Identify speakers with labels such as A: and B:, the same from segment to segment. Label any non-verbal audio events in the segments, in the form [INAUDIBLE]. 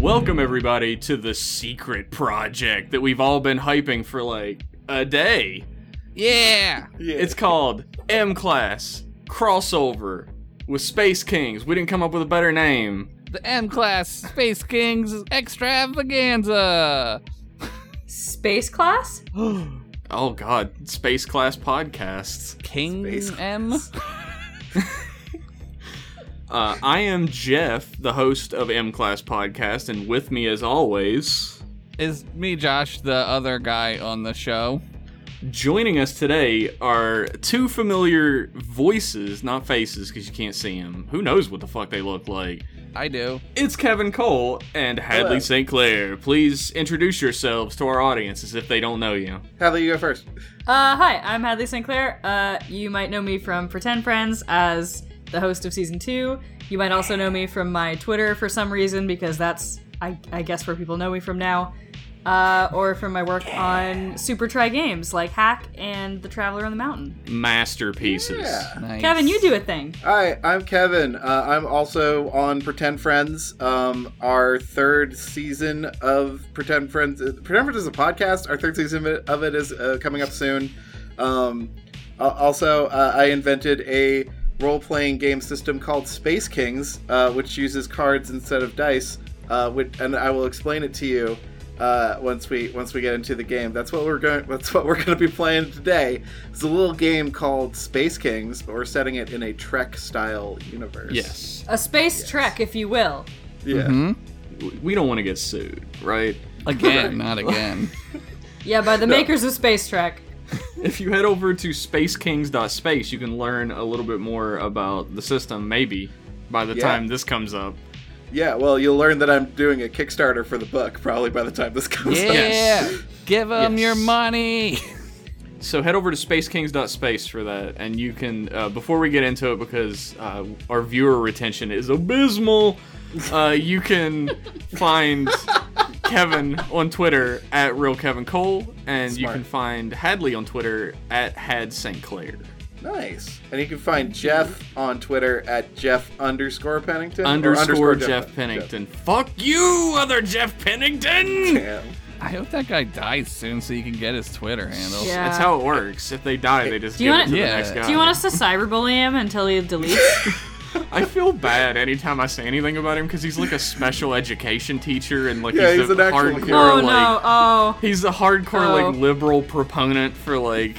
A: Welcome everybody to the secret project that we've all been hyping for like a day.
B: Yeah.
A: It's called M Class Crossover with Space Kings. We didn't come up with a better name.
B: The M Class Space Kings Extravaganza.
C: Space class?
A: Oh god, Space Class Podcasts.
B: King
D: Space
B: M.
A: Uh, I am Jeff, the host of M Class Podcast, and with me as always,
B: Is me, Josh, the other guy on the show.
A: joining us today are two familiar voices, not faces, because you can't see them. Who knows what the fuck they look like?
B: I do.
A: It's Kevin Cole and Hadley
D: Hello.
A: St. Clair. Please introduce yourselves to our audience as if they don't know you.
D: Hadley, you go first.
C: Uh, hi, I'm Hadley St. Clair. Uh, you might know me from Pretend Friends as the host of season two. You might also know me from my Twitter for some reason because that's, I, I guess, where people know me from now. Uh, or from my work on Super Try games like Hack and The Traveler on the Mountain.
A: Masterpieces.
D: Yeah.
B: Nice.
C: Kevin, you do a thing.
D: Hi, I'm Kevin. Uh, I'm also on Pretend Friends. Um, our third season of Pretend Friends. uh, Pretend Friends is a podcast. Our third season of it- of it is uh, coming up soon. Um, uh, also, uh, I invented a role playing game system called Space Kings, uh, which uses cards instead of dice. Uh, which, and I will explain it to you uh, once we once we get into the game. That's what we're going. That's what we're going to be playing today. It's a little game called Space Kings, but we're setting it in a Trek style universe.
A: Yes.
C: A space trek, if you will.
D: Yeah.
A: W- We don't want to get sued, right?
D: [LAUGHS]
B: Again, not again.
C: Yeah, by the makers of Space Trek.
A: If you head over to spacekings.space, you can learn a little bit more about the system, maybe, by the
D: Yeah.
A: time this comes up.
D: Yeah. Well, you'll learn that I'm doing a Kickstarter for the book probably by the time this comes
B: Yeah.
D: out.
A: Yes.
B: Give them
A: Yes.
B: your money.
A: So head over to spacekings.space for that, and you can, uh, before we get into it, because uh, our viewer retention is abysmal, uh, you can find Kevin on Twitter at real Kevin Cole, and you
D: Smart.
A: can find Hadley on Twitter at Had St. Clair.
D: Nice. And you can find Jeff on Twitter at Jeff underscore Pennington. or
A: Underscore,
D: Jeff
A: Jeff Pennington. Fuck you, other Jeff Pennington!
D: Yeah.
B: I hope that guy dies soon so you can get his Twitter handle.
C: Yeah.
A: That's how it works. If they die, they just
C: Do you
A: give it
C: wanna-
A: to
B: Yeah.
A: the next guy.
C: Do you want us to cyberbully him until
A: [LAUGHS]
C: he deletes?
A: I feel bad anytime I say anything about him because he's like a special education teacher and like
D: Yeah,
A: he's,
D: he's
A: a
D: an actual
A: hardcore
D: hero.
C: oh
A: like
C: no! Oh.
A: he's a hardcore
C: Oh.
A: like liberal proponent for like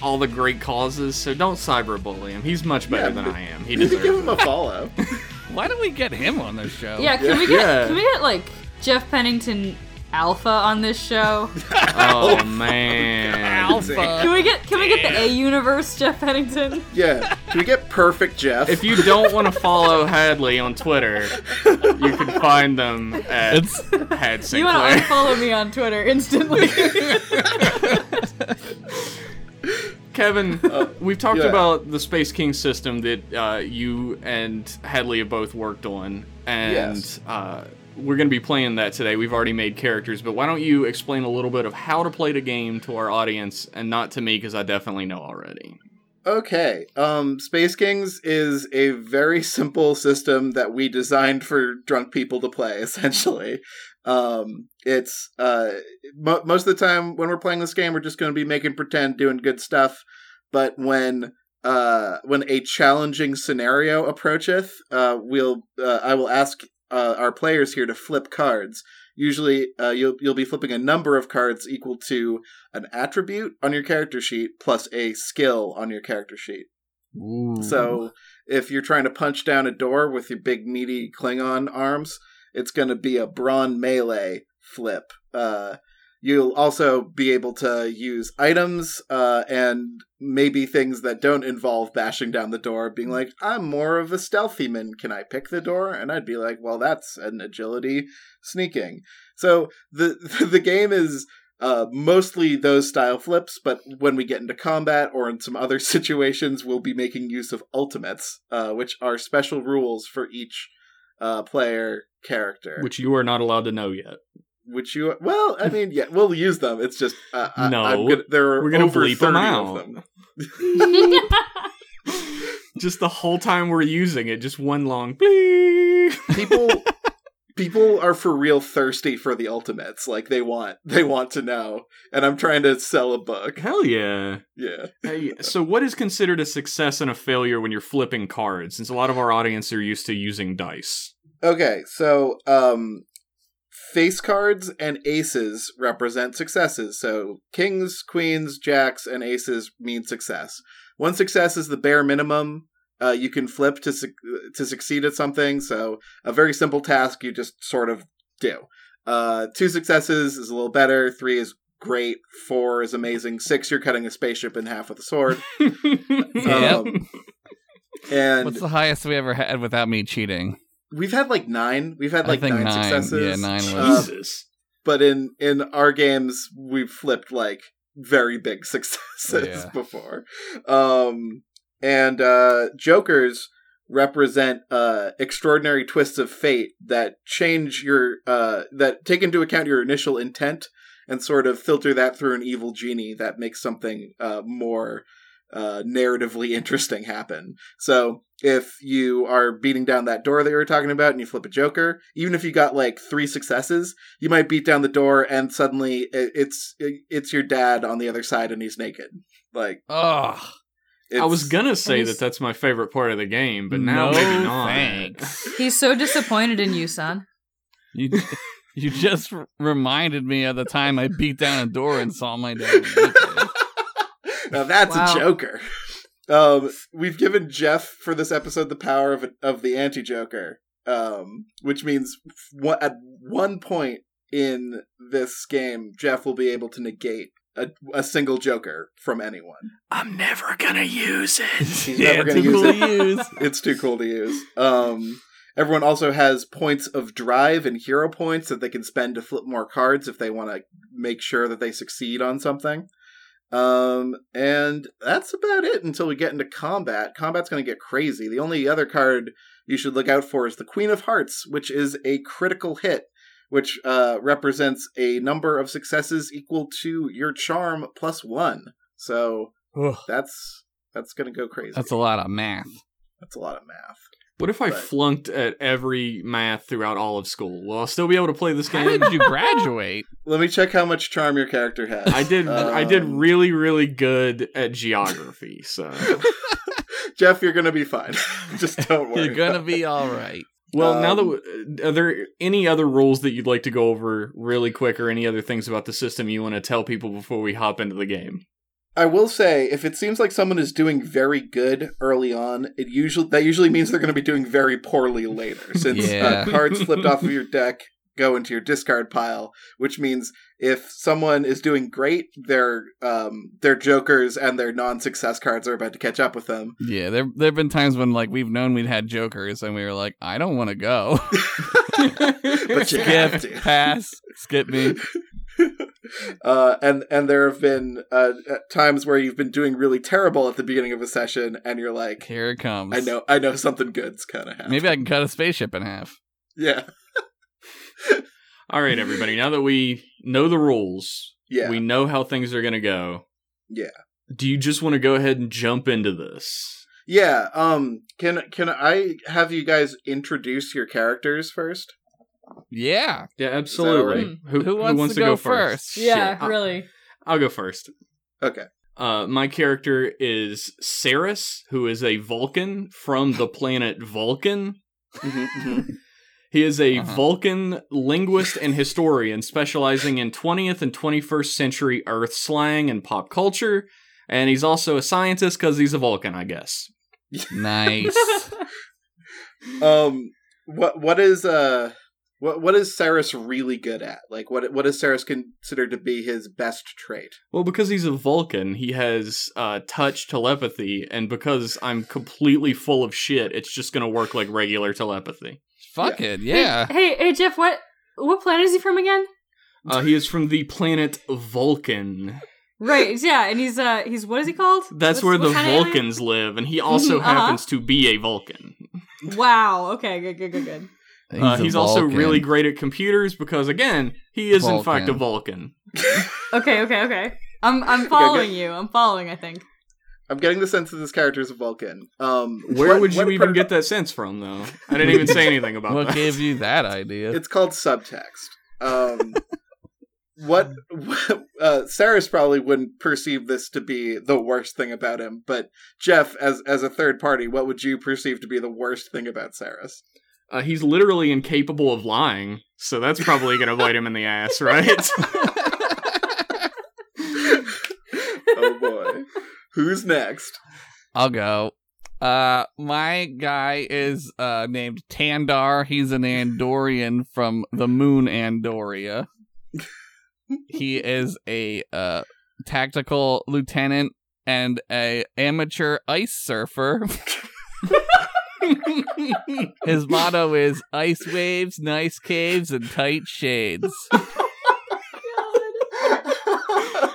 A: all the great causes. So don't cyberbully him. He's much better
D: Yeah,
A: than
D: but-
A: I am. He
D: You can [LAUGHS] give
A: deserves
D: him a
A: it. [LAUGHS]
D: follow.
B: Why do we get him on the show?
C: Yeah, can we get
A: Oh, Yeah.
C: can we get like Jeff Pennington Alpha on this show?
A: Oh man.
C: Can
D: [LAUGHS]
B: Alpha.
C: we get can we get the A universe Jeff Pennington?
D: yeah. Can we get perfect Jeff?
A: If you don't want to follow Hadley on Twitter, you can find them
C: [LAUGHS]
A: at
B: It's-
A: Had
C: You want
A: Sinclair.
C: to unfollow me on Twitter instantly?
D: [LAUGHS]
A: Kevin, we've talked
D: Oh, yeah.
A: about the Space King system that uh, you and Hadley have both worked on, and
D: Yes.
A: uh, we're going to be playing that today. We've already made characters, but why don't you explain a little bit of how to play the game to our audience and not to me because I definitely know already.
D: Okay. Um, Space Kings is a very [LAUGHS] simple system that we designed for drunk people to play, [LAUGHS] essentially. Um, it's uh, mo- most of the time when we're playing this game, we're just going to be making pretend, doing good stuff. But when uh, when a challenging scenario approacheth, uh, we'll uh, I will ask uh, our players here to flip cards. Usually, uh, you'll you'll be flipping a number of cards equal to an attribute on your character sheet plus a skill on your character sheet. So if you're trying to punch down a door with your big meaty Klingon arms, it's going to be a brawn melee flip. Uh, you'll also be able to use items uh, and maybe things that don't involve bashing down the door, being like, "I'm more of a stealthy man. Can I pick the door?" And I'd be like, "Well, that's an agility sneaking." So the [LAUGHS] the game is uh, mostly those style flips, but when we get into combat or in some other [LAUGHS] situations, we'll be making use of ultimates, uh, which are special rules for each uh, player character.
A: Which you are not allowed to know yet. [LAUGHS]
D: which you well, I mean, yeah, we'll use them. It's just uh, I-
A: No.
D: I'm gonna, there are
A: We're gonna
D: over
A: bleep 'em
D: 30
A: out.
D: Of them.
A: Just the whole time we're using it, just one long bleep. [LAUGHS]
D: People people are for real thirsty for the ultimates. Like they want they want to know, and I'm trying to sell a
A: [LAUGHS]
D: book.
A: Hell yeah.
D: Yeah.
A: Hey, so what is considered a success and a failure when you're flipping cards? Since a lot of our audience are used to using dice.
D: Okay, so um face cards and aces represent successes. So kings, queens, jacks and aces mean success. One success is the bare minimum. Uh, you can flip to suc to succeed at something. So a very simple task you just sort of do. Uh, two successes is a little better. Three is great. Four is amazing. Six, you're cutting a spaceship in half with a sword. [LAUGHS]
B: Yep.
D: Um, and
B: What's the highest we ever had without me cheating?
D: we've had like nine. We've had
B: I
D: like
B: think
D: nine,
B: nine.
D: successes.
B: Yeah, nine was-
D: Uh,
A: Jesus.
D: but in in our games, we've flipped like very big [LAUGHS] successes
B: Yeah.
D: before. Um, and uh, jokers represent uh, extraordinary twists of fate that change your uh, that take into account your initial intent and sort of filter that through an evil genie that makes something uh, more uh, narratively interesting happen. So if you are beating down that door that you were talking about and you flip a joker, even if you got like three successes, you might beat down the door and suddenly i- it's i- it's your dad on the other side and he's naked. Like
B: Ugh.
D: it's,
A: I was gonna say
C: It's-
A: that that's my favorite part of the game, but now
B: no
A: maybe not.
B: Thanks.
C: [LAUGHS] He's so disappointed in you, son.
B: You, [LAUGHS] you just r- reminded me of the time I beat down a door and saw my dad. naked.
D: now that's
C: Wow.
D: a joker. Um, we've given Jeff for this episode the power of of the anti Joker, um, which means one, at one point in this game, Jeff will be able to negate a, a single Joker from anyone.
A: I'm never gonna use it.
D: He's never gonna
B: too
D: use
B: cool
D: it.
B: to use.
D: it's too cool to use. Um, everyone also has points of drive and hero points that they can spend to flip more cards if they want to make sure that they succeed on something. Um, and that's about it until we get into combat. Combat's going to get crazy. The only other card you should look out for is the Queen of Hearts, which is a critical hit. Which uh, represents a number of successes equal to your charm plus one. So
B: Ugh.
D: that's that's gonna go crazy.
B: That's a lot of math.
D: that's a lot of math.
A: [LAUGHS] What if I
D: But-
A: flunked at every math throughout all of school? Will I still be able to play this
B: How
A: game?
B: did you graduate?
D: Let me check how much charm your character has.
A: I
D: [LAUGHS]
A: did. I did
D: Um,
A: really, really good at geography.
D: [LAUGHS]
A: So,
D: Jeff, you're gonna be fine. [LAUGHS] Just don't worry.
B: You're gonna be all right.
A: well, now that
D: Um,
A: w- are there any other rules that you'd like to go over really quick, or any other things about the system you want to tell people before we hop into the game?
D: I will say, if it seems like someone is doing very good early on, it usually that usually means they're gonna be doing very poorly later. Since
B: Yeah.
D: uh, cards flipped off of your deck go into your discard pile, which means if someone is doing great, their um, their jokers and their non-success cards are about to catch up with them.
B: Yeah, there there've been times when like we've known we'd had jokers and we were like, I don't want to go. [LAUGHS]
D: But you have
B: Skip,
D: to.
B: pass, skip me.
D: uh, and and there have been uh, at times where you've been doing really terrible at the beginning of a session, and you're like,
B: Here it comes.
D: I know, I know something good's gonna happen.
B: Maybe I can cut a spaceship in half.
D: yeah,
A: All right, everybody. Now that we know the rules,
D: yeah.
A: we know how things are going to go.
D: Yeah.
A: Do you just want to go ahead and jump into this?
D: yeah. Um, can can I have you guys introduce your characters first?
B: Yeah.
A: Yeah,
D: absolutely.
A: Who, who wants, to, go, first?
C: Yeah,
A: Shit, Uh, I-
C: really.
A: I'll go first.
D: Okay.
A: Uh, my character is Ceres, who is a Vulcan from the planet Vulcan. Mm-hmm, He is a
B: Uh-huh.
A: Vulcan linguist and historian specializing in 20th and 21st century Earth slang and pop culture. And he's also a scientist because he's a Vulcan, I guess.
B: Nice.
D: [LAUGHS] um, what what is uh. What what is Saris really good at? Like what what is Saris considered to be his best trait?
A: Well, because he's a Vulcan, he has uh, touch telepathy, and because I'm completely full of shit, it's just gonna work like regular telepathy.
B: Fuck it. Yeah.
C: Hey, hey, Jeff. What what planet is he from again?
A: Uh, he is from the planet Vulcan. [LAUGHS]
C: Right. Yeah, and he's uh he's what is he called?
A: That's
C: What's-
A: where the
C: what kind of alien?
A: Vulcans live, and he also
C: Mhm, uh-huh.
A: happens to be a Vulcan.
C: Wow. Okay. Good. Good. Good. Good.
A: He's, uh,
B: a
A: he's also
B: Vulcan.
A: really great at computers because, again, he is in fact a
B: Vulcan.
A: Vulcan.
C: Okay. Okay. Okay. I'm I'm following you. I'm following. I think.
D: I'm getting the sense that this character is a Vulcan. Um,
A: Where
D: what-
A: would you
D: what
A: even
D: pro-
A: get that sense from, though? I didn't even say anything about
B: What
A: that.
B: gave you that idea?
D: It's called subtext. Um, what what- [LAUGHS] uh, Cyrus probably wouldn't perceive this to be the worst thing about him, but Jeff, as as a third party, what would you perceive to be the worst thing about Cyrus?
A: Uh, he's literally incapable of lying, so that's probably gonna bite him in the ass, right? [LAUGHS]
D: oh boy, [LAUGHS] who's next?
B: I'll go. Uh, my guy is uh named Tandar. He's an Andorian from the moon Andoria. he is a uh tactical lieutenant and a amateur ice surfer. [LAUGHS] His motto is ice waves, nice caves, and tight shades.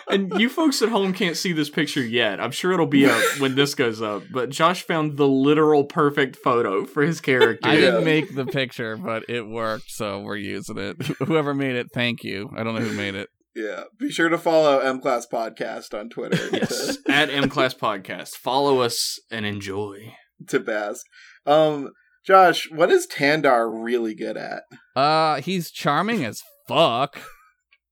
A: and you folks at home can't see this picture yet. I'm sure it'll be up when this goes up. But Josh found the literal perfect photo for his character.
B: I
D: Yeah.
B: didn't make the picture, but it worked, so we're using it. [LAUGHS] Whoever made it, thank you. I don't know who made it.
D: Yeah, be sure to follow M Class Podcast on Twitter.
A: yes, [LAUGHS] at M Class Podcast. Follow us and enjoy.
D: [LAUGHS] to Baz. Um, Josh, what is Tandar really good at?
B: Uh, he's charming as fuck.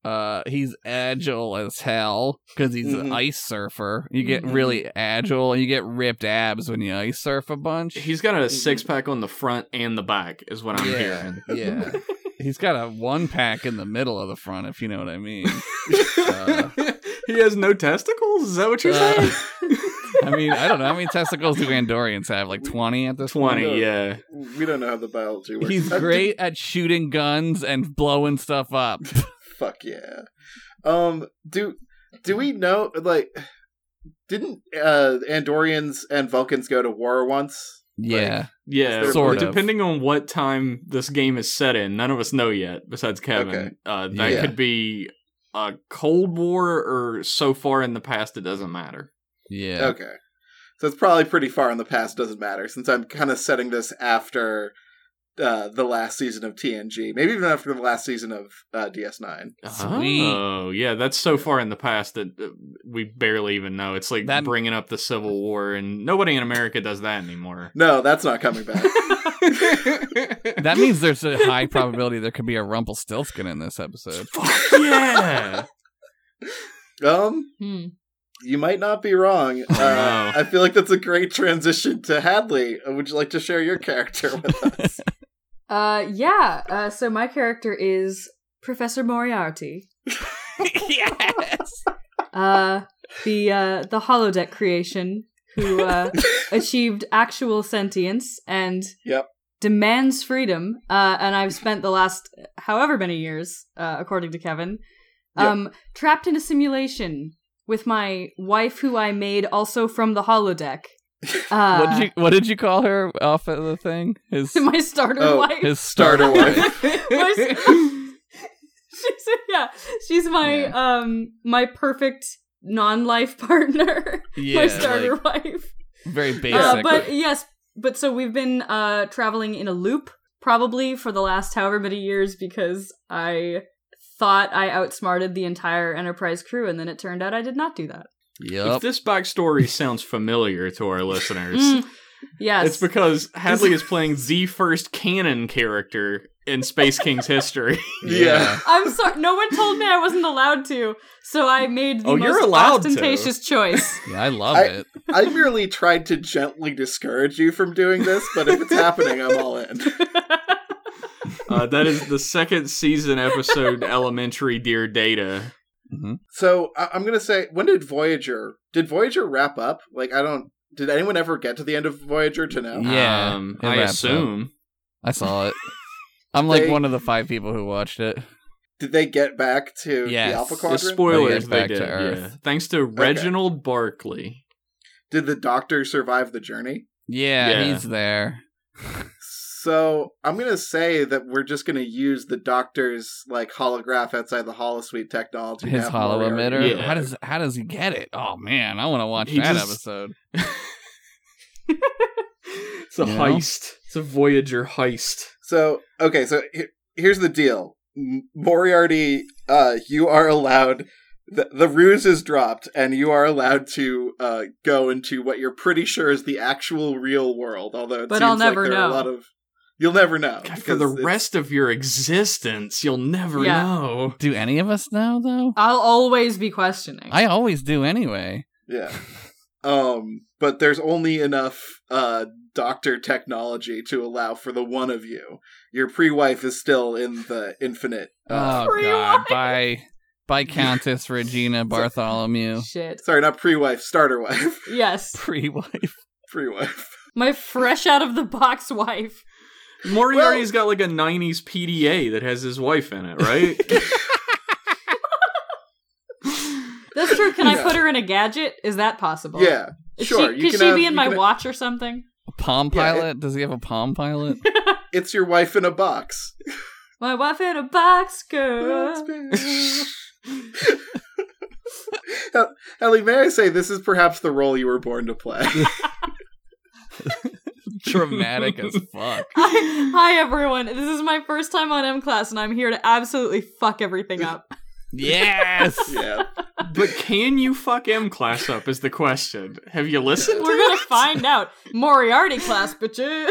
B: Uh, he's agile as hell because he's an
D: Mhm.
B: ice surfer. You get
D: Mhm.
B: really agile and you get ripped abs when you ice surf a bunch.
A: He's got a six pack on the front and the back, is what I'm
B: Mm-hmm. yeah,
A: hearing.
B: yeah. He's got a one pack in the middle of the front, if you know what I mean. Uh,
A: [LAUGHS] he has no testicles. Is that what you're
B: Uh, [LAUGHS]
A: saying?
B: I mean, I don't know how many testicles do Andorians have? Like twenty at this point?
A: Twenty. Yeah.
D: We don't know how the biology works.
B: He's
D: Uh, d-
B: great at shooting guns and blowing stuff up.
D: Fuck yeah. Um, do do we know like didn't uh Andorians and Vulcans go to war once?
B: Yeah.
A: Yeah,
D: Is there-
B: Sort of.
A: depending on what time this game is set in, none of us know yet. Besides Kevin,
D: Okay.
A: uh, that
B: Yeah.
A: could be a Cold War or so far in the past it doesn't matter.
B: yeah.
D: Okay. So it's probably pretty far in the past, doesn't matter, since I'm kind of setting this after uh, the last season of TNG, maybe even after the last season of uh, DS9.
B: Sweet.
A: Oh, yeah, that's so far in the past that uh, we barely even know. It's like
B: That-
A: bringing up the Civil War, and nobody in America does that
D: [LAUGHS]
A: anymore.
D: No, that's not coming back.
B: That means there's a high probability there could be a Rumpelstiltskin in this episode.
A: yeah.
D: um,
C: Hmm.
D: You might not be wrong. Uh,
A: no.
D: I feel like that's a great transition to Hadley. Uh, Would you like to share your character with us?
C: Uh, yeah. Uh, so my character is Professor Moriarty.
B: yes.
C: uh, the uh, the holodeck creation
B: [LAUGHS]
C: who uh, achieved actual sentience and
D: Yep.
C: demands freedom. Uh, and I've spent the last however many years, uh, according to Kevin,
D: Yep.
C: um, trapped in a simulation with my wife, who I made also from the holodeck.
B: [LAUGHS]
C: Uh,
B: what did you What did you call her off of the thing? His
C: [LAUGHS] my starter
D: Oh,
C: wife.
B: his
D: [LAUGHS]
B: starter wife.
C: My- [LAUGHS] she's yeah, she's my um my perfect non-life partner. [LAUGHS]
B: Yeah,
C: my starter
B: like,
C: wife.
B: very basic.
C: Uh, but yes, but so we've been uh traveling in a loop probably for the last however many years because I thought I outsmarted the entire Enterprise crew and then it turned out I did not do that.
A: [LAUGHS] If
C: [LAUGHS]
B: yep.
A: this backstory sounds familiar to our listeners,
C: Mm, yes.
A: It's because Hadley is playing the first canon character in Space King's history.
D: Yeah.
C: I'm sorry. No one told me I wasn't allowed to, so I made the
A: Oh,
C: most
A: you're allowed to.
C: ostentatious choice. [LAUGHS]
B: Yeah, [LAUGHS] I love
D: I-
B: it.
D: I merely tried to gently discourage you from doing this, but if it's happening, I'm all in.
A: Uh, that is the second season
B: [LAUGHS]
A: episode, Elementary Dear Data.
D: So I- I'm gonna say, when did Voyager? Did Voyager wrap up? Like, I don't. Did anyone ever get to the end of Voyager to know?
B: Yeah,
A: um,
B: it
A: I
B: wraps
A: assume.
B: I saw it. I'm like
D: They-
B: one of the five people who watched it.
D: Did they get back to
B: Yes.
D: the Alpha
A: The
D: Quadrant?
A: spoilers
B: They
A: they
B: get back
A: did.
B: to
A: Yeah.
B: Earth.
A: Thanks to Reginald Barkley.
D: did the Doctor survive the journey?
B: Yeah,
A: Yeah.
B: he's there.
D: So I'm gonna say that we're just gonna use the doctor's like holograph outside the holosuite technology. to
B: His
D: have
B: hollow
D: Moriarty.
B: emitter.
A: Yeah.
B: How does How does he get it? Oh man, I want to watch
A: He
B: that
A: just-
B: episode.
A: It's a
B: You know?
A: heist. It's a Voyager heist.
D: So okay, so he- here's the deal, M- Moriarty. Uh, you are allowed the, the ruse is dropped, and you are allowed to uh, go into what you're pretty sure is the actual real world. Although, it
C: But
D: seems
C: I'll never
D: like there Are a
C: know.
D: lot of you'll never know
A: God, for the
D: because it's-
A: rest of your existence, you'll never
C: Yeah.
A: know.
B: Do any of us know though?
C: I'll always be questioning.
B: I always do anyway.
D: Yeah. Um, but there's only enough uh doctor technology to allow for the one of you. Your pre-wife is still in the infinite. Uh,
B: Oh
C: Rewind.
B: god, by by Countess Regina Bartholomew.
A: Oh.
C: Shit.
D: Sorry, not pre-wife, starter wife. [LAUGHS]
C: Yes.
B: Pre-wife.
D: pre-wife.
C: My fresh out of the box wife.
A: Moriarty's got like a '90s PDA that has his wife in it, right?
D: [LAUGHS]
C: That's true. Can I
D: Yeah.
C: put her in a gadget? Is that possible?
D: Yeah.
C: Is
D: Sure.
C: She,
D: you
C: could
D: can
C: she
D: have-
C: be in
D: you
C: my
D: can-
C: watch or something?
B: Palm
D: Yeah, it-
B: pilot? Does he have a palm pilot?
D: It's your wife in a box.
C: My wife in a box, girl. [LAUGHS]
D: Hel- Ellie, may I say this is perhaps the role you were born to
C: [LAUGHS]
D: play?
B: Dramatic as fuck.
C: Hi, hi, everyone. This is my first time on M Class, and I'm here to absolutely fuck
D: [LAUGHS]
C: everything up.
B: Yes.
D: yeah.
A: but can you fuck M class up? Is the question. Have you listened?
C: We're gonna find out. Moriarty class, bitches.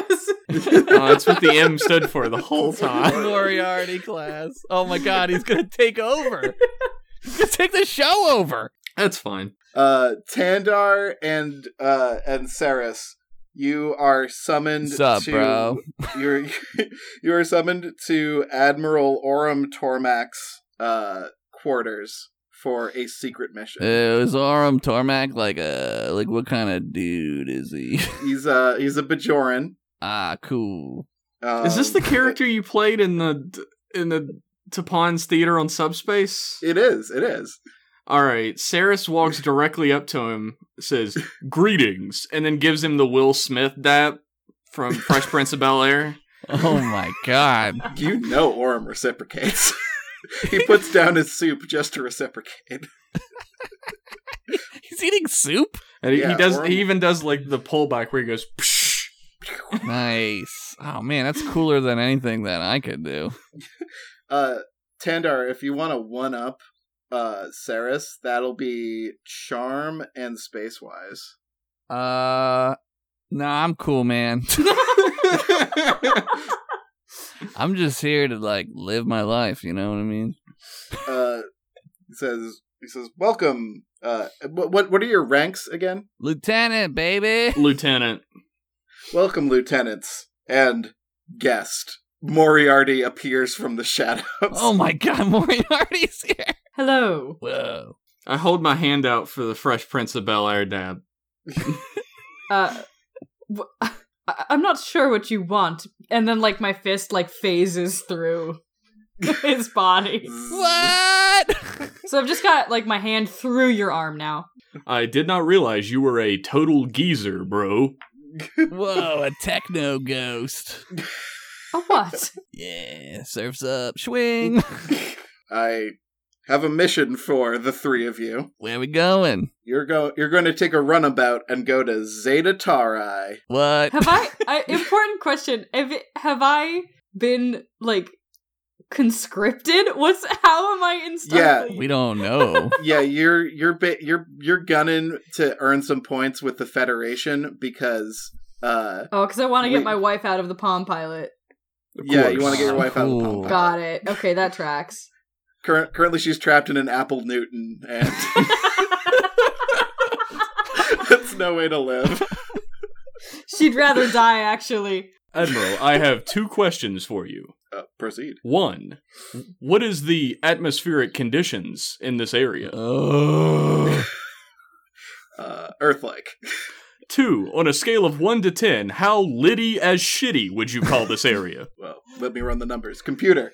A: Uh, that's what the M stood for the whole time.
B: Moriarty class. Oh my god, he's gonna take over. He's gonna take the show over.
A: That's fine.
D: Uh Tandar and uh and Saris, you are summoned
B: Sup,
D: to
B: bro?
D: [LAUGHS] you're you are summoned to Admiral Orum Tormac's uh, quarters for a secret mission.
B: Uh, is Aram Tormac like a like what kind of dude is he? [LAUGHS]
D: He's uh he's a Bajoran.
B: ah, cool.
D: Um,
A: Is this the
D: [LAUGHS]
A: character you played in the in the Tapon's theater on Subspace?
D: It is. It is.
A: All right. Saris
D: [LAUGHS]
A: walks directly up to him, says "Greetings," and then gives him the Will Smith dap from Fresh Prince of Bel Air.
B: Oh my god.
D: You know Orum reciprocates. [LAUGHS] he puts down his soup just to reciprocate.
B: [LAUGHS] He's eating soup?
A: And he, he
D: Yeah,
A: does.
D: or-
A: He even does like the pullback where he
D: [LAUGHS]
A: goes. Psh!
B: Nice. Oh man, that's cooler than anything that I could do.
D: Uh, Tandar, if you want to one up uh Saris, that'll be charm and space wise.
B: Uh Nah, I'm cool, man. [LAUGHS] I'm just here to like live my life, you know what I mean?
D: Uh, he says he says welcome. Uh, what what what are your ranks again?
B: Lieutenant, baby.
A: Lieutenant.
D: Welcome, lieutenants and guest. Moriarty appears from the shadows.
B: Oh my god, [LAUGHS] Moriarty's here.
C: Hello.
B: Whoa.
A: I hold my hand out for the Fresh Prince of Bel Air dab.
C: Uh, w- [LAUGHS] I- I'm not sure what you want. And then, like, my fist like phases through [LAUGHS] his body.
D: Mm.
B: What?
C: So I've just got like my hand through your arm now.
A: I did not realize you were a total geezer, bro.
B: Whoa, a techno ghost.
C: A what?
B: Yeah, surfs up, swing. [LAUGHS]
D: I have a mission for the three of you.
B: Where we going?
D: You're go you're going to take a runabout and go to Zeta Tauri.
B: What?
C: Have I, I important question. Have it- have I been like conscripted? What's how am I in
D: Yeah.
B: [LAUGHS]
C: Starfleet?
B: We don't know.
C: [LAUGHS]
D: yeah, you're you're ba- you're you're gunning to earn some points with the Federation because uh
C: Oh, because I want to
D: We-
C: get my wife out of the Palm Pilot.
D: yeah, you
A: course.
D: want to get your wife out of the
B: Cool.
D: Palm Pilot.
C: Got it. Okay, that tracks. [LAUGHS]
D: Cur- currently, she's trapped in an Apple Newton, and [LAUGHS] that's no way to live.
C: She'd rather die, actually.
A: Admiral, I have two questions for you.
D: Uh, proceed.
A: One, what is the atmospheric conditions in this area?
B: oh.
D: Uh, Earth-like.
A: Two, on a scale of one to ten, how litty as shitty would you call this area? [LAUGHS]
D: Well, let me run the numbers. Computer.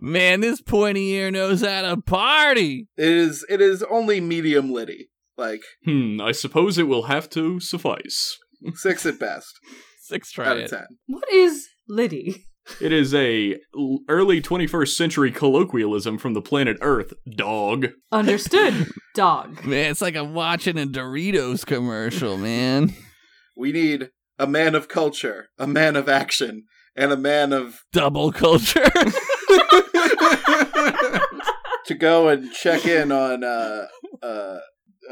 B: Man, this pointy ear knows how to party.
D: It is. It is only medium litty, like
A: hmm, I suppose it will have to suffice.
D: six at best
B: Six
D: out
B: try
D: of
B: it.
D: ten.
C: What is Liddy?
A: It is a l- early 21st century colloquialism from the planet Earth, dog.
D: [LAUGHS]
C: Understood. Dog.
B: Man, it's like I'm watching a Doritos commercial, man. [LAUGHS]
D: We need a man of culture, a man of action, and a man of
B: Double culture.
D: [LAUGHS] to go and check in on uh, uh,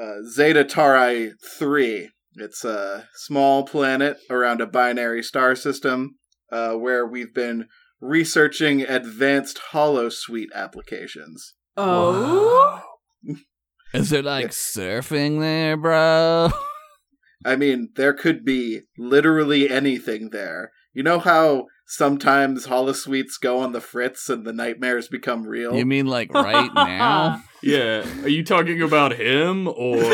D: uh, Zeta Tauri 3. It's a small planet around a binary star system uh, where we've been researching advanced holosuite applications.
C: Oh,
B: [LAUGHS] Is there like surfing there, bro?
D: I mean, there could be literally anything there. You know how sometimes holosuites go on the fritz and the nightmares become real?
B: You mean like right now?
A: Yeah. Are you talking about him or?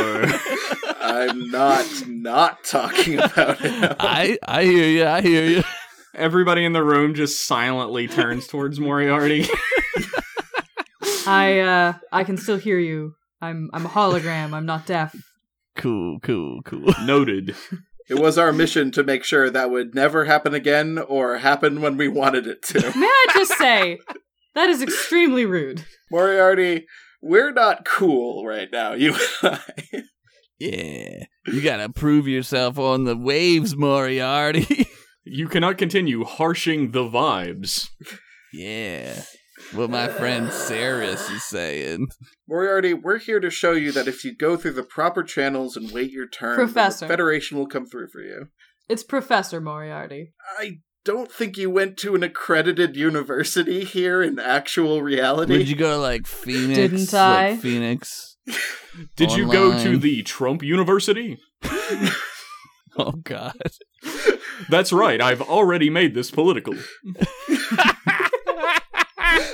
D: I'm not not talking about
B: [LAUGHS]
D: it.
B: I I hear you. I hear you.
A: Everybody in the room just silently turns towards Moriarty.
C: I uh, I can still hear you. I'm I'm a hologram. I'm not deaf.
B: Cool, cool, cool. [LAUGHS]
A: Noted.
D: It was our mission to make sure that would never happen again or happen when we wanted it
C: [LAUGHS]
D: to.
C: May I just say that is extremely rude.
D: Moriarty, we're not cool right now, you and I.
B: Yeah, you gotta prove yourself on the waves, Moriarty. [LAUGHS]
A: You cannot continue harshing the vibes.
B: yeah, what my friend Saris is saying.
D: Moriarty, we're here to show you that if you go through the proper channels and wait your turn,
C: Professor.
D: the Federation will come through for you.
C: It's Professor Moriarty.
D: I don't think you went to an accredited university here in actual reality.
B: Would you go to, like Phoenix?
C: Didn't I?
B: Like Phoenix.
A: Did you go to
B: Online.
A: the Trump University?
B: Oh God.
A: That's right. I've already made this political.
D: I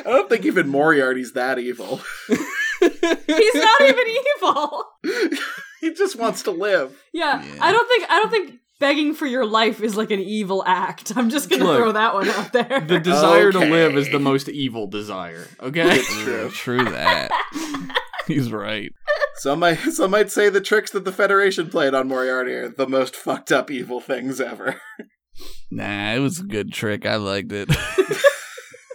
D: don't think even Moriarty's that evil. [LAUGHS]
C: He's
B: [LAUGHS]
C: not even evil.
D: he just wants to live.
C: Yeah,
B: Yeah.
C: I don't think I don't think begging for your life is like an evil act. I'm just gonna
A: Look,
C: throw that one out there.
A: The desire to
D: Okay.
A: live is the most evil desire. Okay.
D: It's true.
B: Yeah, True that. [LAUGHS] He's right.
D: Some might, some might say the tricks that the Federation played on Moriarty are the most fucked up evil things ever.
B: Nah, it was a good trick. I liked it.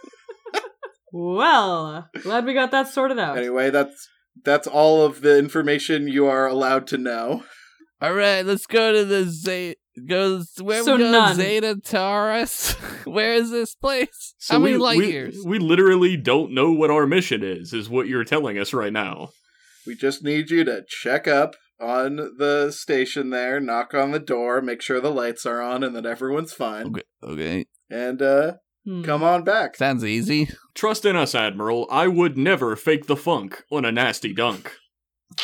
B: [LAUGHS]
C: well, glad we got that sorted out.
D: Anyway, that's that's all of the information you are allowed to know.
B: All right, let's go to the Zeta. Go where
C: So
B: we go?
C: none.
B: Zeta Taurus. [LAUGHS] where is this place? How many
A: we,
B: light
A: we-
B: years?
A: We literally don't know what our mission is, is what you're telling us right now.
D: We just need you to check up on the station there, knock on the door, make sure the lights are on and that everyone's fine,
B: Okay, okay,
D: and uh
C: Hmm.
D: come on back.
B: sounds easy.
A: Trust in us, Admiral. I would never fake the funk on a nasty dunk.
B: [LAUGHS]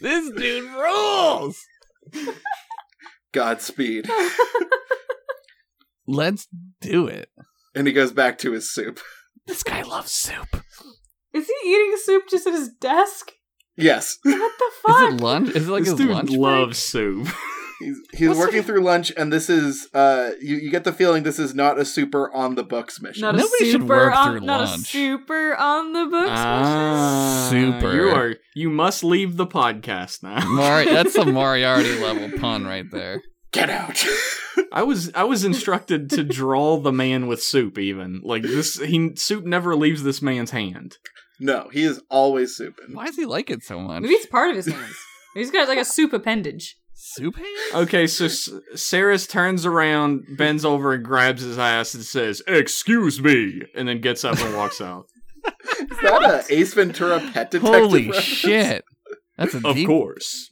B: this dude rules.
D: Godspeed.
B: Let's do it.
D: and he goes back to his soup. [LAUGHS]
B: This guy loves soup.
C: Is he eating soup just at his desk?
D: Yes.
C: What
B: [LAUGHS]
C: the
B: Is
C: fuck?
B: it lunch? Is it like
A: this
B: his
A: dude
B: lunch?
A: loves [LAUGHS] soup.
D: He's he's
B: What's
D: working
B: the-
D: through lunch and this is uh you, you get the feeling this is not a super on the books mission.
C: Not a
B: Nobody should
C: super
B: work
C: on,
B: through
C: not a
B: lunch. Ah.
C: super on the books.
B: Super.
A: Ah, You are. You must leave the podcast now.
B: Mari- that's a Moriarty level pun right there.
D: Get out.
A: [LAUGHS]
D: [LAUGHS]
A: I was. I was instructed to draw the man with soup. Even like this, he soup never leaves this man's hand.
D: no, he is always souping.
B: Why does he like it so much?
C: Maybe it's part of his hands. He's got like a soup appendage.
B: Soup hands?
A: Okay, so S- Saris turns around, bends over, and grabs his ass and says, "Excuse me," and then gets up and walks out.
D: Is that a Ace Ventura pet detective?
B: Holy
D: reference?
B: shit! That's a
A: [LAUGHS] of
B: deep.
A: course.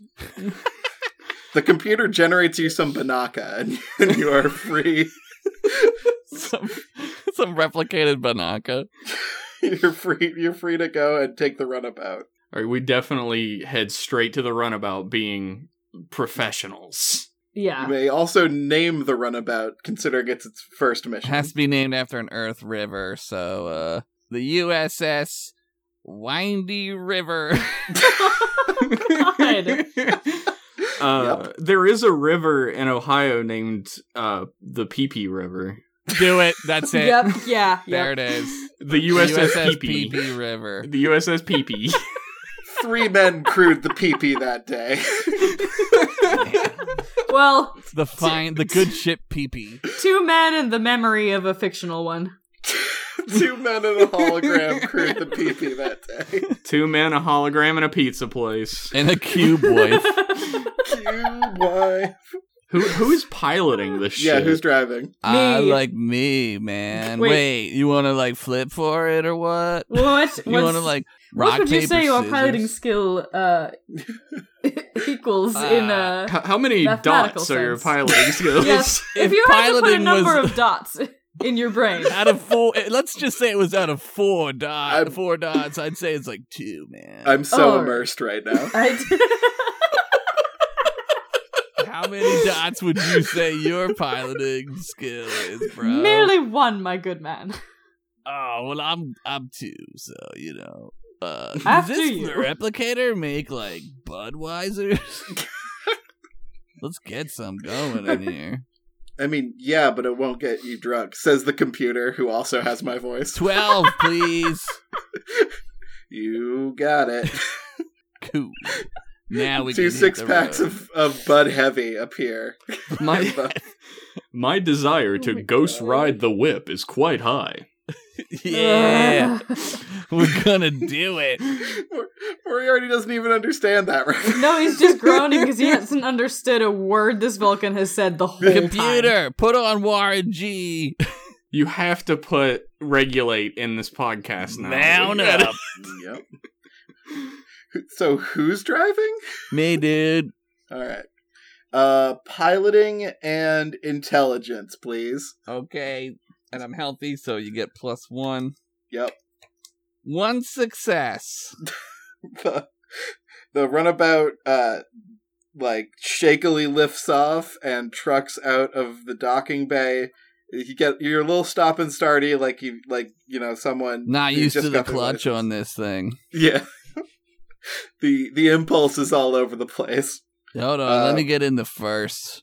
D: The computer generates you some banaka and, [LAUGHS] and you are free.
B: [LAUGHS] Some, some replicated Banaka.
D: You're free. You're free to go and take the runabout.
A: All right, we definitely head straight to the runabout being professionals.
B: [LAUGHS]
D: You
C: Yeah. [LAUGHS]
D: may also name the runabout, considering it's its first mission.
B: has [LAUGHS] to be named after an Earth river. So uh, the USS Windy River.
C: God.
A: Uh, There is a river in Ohio named uh, the Pee Pee River.
B: Do [LAUGHS] it. That's it.
C: Yep. Yeah.
B: There it
C: Yep.
B: is.
A: The
B: The
A: USS,
B: USS
A: Pee Pee.
B: PP River.
A: The USS Pee Pee. [LAUGHS]
D: Three men crewed the PP
B: [LAUGHS]
D: that day.
C: Well, [LAUGHS]
B: The fine, the good ship PP.
C: two men and the memory of a fictional one.
D: Two men in a hologram crewed the PP that day.
A: Two men, a
C: [LAUGHS]
A: hologram, and a pizza place.
B: And a cube wife.
D: You wife.
A: Who who's piloting this
D: Yeah,
A: shit?
D: who's driving?
B: I
C: Me.
B: like me, man. Wait,
C: Wait.
B: you want to like flip for it or what?
C: What?
B: You
C: what's-
B: want to like rock
C: what would you
B: paper,
C: say your
B: scissors?
C: piloting skill
B: [LAUGHS]
C: uh, equals in
B: Uh,
A: H-
C: uh
A: how many
C: Mathematical
A: dots are your
C: sense. [LAUGHS]
A: piloting skills?
C: yes
B: if
C: if you had to put a
B: piloting
C: number
B: was- [LAUGHS]
C: of dots in your brain
B: Out of four, eh, let's just say it was out of four dots.
D: I'm-
B: Four dots, I'd say it's like two, man.
D: I'm so
C: Oh.
D: immersed right now.
C: I d-
B: How many dots would you say your piloting skill is, bro?
C: merely one my good man
B: Oh well, I'm I'm two, so you know. Uh,
C: After
B: does this [LAUGHS]
C: you.
B: replicator make like Budweisers? Let's get some going in here.
D: I mean, yeah, but it won't get you drunk, says the computer, who also has my voice.
B: Twelve, please.
D: You got it.
B: Cool. Now we
D: Two
B: can hit
D: six
B: the
D: packs
B: road.
D: of, of Bud Heavy appear.
B: [LAUGHS]
A: my my desire
C: Oh
A: to
C: my
A: ghost
C: God.
A: ride the whip is quite high.
B: [LAUGHS] Yeah, we're gonna do it.
D: Moriarty doesn't even understand that reference.
C: [LAUGHS] no he's just groaning because he
B: [LAUGHS]
C: hasn't understood a word this vulcan has said the whole time
B: Computer, put on Warren G.
A: You have to put regulate in this podcast now.
B: Mount up,
D: [LAUGHS] Yep. So who's driving?
B: me, dude.
D: All right. Uh, piloting and intelligence, please.
B: Okay, and I'm healthy, so you get plus one.
D: Yep. [LAUGHS]
B: One success.
D: The, the runabout, uh, like shakily lifts off and trucks out of the docking bay. You get your little stop and starty, like you, like you know, someone
B: Not
D: who
B: used
D: just
B: to the
D: got their
B: clutch
D: license.
B: on this thing.
D: Yeah. [LAUGHS] the the impulse is all over the place.
B: Hold on,
D: Uh,
B: let me get in the first.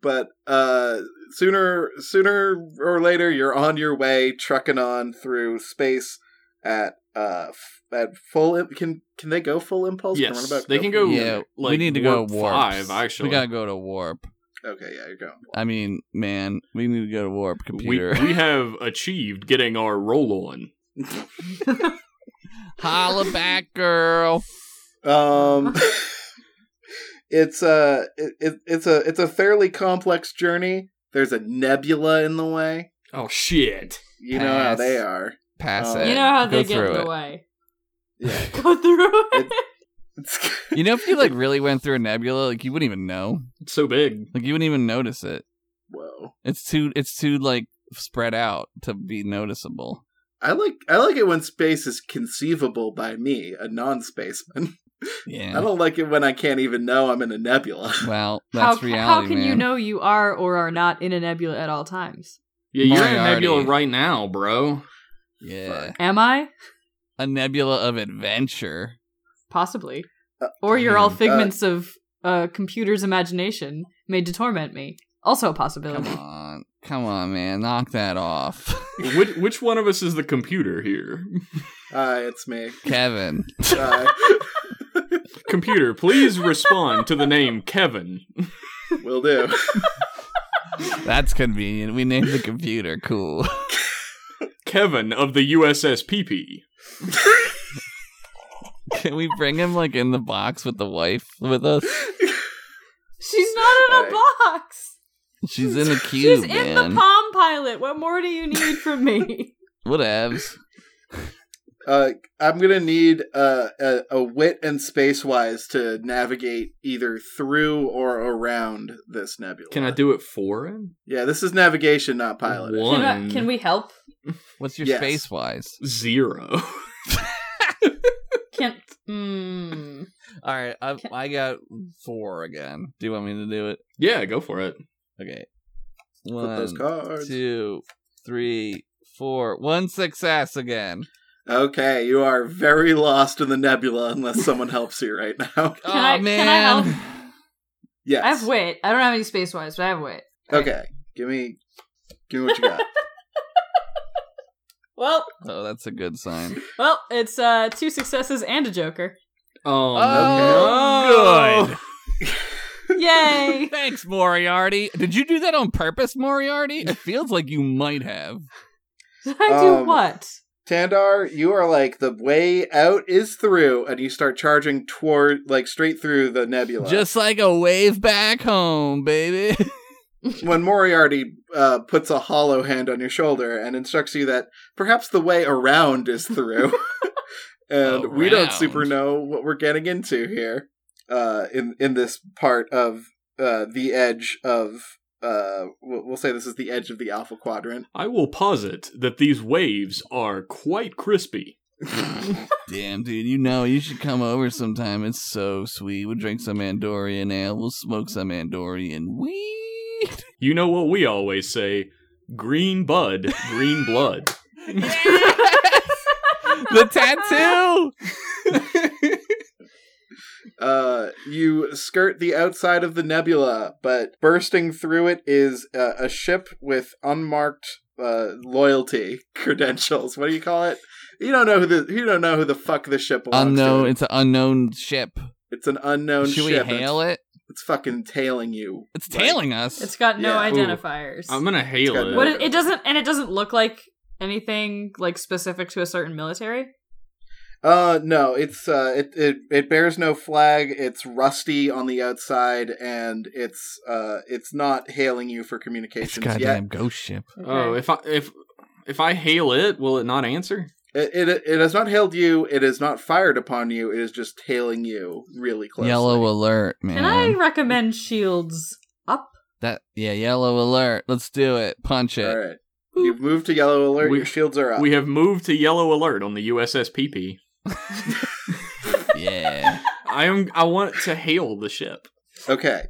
D: but uh sooner sooner or later you're on your way trucking on through space at uh f- at full im- can can they go full impulse
A: Yes,
D: runabout
A: they can go-
B: Yeah, we
A: like,
B: need to go
A: warp
B: to warp
A: five, actually.
B: we gotta go to warp.
D: okay yeah you're going
B: I mean, man, we need to go to warp
A: [LAUGHS] We,
B: computer.
D: [LAUGHS]
A: we have achieved getting our roll on.
B: Holla back, girl.
D: um [LAUGHS] it's a it, it, it's a it's a fairly complex journey there's a nebula in the way
A: Oh shit.
D: you know how
B: Pass.
D: they
A: [LAUGHS]
D: are
B: Pass
D: Um,
B: it.
C: you know how
B: go
C: they get
B: through
C: in
B: it.
C: the way
D: yeah
C: go through it
B: You know, if you like really went through a nebula, like you wouldn't even know.
A: It's so big.
B: Like you wouldn't even notice it.
D: [LAUGHS] whoa
B: It's too. It's too like spread out to be noticeable.
D: i like i like it when space is conceivable by me a non-spaceman I
B: Yeah.
D: don't like it when I can't even know I'm in a nebula. [LAUGHS]
B: Well, that's
C: how,
B: reality.
C: how can you
B: man.
C: know you are or are not in a nebula at all times
A: Yeah, you're in a
B: Moriarty.
A: nebula right now, bro.
B: Yeah.
C: am i
B: A nebula of adventure.
C: Possibly.
D: Uh,
C: or you're all
B: hmm, uh,
C: figments of a computer's imagination made to torment me. Also a
B: Come [LAUGHS]
C: possibility.
B: on, come on, man, knock that off,
A: [LAUGHS]
B: [LAUGHS]
A: Which which one of us is the computer [LAUGHS] here?
D: Hi, Ah, it's me. Ah,
B: Kevin.
D: Hi.
A: Computer, please respond to the name Kevin.
D: [LAUGHS] Will do.
B: That's convenient. We named the computer. Cool. [LAUGHS]
A: Kevin of the USS PP.
B: Can we bring him like in the box with the wife with us?
C: She's not in a box.
B: She's in a cube,
C: She's in
B: man.
C: the Palm Pilot. What more do you need from
B: [LAUGHS]
C: me?
B: Whatevs.
D: Uh, I'm gonna need uh, a a wit and space wise to navigate either through or around this nebula.
A: Can I do it for him?
D: Yeah, this is navigation, not pilot.
A: What?
C: Can, I,
A: One.
C: can we help?
B: What's your
D: Yes.
B: space wise?
A: Zero. [LAUGHS]
C: Can't. Mm,
B: All right, I, I got four again. Do you want me to do it?
A: yeah, go for it.
B: Okay.
D: Flip those
B: One,
D: cards.
B: two, three, four. One success again.
D: Okay, you are very lost in the nebula unless someone helps you right now. [LAUGHS]
B: oh
C: Can I-
B: man.
C: can I help?
D: Yes.
C: I have wit. I don't have any space wise, but I have wit.
D: Okay, give me, give me what you got.
C: Well,
B: Oh, that's a good sign.
C: well, it's uh, two successes and a joker.
A: Oh,
B: Oh,
A: no.
B: good.
C: [LAUGHS] Yay!
B: Thanks, Moriarty. Did you do that on purpose, Moriarty? It feels like you might have.
C: Did I do
D: Um,
C: what?
D: Tandar, you are like the way out is through, and you start charging toward like straight through the nebula.
B: Just like a wave back home, baby. [LAUGHS]
D: when Moriarty uh, puts a hollow hand on your shoulder and instructs you that perhaps the way around
B: [LAUGHS]
D: is through, and we don't
B: Around.
D: super know what we're getting into here uh, in in this part of uh, the edge of uh, we'll we'll say this is the edge of the Alpha Quadrant.
A: I will posit that these waves are quite crispy.
B: Damn, dude, you know you should come over sometime. It's so sweet. We'll drink some Andorian ale. We'll smoke some Andorian weed. [LAUGHS]
A: You know what we always say green bud, green
D: [LAUGHS]
A: blood.
B: the tattoo.
D: Uh, you skirt the outside of the nebula, but bursting through it is uh, a ship with unmarked uh, loyalty [LAUGHS] credentials. What do you call it? You don't know who the you don't know who the fuck this ship belongs
B: unknown.
D: to.
B: It's an unknown ship.
D: It's an unknown
B: should
D: ship.
B: we hail it?
D: It's, it's fucking tailing you.
B: It's
D: Like,
B: tailing us.
C: It's got no
D: Yeah.
A: Ooh.
C: identifiers.
A: I'm gonna hail
D: It's got
A: it.
C: What it, it doesn't, and it doesn't look like anything like specific to a certain military.
D: Uh no, it's uh it, it it bears no flag. It's rusty on the outside, and it's uh it's not hailing you for
B: It's a
D: communications yet.
B: goddamn ghost ship.
A: oh, if I if if I hail it, will it not answer?
D: It, it it has not hailed you. It has not fired upon you. It is just tailing you really closely.
B: Yellow alert, man.
C: and I recommend shields up.
B: That yeah, yellow alert. Let's do it. Punch it.
D: All right, you've moved to yellow alert.
A: We-
D: your shields are up.
A: We have moved to yellow alert on the USS PP.
B: Yeah.
A: I am I want to hail the ship.
D: okay.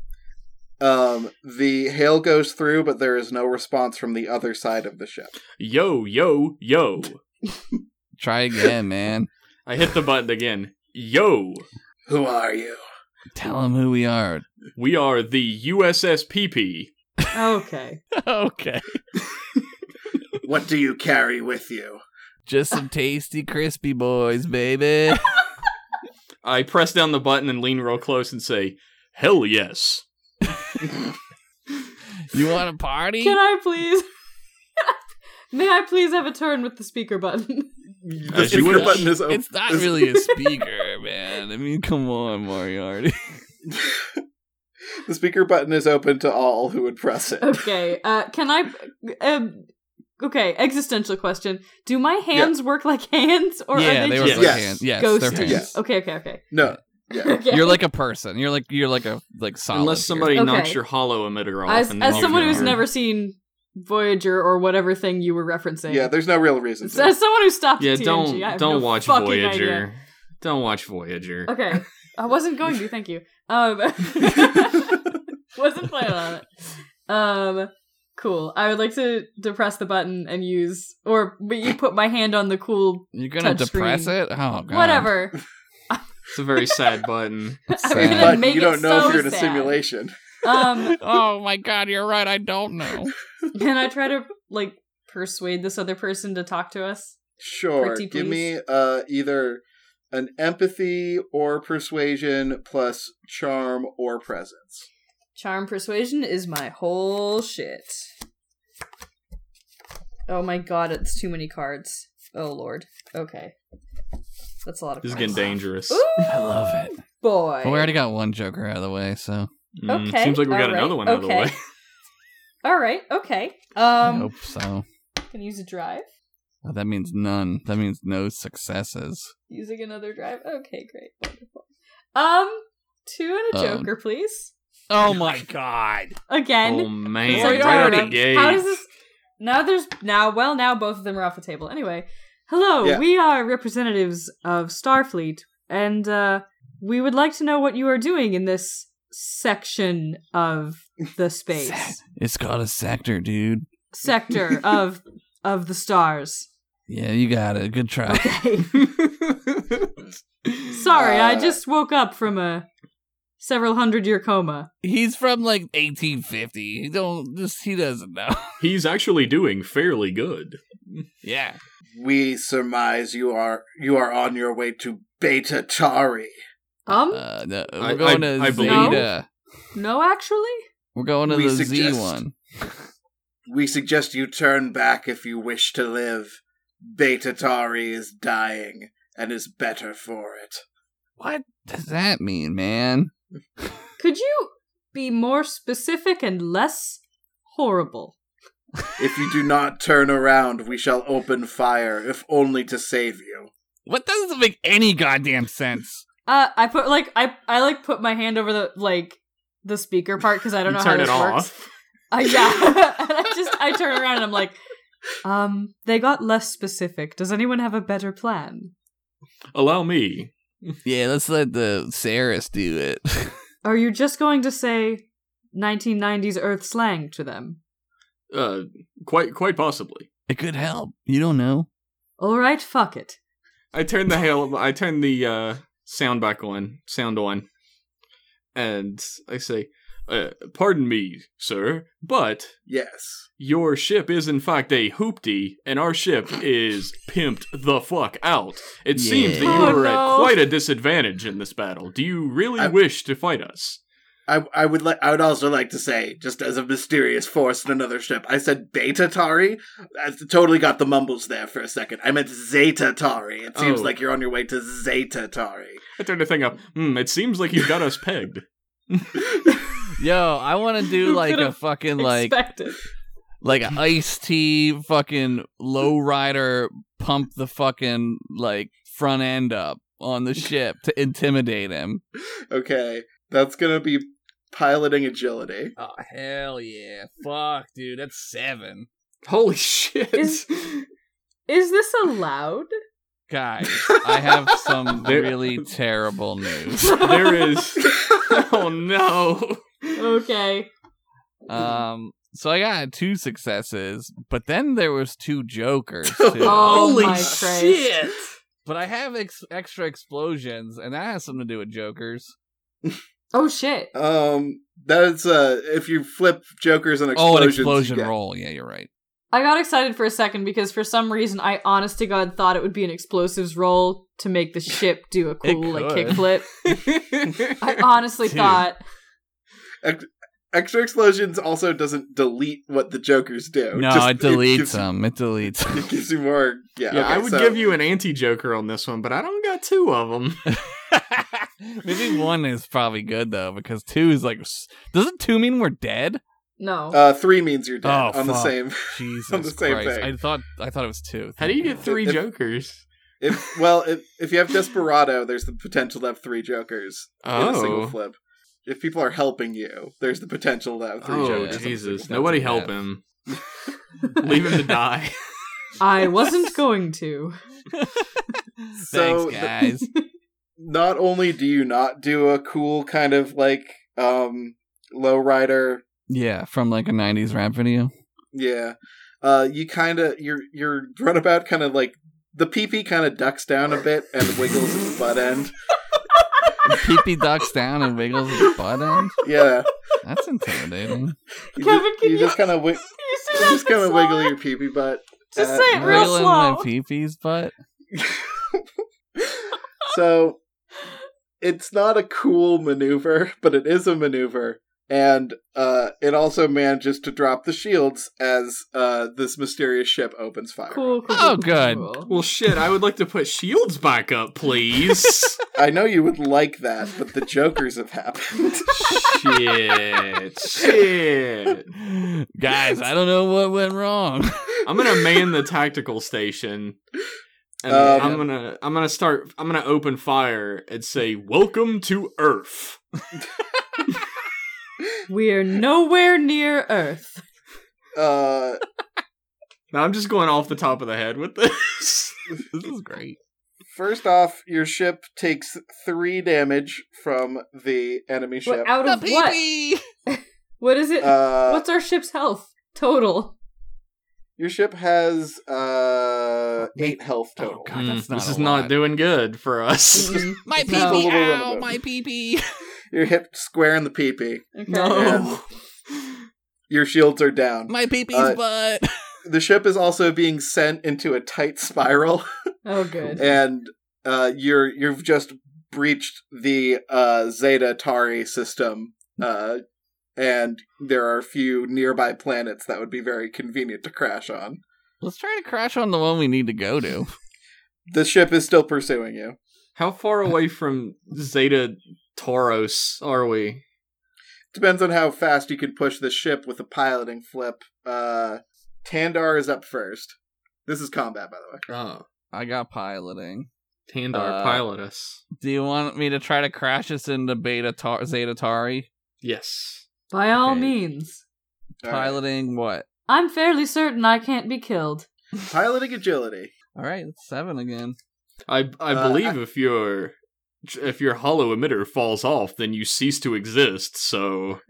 D: Um, the hail goes through, but there is no response from the other side of the ship.
A: Yo, yo, yo.
B: Try again, man.
A: I hit the button again. Yo,
D: Who are you?
B: Tell them who we are.
A: we are the USS PP.
C: Okay.
B: [LAUGHS] okay.
D: What do you carry with you?
B: Just some tasty crispy boys, baby.
A: I press down the button and lean real close and say, Hell yes.
B: You want a party?
C: Can I please? [LAUGHS] May I please have a turn with the speaker button? [LAUGHS]
D: The
A: As you
D: speaker
A: wish.
D: button is open.
B: It's not really [LAUGHS] a speaker, man. I mean, come on, Moriarty.
D: the speaker button is open to all who would press it.
C: Okay. Uh, can I? Um, okay. Existential question: Do my hands work like hands, [LAUGHS] or
B: yeah,
C: are
B: they
C: they,
B: were
C: just
A: like
D: Yes.
B: hands. Yes,
C: ghost
B: they're hands.
D: Yes.
C: Okay. Okay. Okay. [LAUGHS]
D: No,
C: okay.
B: You're like a person. You're like you're like a like solid.
A: Unless
B: here.
A: somebody
C: Okay.
A: knocks your hollow emitter off.
C: as,
A: and then
C: as
A: you
C: someone
A: can
C: who's
A: hear.
C: never seen Voyager or whatever thing you were referencing.
D: yeah, there's no real reason.
C: as
D: to.
C: [LAUGHS] as someone who stopped.
A: Yeah,
C: at TNG,
A: don't
C: I have
A: don't
C: no
A: watch
C: fucking
A: Voyager.
C: idea.
A: Don't watch Voyager.
C: Okay, I wasn't going to. Thank you. Um, [LAUGHS] wasn't planning on it. Um, cool. I would like to depress the button and use, or but you put my hand on the cool
B: you're gonna
C: touch
B: depress
C: screen.
B: it. Oh god.
A: Ah,
C: whatever. [LAUGHS]
A: It's a very sad button.
B: That's
C: I'm
B: sad.
C: gonna
D: But
C: make
D: you
C: it
D: don't know
C: so
D: if you're in a
C: sad.
D: simulation. [LAUGHS]
C: Um,
B: oh my god, you're right. I don't know.
C: can I try to like persuade this other person to talk to us?
D: Sure.
C: Pretty
D: Give
C: please.
D: me uh, either an empathy or persuasion plus charm or presence.
C: Charm persuasion is my whole shit. Oh my god, it's too many cards. Oh lord. Okay. That's a lot of
A: This is
C: cards.
A: getting dangerous.
C: Ooh,
B: I love it.
C: boy.
B: But we already got one Joker out of the way, so
A: Mm,
C: Okay,
A: seems like we got
C: alright,
A: another one out of the
C: okay.
A: way. [LAUGHS]
C: [LAUGHS] All right. Okay.
B: I
C: Um,
B: hope so.
C: can use a drive.
B: Well, that means none. That means no successes.
C: Using another drive. Okay, great. Wonderful. Um, two and a
B: Um,
C: joker, please.
B: Oh my god.
C: Again.
A: oh man,
C: It's
A: right
C: like,
A: out
C: Tyra,
A: of the gate.
C: How does this? Now there's now. Well, now both of them are off the table. Anyway, hello.
D: Yeah.
C: We are representatives of Starfleet, and uh, we would like to know what you are doing in this section of the space
B: It's called a sector, dude.
C: sector of of the stars.
B: Yeah, you got it. Good try. [LAUGHS]
C: Okay. Sorry, I
D: Uh,
C: just woke up from a several hundred year coma.
B: He's from like 1850. He don't just he doesn't know. [LAUGHS]
A: He's actually doing fairly good.
B: Yeah.
D: We surmise you are you are on your way to Beta Tari.
C: Um,
B: Uh, no, we're
A: I-
B: going
A: I-
B: to
A: I
B: Zeta.
C: believe- no, actually,
B: We're going to
D: We
B: the Z
D: suggest-
B: one.
D: We suggest you turn back if you wish to live. Betatari is dying and is better for it.
B: What does that mean, man?
C: Could you be more specific and less horrible?
D: If you do not turn around, we shall open fire, if only to save you.
B: What doesn't make any goddamn sense?
C: Uh, I put like I I like put my hand over the like the speaker part because I don't
A: You
C: know how
A: turn
C: this
A: it
C: works.
A: off.
C: Uh, yeah, [LAUGHS] and I just I turn around and I'm like, um, they got less specific. Does anyone have a better plan?
A: Allow me.
B: Yeah, let's let the Saris do it. [LAUGHS]
C: Are you just going to say 1990s Earth slang to them?
A: Uh, quite quite possibly.
B: it could help. You don't know.
C: All right, fuck it.
A: I turned the hail. I turned the uh, sound back on, sound on, and I say, uh, "Pardon me, sir, but
D: Yes.
A: your ship is in fact a hoopty, and our ship is pimped the fuck out. It
B: Yeah.
A: seems that you
C: Oh,
A: are
C: no.
A: at quite a disadvantage in this battle. Do you really
D: I-
A: wish to fight us?"
D: I, I would like I would also like to say, just as a mysterious force in another ship, I said Beta Tari. I totally got the mumbles there for a second. I meant Zeta Tari. It seems
A: Oh.
D: like you're on your way to Zeta Tari.
A: I turned the thing up. Hmm, it seems like you've got us pegged.
B: Yo, I want to do
C: Who
B: like a
C: could've
B: fucking like
A: [LAUGHS]
C: Expect it.
B: [LAUGHS] like an iced tea fucking lowrider pump the fucking like front end up on the ship to intimidate him.
D: okay. That's gonna be
B: [LAUGHS]
D: piloting agility. [LAUGHS]
B: Oh hell yeah. Fuck dude, that's seven.
A: Holy shit!
C: Is- Is this allowed?
B: Guys, [LAUGHS] I have [LAUGHS] some
A: There-
B: really terrible news.
A: there
C: [LAUGHS]
A: is. [LAUGHS] Oh no!
C: Okay.
B: Um so I got two successes, but then there was two [LAUGHS] jokers too.
A: [LAUGHS]
C: Oh
A: Holy
C: my
A: shit!
B: But I have ex- extra explosions, and that has something to do with jokers.
C: Oh shit.
D: Um that's uh if you flip jokers and explosions.
B: Oh, an
D: you
B: explosion
D: get-
B: roll. Yeah, you're right.
C: I got excited for a second because for some reason I honest to god thought it would be an explosives roll to make the ship
D: [LAUGHS]
C: do a cool like
B: could.
C: kickflip. I honestly
B: Dude.
C: thought
D: Extra explosions also doesn't delete what the jokers do.
B: No,
D: Oh, [LAUGHS] Just-
B: it deletes
D: gives you-
B: them. It deletes. 'em.
D: It gives you more. Yeah,
A: Yeah, I
D: okay,
A: would
D: so-
A: give you an anti-Joker on this one, but I don't got two of them.
B: Maybe one is probably good though, because two is like. s- Doesn't two mean we're dead?
C: no.
D: Uh, three means you're dead
B: Oh,
D: on the
B: fuck. [LAUGHS]
D: same.
B: Jesus
D: On the same
B: Christ!
D: thing.
B: I thought I thought it was two.
A: How do you get three
D: If-
A: Jokers?
D: [LAUGHS] If well, if, if you have desperado, there's the potential to have three jokers in a single
A: Oh,
D: flip. If people are helping you, there's the potential to have three
A: oh
D: jokers. in a
A: Jesus!
D: single
A: Nobody help
B: That's
A: [LAUGHS]
B: bad.
A: him. Leave him to die.
D: [LAUGHS]
C: I wasn't going to.
B: Thanks,
D: So the-
B: guys.
D: [LAUGHS] flip. Not only do you not do a cool kind of like um lowrider,
B: yeah, from like a '90s rap video.
D: yeah, uh, you kind of your your runabout kind of like the PP kind of ducks down a bit and wiggles its butt end.
B: Peepee ducks down and wiggles his butt end.
D: Yeah,
B: That's
D: [LAUGHS]
B: intimidating.
D: you
C: Kevin,
D: just, you
C: can you-
D: just kind of wi-
C: You see
D: you
C: that?
D: just kind of
C: It's
D: wiggle
C: like-
D: your PP butt.
C: Just
D: uh,
C: say it real
B: Wiggling my
C: slow.
B: peepee's butt.
D: so it's not a cool maneuver, but it is a maneuver. And uh, it also manages to drop the shields as uh, this mysterious ship opens fire.
C: Cool, cool,
B: Oh,
C: cool,
B: good.
C: cool.
A: [LAUGHS] Well, shit! I would like to put shields back up, please.
D: I know you would like that, but the jokers have
C: [LAUGHS]
D: happened.
A: [LAUGHS] shit! Shit!
B: Guys, I don't know what went
D: [LAUGHS]
B: wrong.
A: I'm gonna man the tactical station. And
D: Um,
A: I'm gonna I'm gonna start I'm gonna open fire and say welcome to Earth.
C: We're nowhere near Earth.
D: uh,
A: Now I'm just going off the top of the head with this.
B: This is great.
D: first off, your ship takes three damage from the enemy
C: What,
D: ship.
C: out of what?
B: pee
C: What is it?
D: Uh,
C: What's our ship's health total?
D: your ship has uh, eight health
C: Oh,
D: total.
B: God. that's not
A: Mm, this
B: a
A: is
B: lot.
A: not doing good for us.
D: [LAUGHS]
C: Mm,
B: My
C: No.
B: pee-pee,
D: Little bit of
B: ow,
D: it.
B: my pee-pee.
D: You're hit square in the PP.
C: [LAUGHS]
A: [LAUGHS]
B: [LAUGHS]
C: okay.
A: No.
D: Your shields are down.
B: My pee-pee's
D: Uh,
B: butt. [LAUGHS]
D: the ship is also being sent into a tight spiral, [LAUGHS]
C: Oh, good.
D: and uh, you're you've just breached the uh, Zeta Tari system, uh, and there are a few nearby planets that would be very convenient to crash on.
B: Let's try to crash on the one we need to go to.
D: The ship is still pursuing you.
A: How far away from Zeta Tauros are we?
D: Depends on how fast you can push the ship with a piloting flip. Uh, Tandar is up first. This is combat, by the way.
A: Oh.
B: I got piloting.
A: Tandar,
B: Uh,
A: pilot us.
B: Do you want me to try to crash us into Beta Tar- Zeta Tari?
A: Yes.
C: By all
B: Okay.
C: means.
D: All right.
B: Piloting what?
C: I'm fairly certain I can't be killed.
D: Piloting agility.
B: All right, it's seven again.
A: I I
D: Uh,
A: believe
D: I-
A: if your if your hollow emitter falls off, then you cease to exist. So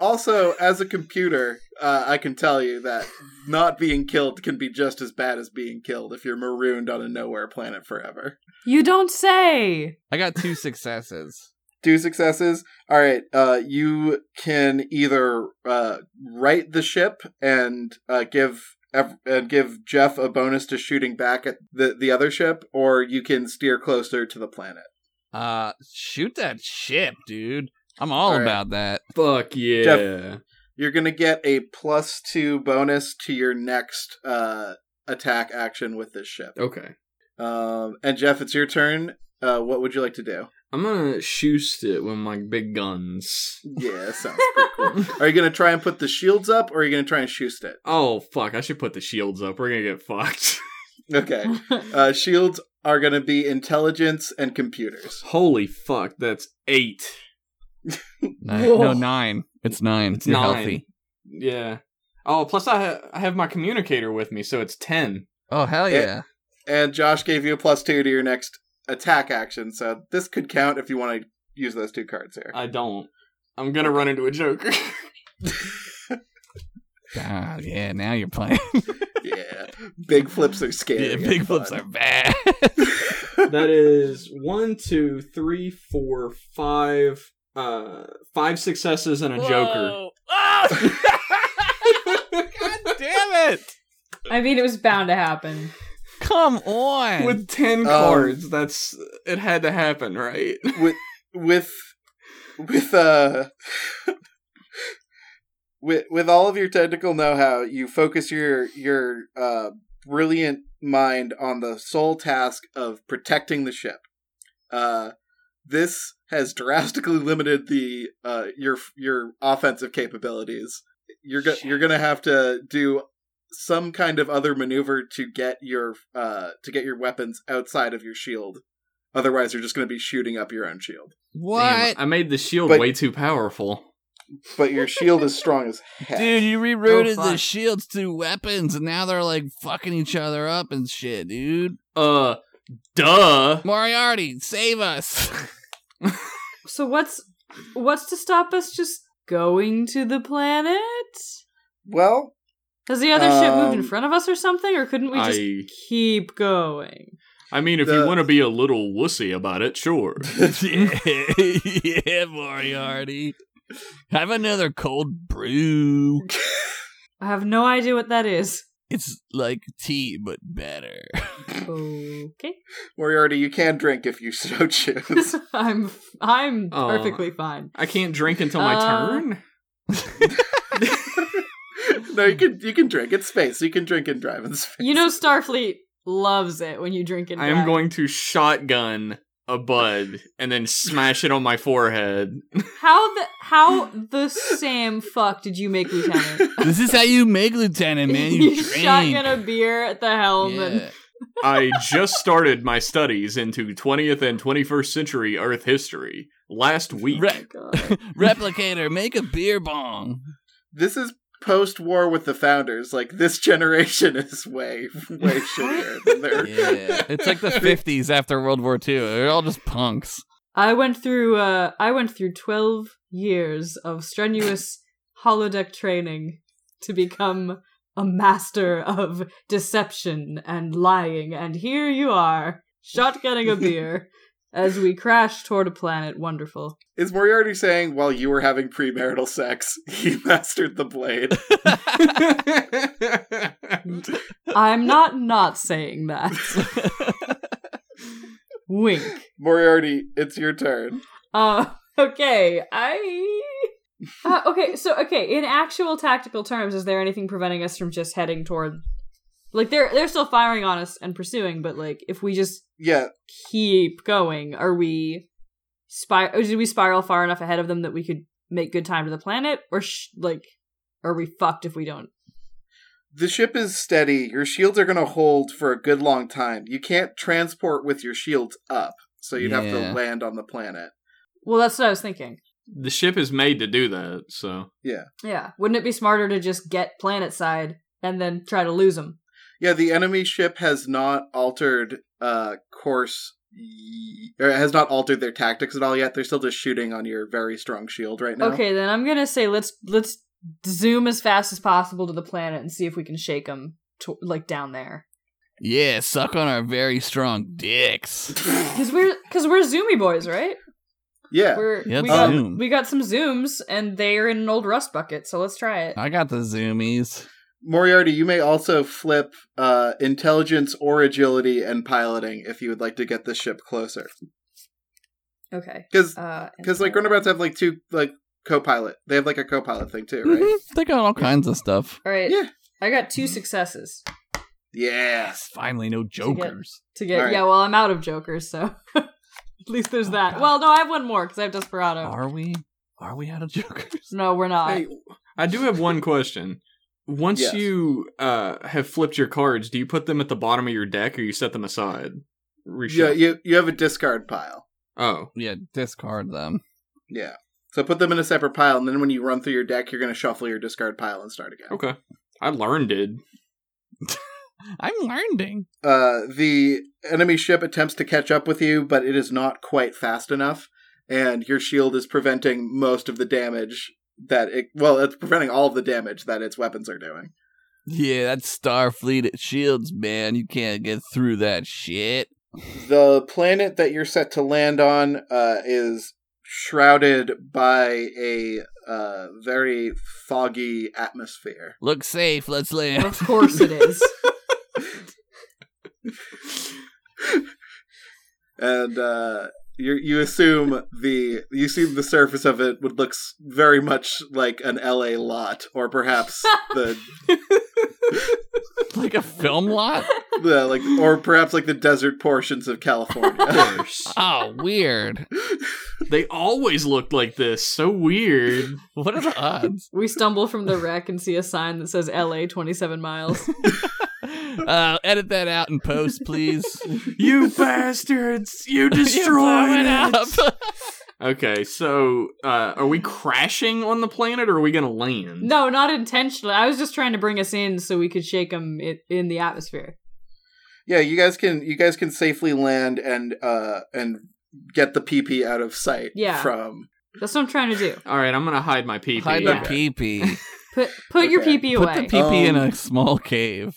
D: Also, as a computer, uh, I can tell you that not being killed can be just as bad as being killed if you're marooned on a nowhere planet forever.
C: You don't say!
B: I got two successes.
D: Two successes. All right, uh, you can either uh, right the ship and uh, give ev- and give Jeff a bonus to shooting back at the the other ship, or you can steer closer to the planet.
B: Uh, shoot that ship, dude. I'm all,
D: All right.
B: about that.
A: fuck yeah.
D: You're gonna get a plus two bonus to your next uh, attack action with this ship.
A: Okay.
D: Um, and Jeff, it's your turn. Uh, what would you like to do?
A: I'm gonna shoest it with my big guns.
D: Yeah,
C: [LAUGHS]
D: sounds pretty cool. [LAUGHS] Are you gonna try and put the shields up, or are you gonna try and shoot it?
A: Oh fuck! I should put the shields up. We're gonna get fucked. [LAUGHS]
D: Okay. [LAUGHS] Uh, shields are gonna be intelligence and computers.
A: Holy fuck! That's eight.
B: Nine.
C: Whoa.
B: Uh, No, nine. It's nine.
A: It's
B: You're
A: nine.
B: healthy.
A: Yeah. Oh, plus I ha- I have my communicator with me, so it's ten.
B: Oh hell
D: Yeah.
B: yeah!
D: And Josh gave you a plus two to your next attack action, so this could count if you want to use those two cards here.
A: I don't. I'm gonna run into a joker. [LAUGHS]
B: Ah, yeah. Now you're playing.
D: yeah, big flips
B: [LAUGHS]
D: are scary.
B: Yeah,
D: and
B: big flips
D: fun.
B: are bad.
D: [LAUGHS]
A: that is one, two, three, four, five, uh, five successes and a
B: [LAUGHS]
A: joker.
B: Whoa. Oh! God damn it!
C: I mean, it was bound to happen.
B: Come
A: [LAUGHS]
B: on.
A: With ten cards, that's it had to happen, right?
D: with with uh with with all of your technical know-how you focus your your uh brilliant mind on the sole task of protecting the ship uh this has drastically limited the uh your your offensive capabilities you're go- you're going to have to do some kind of other maneuver to get your uh to get your weapons outside of your shield otherwise you're just going to be shooting up your own shield
B: [LAUGHS] what?
A: Damn, I made the shield
D: But-
A: way too powerful.
D: but your shield is
B: [LAUGHS]
D: strong as heck.
B: Dude,
C: [LAUGHS]
B: you rerouted
A: Oh,
B: the
A: fuck.
B: shields to weapons, and now they're like fucking each other up and shit, dude.
A: Uh, duh.
B: Moriarty, save
C: [LAUGHS]
B: us! [LAUGHS]
C: So what's what's to stop us just going to the planet?
D: Well,
C: Has the other ship moved in
D: Um, front
C: front of us or something, or couldn't we just
A: I
C: keep going?
A: I mean, if
D: The-
A: you want to be a little wussy about it, [LAUGHS] sure.
B: yeah, yeah, Moriarty. Have another cold brew.
C: I have no idea what that is.
B: It's like tea, but better. [LAUGHS]
A: [LAUGHS]
C: Okay, [LAUGHS]
D: Moriarty, you can drink if you so choose. [LAUGHS]
C: I'm I'm
A: Oh.
C: perfectly fine.
A: I can't drink until my
C: Uh,
A: turn.
D: no, you can you can drink. It's space. You can drink and drive in space.
C: You know, Starfleet loves it when you drink and
A: I am
C: drive.
A: going to shotgun a bud and then smash it on my forehead.
C: How the how the Sam fuck did you
A: [LAUGHS]
C: make Lieutenant?
B: this is how you make lieutenant, man. You,
C: [LAUGHS] you
B: drink.
C: shotgun a beer at the helm and
B: Yeah.
A: I just started my studies into 20th and 21st century Earth history last week.
B: Re-
C: [LAUGHS] God.
B: Replicator, make a beer
C: [LAUGHS]
B: bong.
D: This is post war with the founders. Like this generation [LAUGHS] is way
B: [LAUGHS]
D: way shittier than their
B: Yeah, it's like the fifties after World War II. They're all just
C: [LAUGHS]
B: punks.
C: I went through uh I went through 12 years of strenuous holodeck training to become a master of deception and lying and here you are shotgunning a beer as we crash toward a planet wonderful.
D: [LAUGHS] Is Moriarty saying while you were having premarital sex, [LAUGHS] he mastered the blade?
C: I'm not not saying that. Wink.
D: Moriarty, it's your turn.
C: Uh, [LAUGHS] okay, I. Uh, okay, so okay, in actual tactical terms, is there anything preventing us from just heading toward Like they're they're still firing on us and pursuing, but like if we just
D: Yeah,
C: keep going, are we spir- or did we spiral far enough ahead of them that we could make good time to the planet or sh- like are we fucked if we don't?
D: the ship is steady. Your shields are going to hold for a good long time. You can't transport with your shields up, so you'd have
B: Yeah.
D: to land on the planet.
C: Well, that's what I was thinking.
A: The ship is made to do that, so
C: Yeah. Wouldn't it be smarter to just get planet side and then try to lose them?
D: Yeah, the enemy ship has not altered uh course y- or has not altered their tactics at all yet. They're still just shooting on your very strong shield right now.
C: Okay, then I'm going to say let's let's zoom as fast as possible to the planet and see if we can shake them to- like down there.
B: Yeah, suck on our very strong dicks.
C: Cuz we're cuz we're zoomy boys, right?
D: [LAUGHS] yeah.
C: We're
B: Yeah,
C: we
B: let's
C: got
B: zoom.
C: we got some zooms and they're in an old rust bucket, so let's try it.
B: I got the zoomies.
D: Moriarty, you may also flip uh intelligence or agility and piloting if you would like to get the ship closer.
C: Okay.
D: Cuz
C: Uh
D: cuz like
C: about.
D: runabouts have like two like co-pilot. They have like a co-pilot thing too,
C: [LAUGHS]
D: right?
B: Mhm, [LAUGHS] They got all kinds of stuff.
C: All right.
D: Yeah.
C: I got two successes
D: Yeah.
B: Yes, finally, no jokers.
C: to get.
D: All right.
C: Yeah, well, I'm out of jokers, so [LAUGHS] at least there's
B: Oh,
C: that.
B: God.
C: Well, no, I have one more because I have Desperado.
B: Are we? Are we out of jokers?
C: No, we're not.
D: Hey,
A: I do have one question. Once
D: Yes.
A: you uh, have flipped your cards, do you put them at the bottom of your deck or you set them aside?
D: yeah,
A: Reshuffle.
D: you you have a discard pile.
A: Oh,
B: [LAUGHS] Yeah, discard them.
D: Yeah. So put them in a separate pile and then when you run through your deck, you're going to shuffle your discard pile and start again.
A: okay. I learned it.
B: I'm learning.
D: Uh, the enemy ship attempts to catch up with you, but it is not quite fast enough, and your shield is preventing most of the damage that it. Well, it's preventing all of the damage that its weapons are doing.
B: Yeah, that's Starfleet at shields, man. You can't get through that shit.
D: The planet that you're set to land on uh, is shrouded by a uh, very foggy atmosphere.
B: Look safe. Let's land.
C: of course it is.
D: and uh, you you assume the you assume the surface of it would look s- very much like an LA lot, or perhaps
C: [LAUGHS]
D: the,
B: [LAUGHS] like a film lot.
D: the like, or perhaps like the desert portions of California.
A: Curse.
B: Oh, weird.
A: they always looked like this. So weird.
B: What are the odds?
C: we stumble from the wreck and see a sign that says "L.A. 27 miles."
B: [LAUGHS] Uh, edit that out and post, [LAUGHS] please.
A: you bastards! You destroyed
B: You
A: it.
B: blew it up.
A: Okay, so uh, are we crashing on the planet or are we gonna land?
C: no, not intentionally. I was just trying to bring us in so we could shake them in the atmosphere.
D: [LAUGHS] yeah, you guys can you guys can safely land and uh and get the PP out of sight.
C: Yeah.
D: from
C: That's what I'm trying to do.
A: All right, I'm gonna hide my pee.
B: Hide
C: Yeah.
B: the pee pee.
C: Put put your
D: Okay.
C: PP
B: Put the
C: away.
B: pee pee in
D: Um,
B: a small cave.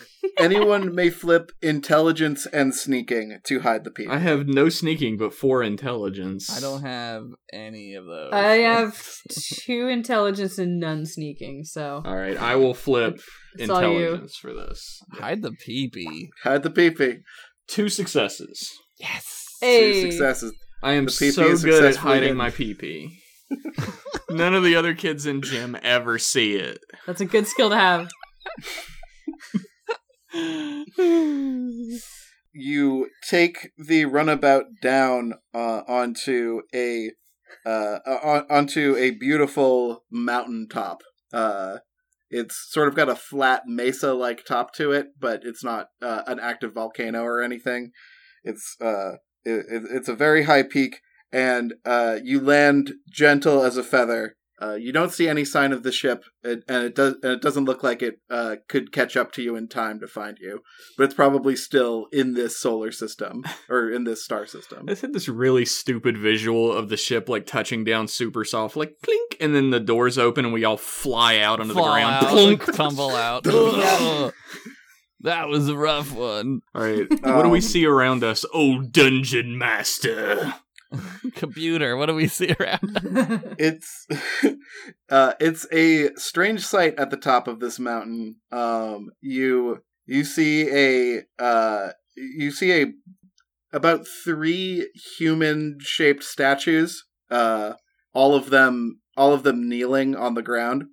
C: [LAUGHS]
D: anyone may flip intelligence and sneaking to hide the PP.
A: I have no sneaking but four intelligence.
B: I don't have any of those.
C: I have two intelligence and none sneaking. So
A: All right, I will flip
C: It's all you.
A: intelligence for this.
B: hide the pee pee.
D: hide the PP.
A: Two successes.
B: Yes.
C: Hey.
D: Two successes.
A: I am
D: The PP
A: so
D: is
A: good at
D: successfully
A: hiding
D: hidden.
A: my
D: [LAUGHS]
A: PP. None of the other kids in gym ever see it.
C: that's a good skill to have.
D: you take the runabout down uh, onto a uh, on, onto a beautiful mountaintop. Uh, it's sort of got a flat mesa-like top to it, but it's not uh, an active volcano or anything. It's uh, it, it- it's a very high peak, and uh, you land gentle as a feather. Uh, you don't see any sign of the ship, and and it does and it doesn't look like it uh, could catch up to you in time to find you but it's probably still in this solar system or in this star system.
A: This had this really stupid visual of the ship like touching down super soft, like clink, and then the doors open and we all fly out onto
B: Fall
A: the ground.
B: out,
A: Plunk.
B: tumble [LAUGHS] out.
D: Yeah.
B: that was a rough one.
A: All right, what do we
D: Um,
A: see around us? Oh, dungeon master!
B: Computer, what do we see around? [LAUGHS]
D: It's [LAUGHS] uh, it's a strange sight at the top of this mountain. Um, you you see a uh, you see a about three human shaped statues. Uh, all of them all of them kneeling on the ground.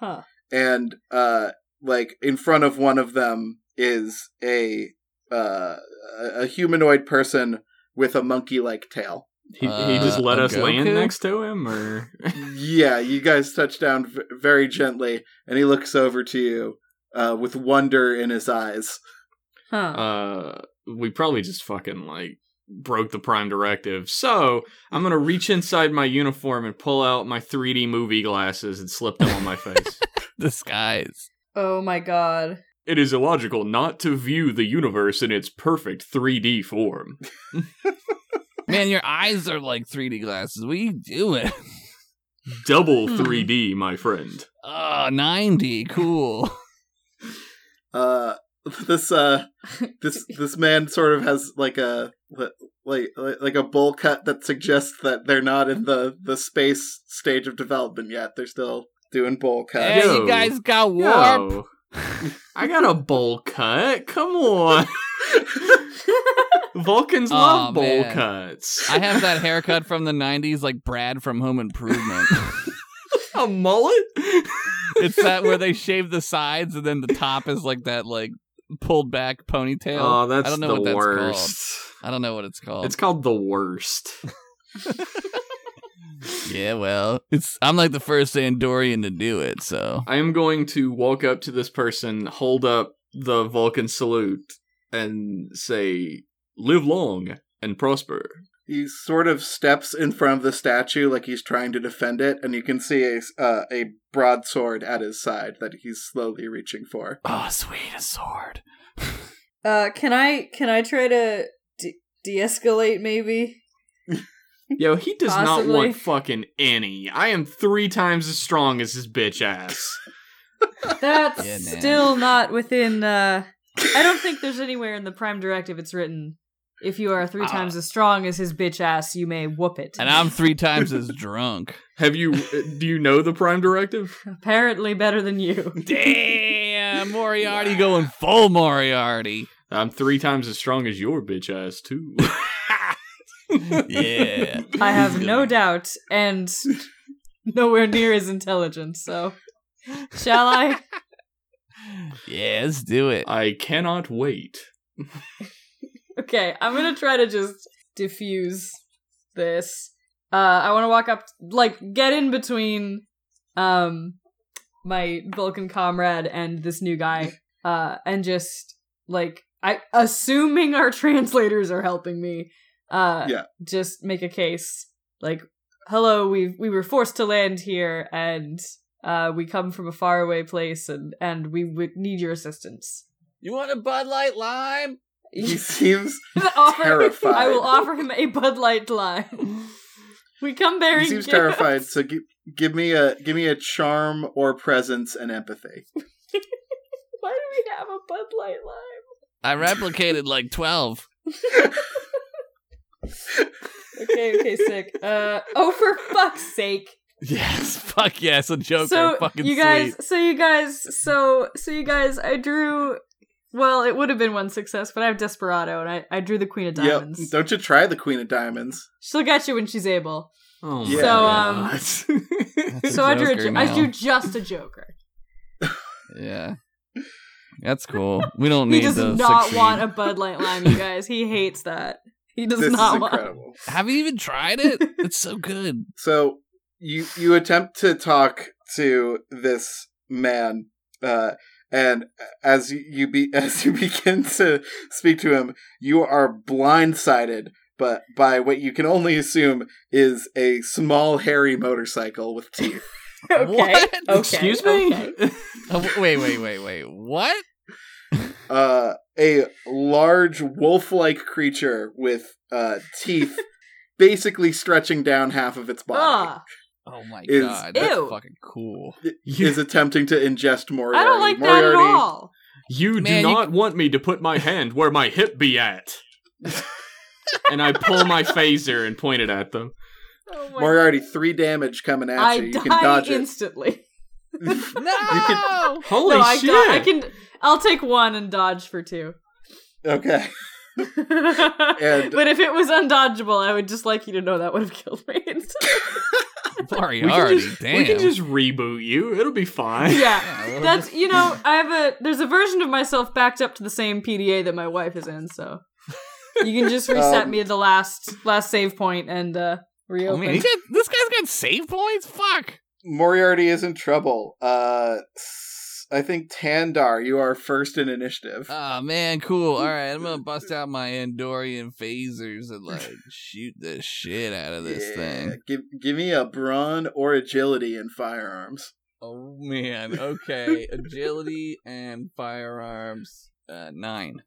C: Huh.
D: and uh like in front of one of them is a uh, a a humanoid person with a monkey-like tail.
A: He, he just
B: Uh,
A: let
B: a
A: us land
B: Goku?
A: next to him,
B: [LAUGHS]
A: or
D: yeah, you guys touch down v- very gently, and he looks over to you uh, with wonder in his eyes.
C: Huh.
A: uh, we probably just fucking like broke the prime directive. So I'm gonna reach inside my uniform and pull out my 3D movie glasses and slip them on my
B: [LAUGHS]
A: face.
B: Disguise.
C: oh my god. [LAUGHS]
A: It is illogical not to view the universe in its perfect 3D form.
B: Man, your eyes are like 3D glasses. What are you doing?
A: Double
C: Hmm.
A: 3D, my friend.
B: Oh, 90. Cool.
D: Uh, [LAUGHS] this uh, this this man sort of has like a like like a bowl cut that suggests that they're not in the the space stage of development yet. They're still doing bowl cuts.
B: Hey,
A: Yo.
B: you guys got warp.
A: Yo, I got a bowl cut. Come on. Vulcans
B: [LAUGHS] Aw,
A: love bowl
B: man.
A: cuts.
B: I have that haircut from the 90s, like Brad from Home Improvement.
A: a mullet?
B: it's that where they shave the sides and then the top is like that, like pulled back ponytail.
A: Oh, that's
B: I don't know
A: the
B: what that's
A: worst.
B: called. I don't know what Uh, it's called.
A: It's called the worst.
B: yeah, well, it's I'm like the first Andorian to do it, so
A: I am going to walk up to this person, hold up the Vulcan salute, and say, "Live long and prosper."
D: He sort of steps in front of the statue like he's trying to defend it, and you can see a s- uh, a broadsword at his side that he's slowly reaching for.
B: oh, sweet a sword.
C: Uh, can I can I try to de- de-escalate maybe?
A: Yo, he does not
C: Possibly.
A: want fucking any. I am three times as strong as his bitch ass.
C: That's
B: Yeah, man.
C: still not within. Uh, I don't think there's anywhere in the Prime Directive it's written. If you are three
B: Ah.
C: times as strong as his bitch ass, you may whoop it.
B: And I'm three times as drunk.
A: Have you? uh, Do you know the Prime Directive?
C: [LAUGHS] apparently better than you.
B: [LAUGHS] Damn, Moriarty going full Moriarty.
A: I'm three times as strong as your bitch ass too.
B: Yeah. [LAUGHS]
C: I have no doubt, and nowhere near as intelligent. So, shall I?
B: Yeah, let's do it.
A: I cannot wait.
C: Okay, I'm gonna try to just diffuse this. Uh, I want to walk up, like, get in between, um, my Vulcan comrade and this new guy, uh, and just like, I assuming our [LAUGHS] translators are helping me, uh,
D: Yeah.
C: just make a case. Like, hello, we we were forced to land here, and uh, we come from a faraway place, and and we would need your assistance.
B: You want a Bud Light Lime?
D: He seems
C: [LAUGHS] offer,
D: Terrified.
C: I will offer him a Bud Light lime. We come bearing
D: he seems
C: gifts.
D: terrified. So gi- give me a give me a charm or presence and empathy.
C: [LAUGHS] Why do we have a Bud Light lime?
B: I replicated like 12.
C: Okay, okay, sick. Uh, oh, for fuck's sake!
B: Yes, fuck yes, a Joker.
C: so
B: fucking
C: you guys,
B: sweet.
C: so you guys, so so you guys, I drew. Well, it would have been one success, but I have Desperado, and I, I drew the Queen of Diamonds.
D: Yep. Don't you try the Queen of Diamonds?
C: She'll get you when she's able.
A: Oh
D: Yeah.
A: So um,
B: That's
C: so I drew, a
B: Joker
C: jo- I
B: now.
C: drew just a Joker.
B: Yeah. That's cool. We don't
C: [LAUGHS] He
B: need
C: does
B: to
C: not
B: succeed.
C: want a Bud Light
B: [LAUGHS]
C: lime, you guys. He hates that. He does
D: This is
C: not want.
D: incredible.
B: Have you even tried it? It's so good.
D: So you you attempt to talk to this man, uh, and as you be [LAUGHS] as you begin to speak to him, you are blindsided. But by what you can only assume is a small hairy motorcycle with teeth.
C: [LAUGHS] okay.
B: What?
C: Okay.
A: excuse me.
C: okay.
B: [LAUGHS] Oh, w- wait, wait, wait, wait. What?
D: uh, a large wolf-like creature with uh,
C: [LAUGHS]
D: teeth basically stretching down half of its body
C: Ah,
B: Oh my
D: Is-
B: god. That's
C: Ew.
B: fucking cool.
A: [LAUGHS] You-
D: is attempting to ingest Moriarty.
C: I don't like that at
D: Moriarty,
C: all.
A: You
B: Man,
A: do
B: you-
A: not want me to put my hand where my hip be at. and I pull my phaser and point it at them.
C: Oh my
D: Moriarty, three damage coming at
C: I
D: you. You
C: die
D: can dodge [LAUGHS]
C: instantly. [LAUGHS]
D: it.
B: No!
D: can-
A: Holy
C: no, I,
A: shit!
C: [LAUGHS] di- I can. I'll take one and dodge for two.
D: okay. And-
C: but if it was undodgeable, I would just like you to know that would have killed me. [LAUGHS]
D: [LAUGHS]
A: We
B: Sorry,
A: can,
B: already.
A: just,
B: damn.
A: we can just reboot you. It'll be fine.
C: yeah.
B: Yeah, we'll
C: That's
B: just-
C: you know, I have a there's a version of myself backed up to the same PDA that my wife is in, so you can just reset
D: Um,
C: me at the last last save point and uh
B: Oh,
C: reopen.
B: man, he got, this guy's got save points. Fuck.
D: Moriarty is in trouble. Uh, s- I think Tandar, you are first in initiative.
B: Oh man, cool. All right, I'm gonna bust out my Andorian phasers and like shoot the shit out of this
D: Yeah,
B: thing.
D: Give, give me a brawn or agility in firearms.
B: Oh man. Okay, agility and firearms. Uh, nine.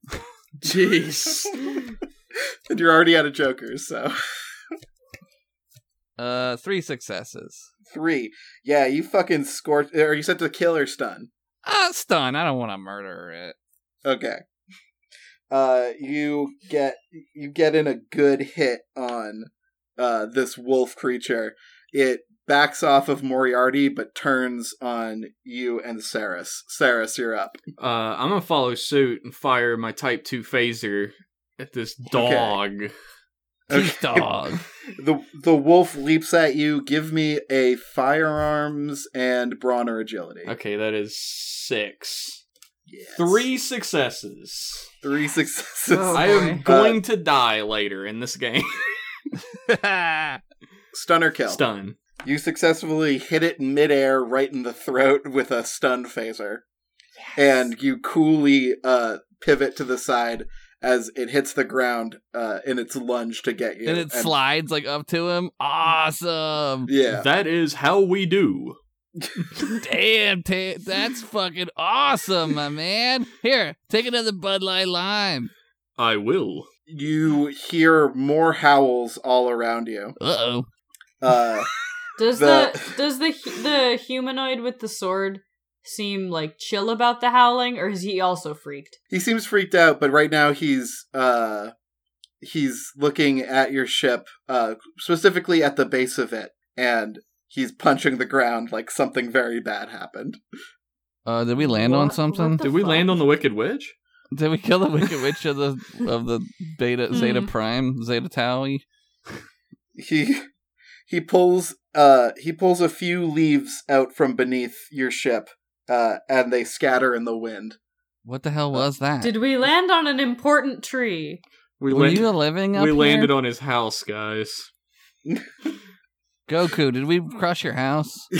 A: Jeez.
D: [LAUGHS] And you're already out of jokers, so.
B: Uh, three successes.
D: Three. Yeah, you fucking scorch. Are you set to kill or stun?
B: Uh, stun. I don't want to murder it. [LAUGHS]
D: Okay. Uh, you get you get in a good hit on uh this wolf creature. It backs off of Moriarty, but turns on you and Saris. Saris, you're up.
A: [LAUGHS] Uh, I'm gonna follow suit and fire my Type Two phaser at this dog.
B: Teeth dog.
D: [LAUGHS] the The wolf leaps at you. Give me a firearms and brawn or agility.
A: Okay, that is six.
D: Yes.
A: Three successes.
D: three successes. Uh,
C: Oh,
A: I am
C: boy.
A: going to die later in this game. [LAUGHS]
D: Stunner kill.
A: Stun.
D: You successfully hit it in midair, right in the throat, with a stun phaser, and you coolly uh, pivot to the side as it hits the ground uh, in its lunge to get you.
B: and it slides like up to him.
A: [LAUGHS]
B: Awesome.
D: Yeah,
A: That is how we do.
B: Damn, ta that's fucking awesome, my man. Here, take another Bud Light Lime.
A: I will.
D: you hear more howls all around you.
B: Uh oh.
D: Uh, [LAUGHS]
C: Does
D: The-
C: the, does the hu- the humanoid with the sword seem like chill about the howling, or is he also freaked?
D: he seems freaked out, but right now he's uh, he's looking at your ship, uh, specifically at the base of it, and he's punching the ground like something very bad happened.
B: Uh, did we land on
C: What-
B: something?
C: what the
A: Did we
C: fuck?
A: land on the Wicked Witch?
B: Did we kill the Wicked Witch of the of the Beta Zeta
C: Hmm.
B: Prime Zeta Tau?
D: he he pulls uh he pulls a few leaves out from beneath your ship uh and they scatter in the wind
B: What the hell was that?
C: Uh, Did we land on an important tree?
A: We,
B: were
A: land-
B: you living up
A: we landed
B: here?
A: on his house, guys.
B: Goku. Did we crush your house?
A: [LAUGHS]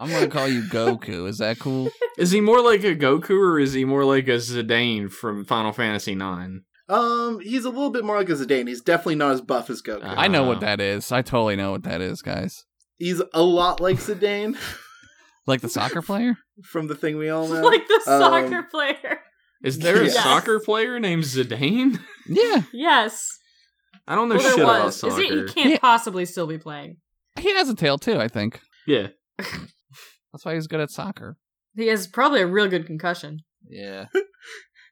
B: I'm gonna call you Goku. Is that cool?
A: Is he more like a Goku or is he more like a Zidane from Final Fantasy IX?
D: um he's a little bit more like a zidane he's definitely not as buff as goku
A: Uh.
B: Uh-huh. I know what that is. I totally know what that is, guys.
D: he's a lot like zidane [LAUGHS]
B: Like the [LAUGHS] soccer player.
D: from the thing we all know
C: [LAUGHS] like the
D: um,
C: soccer player.
A: Is there a
D: Yes.
A: soccer player named Zidane? [LAUGHS]
B: Yeah,
C: Yes.
A: I don't know
C: well,
A: shit
C: there
A: about
C: was. Is
A: soccer.
C: it? He can't
B: Yeah.
C: possibly still be playing.
B: he has a tail too. I think
A: Yeah.
B: that's why he's good at soccer.
C: He has probably a real good concussion.
B: Yeah.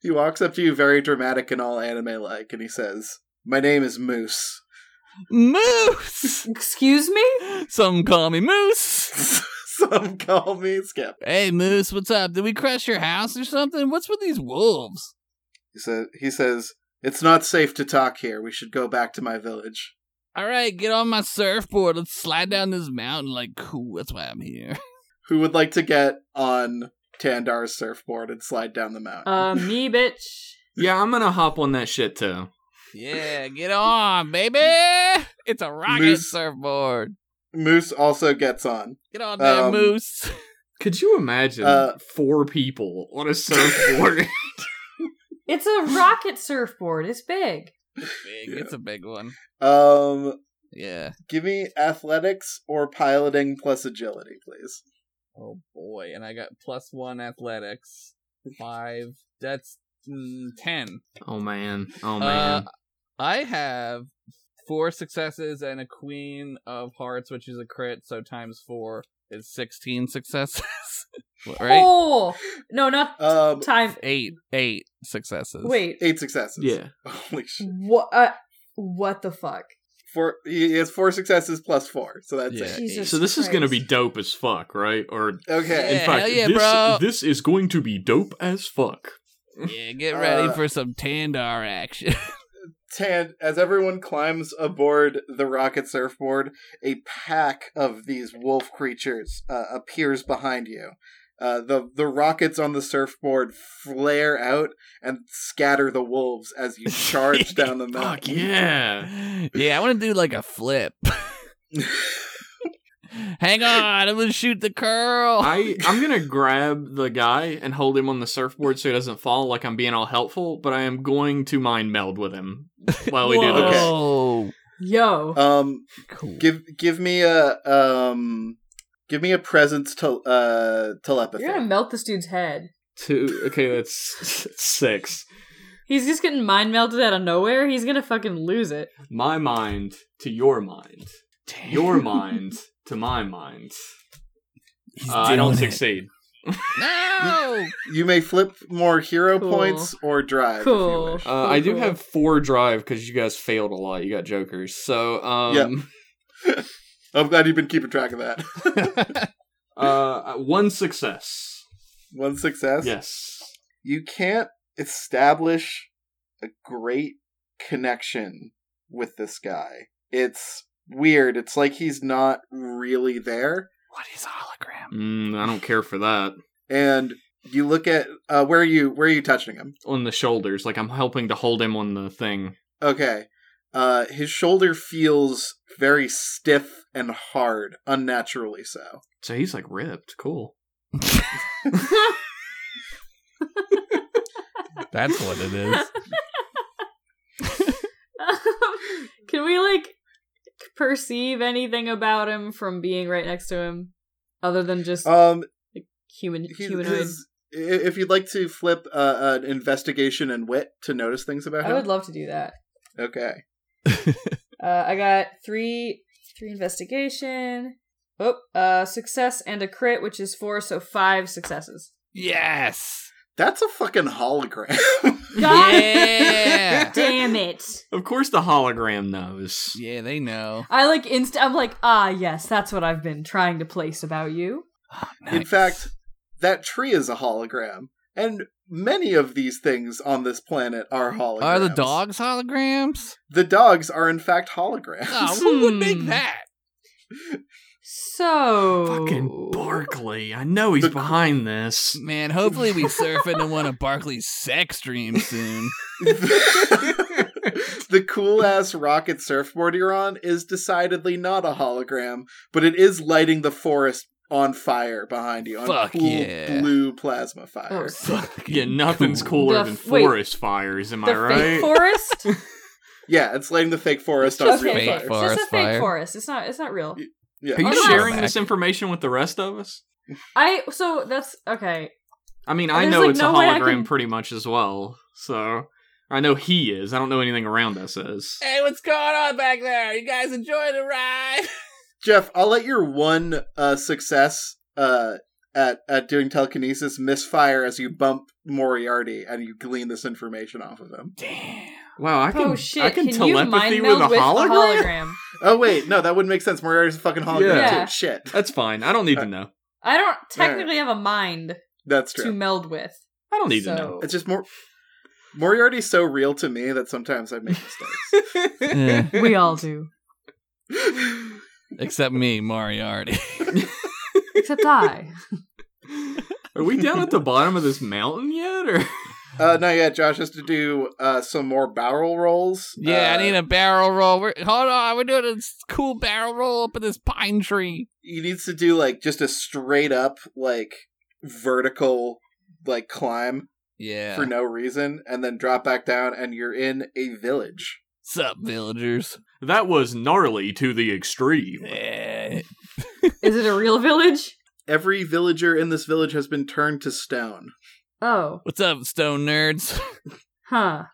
D: he walks up to you very dramatic and all anime like and he says my name is moose [LAUGHS]
B: Moose. [LAUGHS]
C: Excuse me?
B: Some call me Moose.
D: some call me skip
B: Hey Moose, what's up? Did we crush your house or something? What's with these wolves?
D: he says he says it's not safe to talk here we should go back to my village
B: All right, get on my surfboard. Let's slide down this mountain like cool. That's why I'm here.
D: who would like to get on Tandar's surfboard and slide down the mountain.
C: Uh, me, bitch.
A: Yeah, I'm gonna hop on that shit too.
B: [LAUGHS] Yeah, get on, baby. It's a rocket
D: Moose.
B: surfboard.
D: Moose also gets on.
B: Get on there,
D: Um,
B: Moose.
A: Could you imagine
D: Uh,
A: four people on a surfboard?
C: It's a rocket surfboard. It's big.
B: [LAUGHS] Big, It's a big one.
D: Um,
B: Yeah.
D: give me athletics or piloting plus agility, please.
B: Oh boy, and I got plus one athletics. Five. That's mm, ten.
A: oh man. Oh man.
B: Uh, I have four successes and a queen of hearts, which is a crit. So times four is sixteen successes. [LAUGHS] right?
C: Oh! No, not
A: Uh,
D: Um,
C: time.
B: Eight, eight successes.
C: Wait.
D: eight successes.
A: yeah.
D: [LAUGHS] Holy shit.
C: What? Uh, what the fuck?
D: Four. He has four successes plus four, so that's
B: Yeah.
D: it.
C: Jesus
A: So this is gonna be
C: Christ.
A: dope as fuck, right? Or
D: Okay.
A: in
B: Yeah,
A: fact,
B: hell yeah,
A: this
B: bro.
A: this is going to be dope as fuck.
B: Yeah, get ready
D: Uh,
B: for some Tandar action. [LAUGHS]
D: Tan, as everyone climbs aboard the rocket surfboard, a pack of these wolf creatures uh, appears behind you. Uh, the the rockets on the surfboard flare out and scatter the wolves
A: [LAUGHS]
D: as you charge down the
A: Fuck
B: [LAUGHS]
D: mountain.
A: yeah.
B: yeah, I want to do like a flip. [LAUGHS] Hang on, I'm gonna shoot the curl.
A: I I'm gonna grab the guy and hold him on the surfboard so he doesn't fall. Like I'm being all helpful, but I am going to mind meld with him while Oh, we do
C: Whoa.
A: this.
B: Whoa,
C: Yo.
D: Um,
B: cool.
D: give give me a um, give me a presence to uh telepathy.
C: You're gonna melt this dude's head.
A: Two. Okay, that's six.
C: He's just getting mind melted out of nowhere. He's gonna fucking lose it. [LAUGHS]
A: My mind to your mind.
B: [LAUGHS]
A: Your mind to my mind.
B: He's
A: Uh, I don't
B: doing it.
A: succeed.
B: No.
D: You may flip more hero
C: Cool.
D: points or drive. if you
C: Cool.
D: wish.
B: Oh,
A: Uh, I do
C: Cool.
A: have four drive because you guys failed a lot. You got jokers. So um,
D: I'm glad you've been keeping track of that.
A: [LAUGHS]
D: [LAUGHS]
A: uh, one success.
D: One success.
A: Yes.
D: you can't establish a great connection with this guy. It's weird. It's like he's not really there.
B: [LAUGHS] What is hologram?
A: Mm, I don't care for that.
D: And you look at uh, where are you where are you touching him?
A: On the shoulders, like I'm helping to hold him on the thing.
D: Okay. Uh, his shoulder feels very stiff and hard, unnaturally so.
A: So he's like ripped. Cool.
B: That's what it [LAUGHS] is.
C: Can we like perceive anything about him from being right next to him, other than just
D: Um,
C: human
D: he,
C: humanoid?
D: his, i- if you'd like to flip uh, an investigation and wit to notice things about
C: I
D: him,
C: would love to do that.
D: okay.
C: Uh, I got three, three investigation. Oh, uh, success and a crit, which is four, so five successes.
B: Yes.
D: That's a fucking hologram. [LAUGHS]
C: God
B: Yeah.
C: damn it!
A: Of course, the hologram knows.
B: yeah, they know.
C: I like inst. I'm like, ah, yes, that's what I've been trying to place about you.
D: In fact, that tree is a hologram, and many of these things on this planet are holograms.
B: are the dogs holograms?
D: The dogs are in fact holograms. [LAUGHS]
B: Oh, who would make
C: Hmm.
B: that?
C: So
A: Fucking Barkley. I know he's
D: The-
A: behind this.
B: Man, hopefully we surf into one of Barkley's sex dreams [LAUGHS] soon.
D: the cool ass rocket surfboard you're on is decidedly not a hologram, but it is lighting the forest on fire behind you on
B: Fuck
D: cool
B: yeah.
D: blue plasma
C: Oh,
D: fire.
A: Yeah, nothing's cooler
C: The
A: than
C: f- wait.
A: forest fires. Am I
C: the fake
A: right?
C: [LAUGHS] forest.
D: Yeah, it's lighting the fake forest on
B: Just
D: real
B: fake
C: okay,
D: fire.
B: forest.
C: it's just a fake
B: fire.
C: forest. It's not. It's not real.
D: Yeah.
B: Are
A: Are you
C: Otherwise-
A: sharing this information with the rest of us?
C: I so that's okay.
A: I mean, I
C: There's,
A: know
C: like,
A: it's
C: no
A: a
C: way I
A: hologram
C: can-
A: pretty much as well. So I know he is. I don't know anything around us is.
C: Eh,
B: Hey, what's going on back there? You guys enjoy the ride?
D: Jeff, I'll let your one uh, success uh, at at doing telekinesis misfire as you bump Moriarty and you glean this information off of him.
B: Damn.
A: Wow, I can
C: oh shit!
A: I can,
C: you
A: telepathy with a
C: mind meld with
A: hologram.
C: a hologram?
D: Oh wait, no, that wouldn't make sense. Moriarty's a fucking hologram
C: Yeah.
D: too.
A: [LAUGHS]
D: Shit,
A: That's fine. I don't
C: Uh,
A: need to know. [LAUGHS]
C: I don't technically have a mind
D: that's
C: to
D: true.
C: meld with.
A: I don't need
C: so.
A: to know.
D: It's just more. Moriarty's so real to me that sometimes I make mistakes.
B: [LAUGHS]
A: [LAUGHS]
B: Yeah.
C: we all do,
B: [LAUGHS] Except me, Moriarty.
C: except I.
A: Are we down
C: [LAUGHS]
A: at the bottom of this mountain yet? Or [LAUGHS]
D: uh, not yet. Josh has to do uh, some more barrel rolls.
B: [LAUGHS] Yeah,
D: Uh,
B: I need a barrel roll. We're, hold on, we're doing a s- cool barrel roll up in this pine tree.
D: he needs to do like just a straight up like vertical like climb
B: Yeah.
D: for no reason and then drop back down and you're in a village.
B: Sup, villagers?
A: that was gnarly to the extreme.
B: Yeah.
C: Is it a real village?
D: Every villager in this village has been turned to stone.
C: Oh,
B: What's up, stone nerds? [LAUGHS]
C: huh.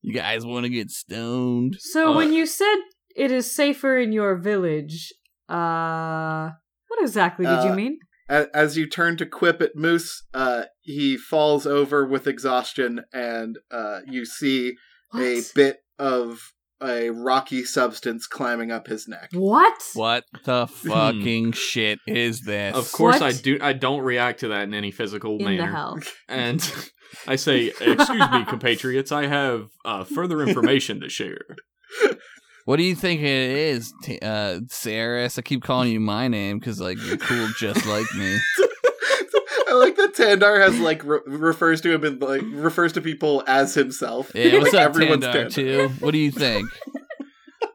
B: You guys want to get stoned?
C: So
A: Uh,
C: when you said it is safer in your village, uh, what exactly did you
D: Uh,
C: mean?
D: A- As you turn to quip at Moose, uh, he falls over with exhaustion and uh, you see
C: What?
D: a bit of a rocky substance climbing up his neck.
C: What?
B: What the fucking shit is this?
A: Of course, I
C: What?
A: do. I don't react to that in any physical
C: In the
A: manner. [LAUGHS]
C: hell.
A: and I say, "Excuse me, compatriots. I have uh,
C: [LAUGHS]
A: further information to share."
B: What do you think it is, t- uh, Saris? I keep calling you my name because like you're cool just like me.
D: [LAUGHS] I like that Tandar has like re- refers to him and like refers to people as himself.
B: Yeah, what's
D: Like,
B: up,
D: everyone's
B: Tandar?
D: Tandar.
B: Too. What do you think?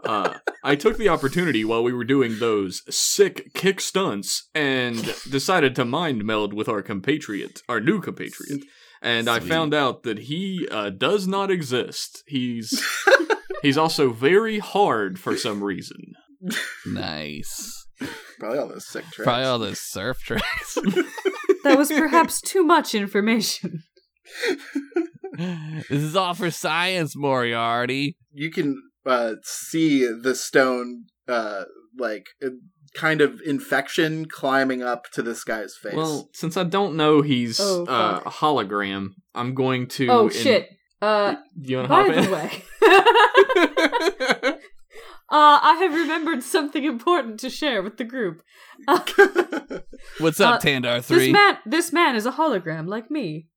A: Uh, I took the opportunity while we were doing those sick kick stunts and decided to mind meld with our compatriot, our new compatriot. And I
B: Sweet.
A: found out that he uh, does not exist. He's he's also very hard for some reason.
B: Nice.
D: Probably all those sick tricks.
B: Probably all those surf tracks.
A: [LAUGHS]
C: That was perhaps too much information.
B: [LAUGHS] this is all for science, Moriarty.
D: you can uh, see the stone uh, like uh, kind of infection climbing up to this guy's face.
A: Well, since I don't know he's
C: Oh,
A: uh,
C: fuck.
A: a hologram, I'm going to.
C: Oh
A: in-
C: shit. Uh,
A: You want to
C: by
A: hop
C: the
A: in? [LAUGHS]
C: way, [LAUGHS] uh, I have remembered something important to share with the group. Uh,
B: What's up,
C: Uh,
B: Tandar
C: this
B: three?
C: man, this man is a hologram like me.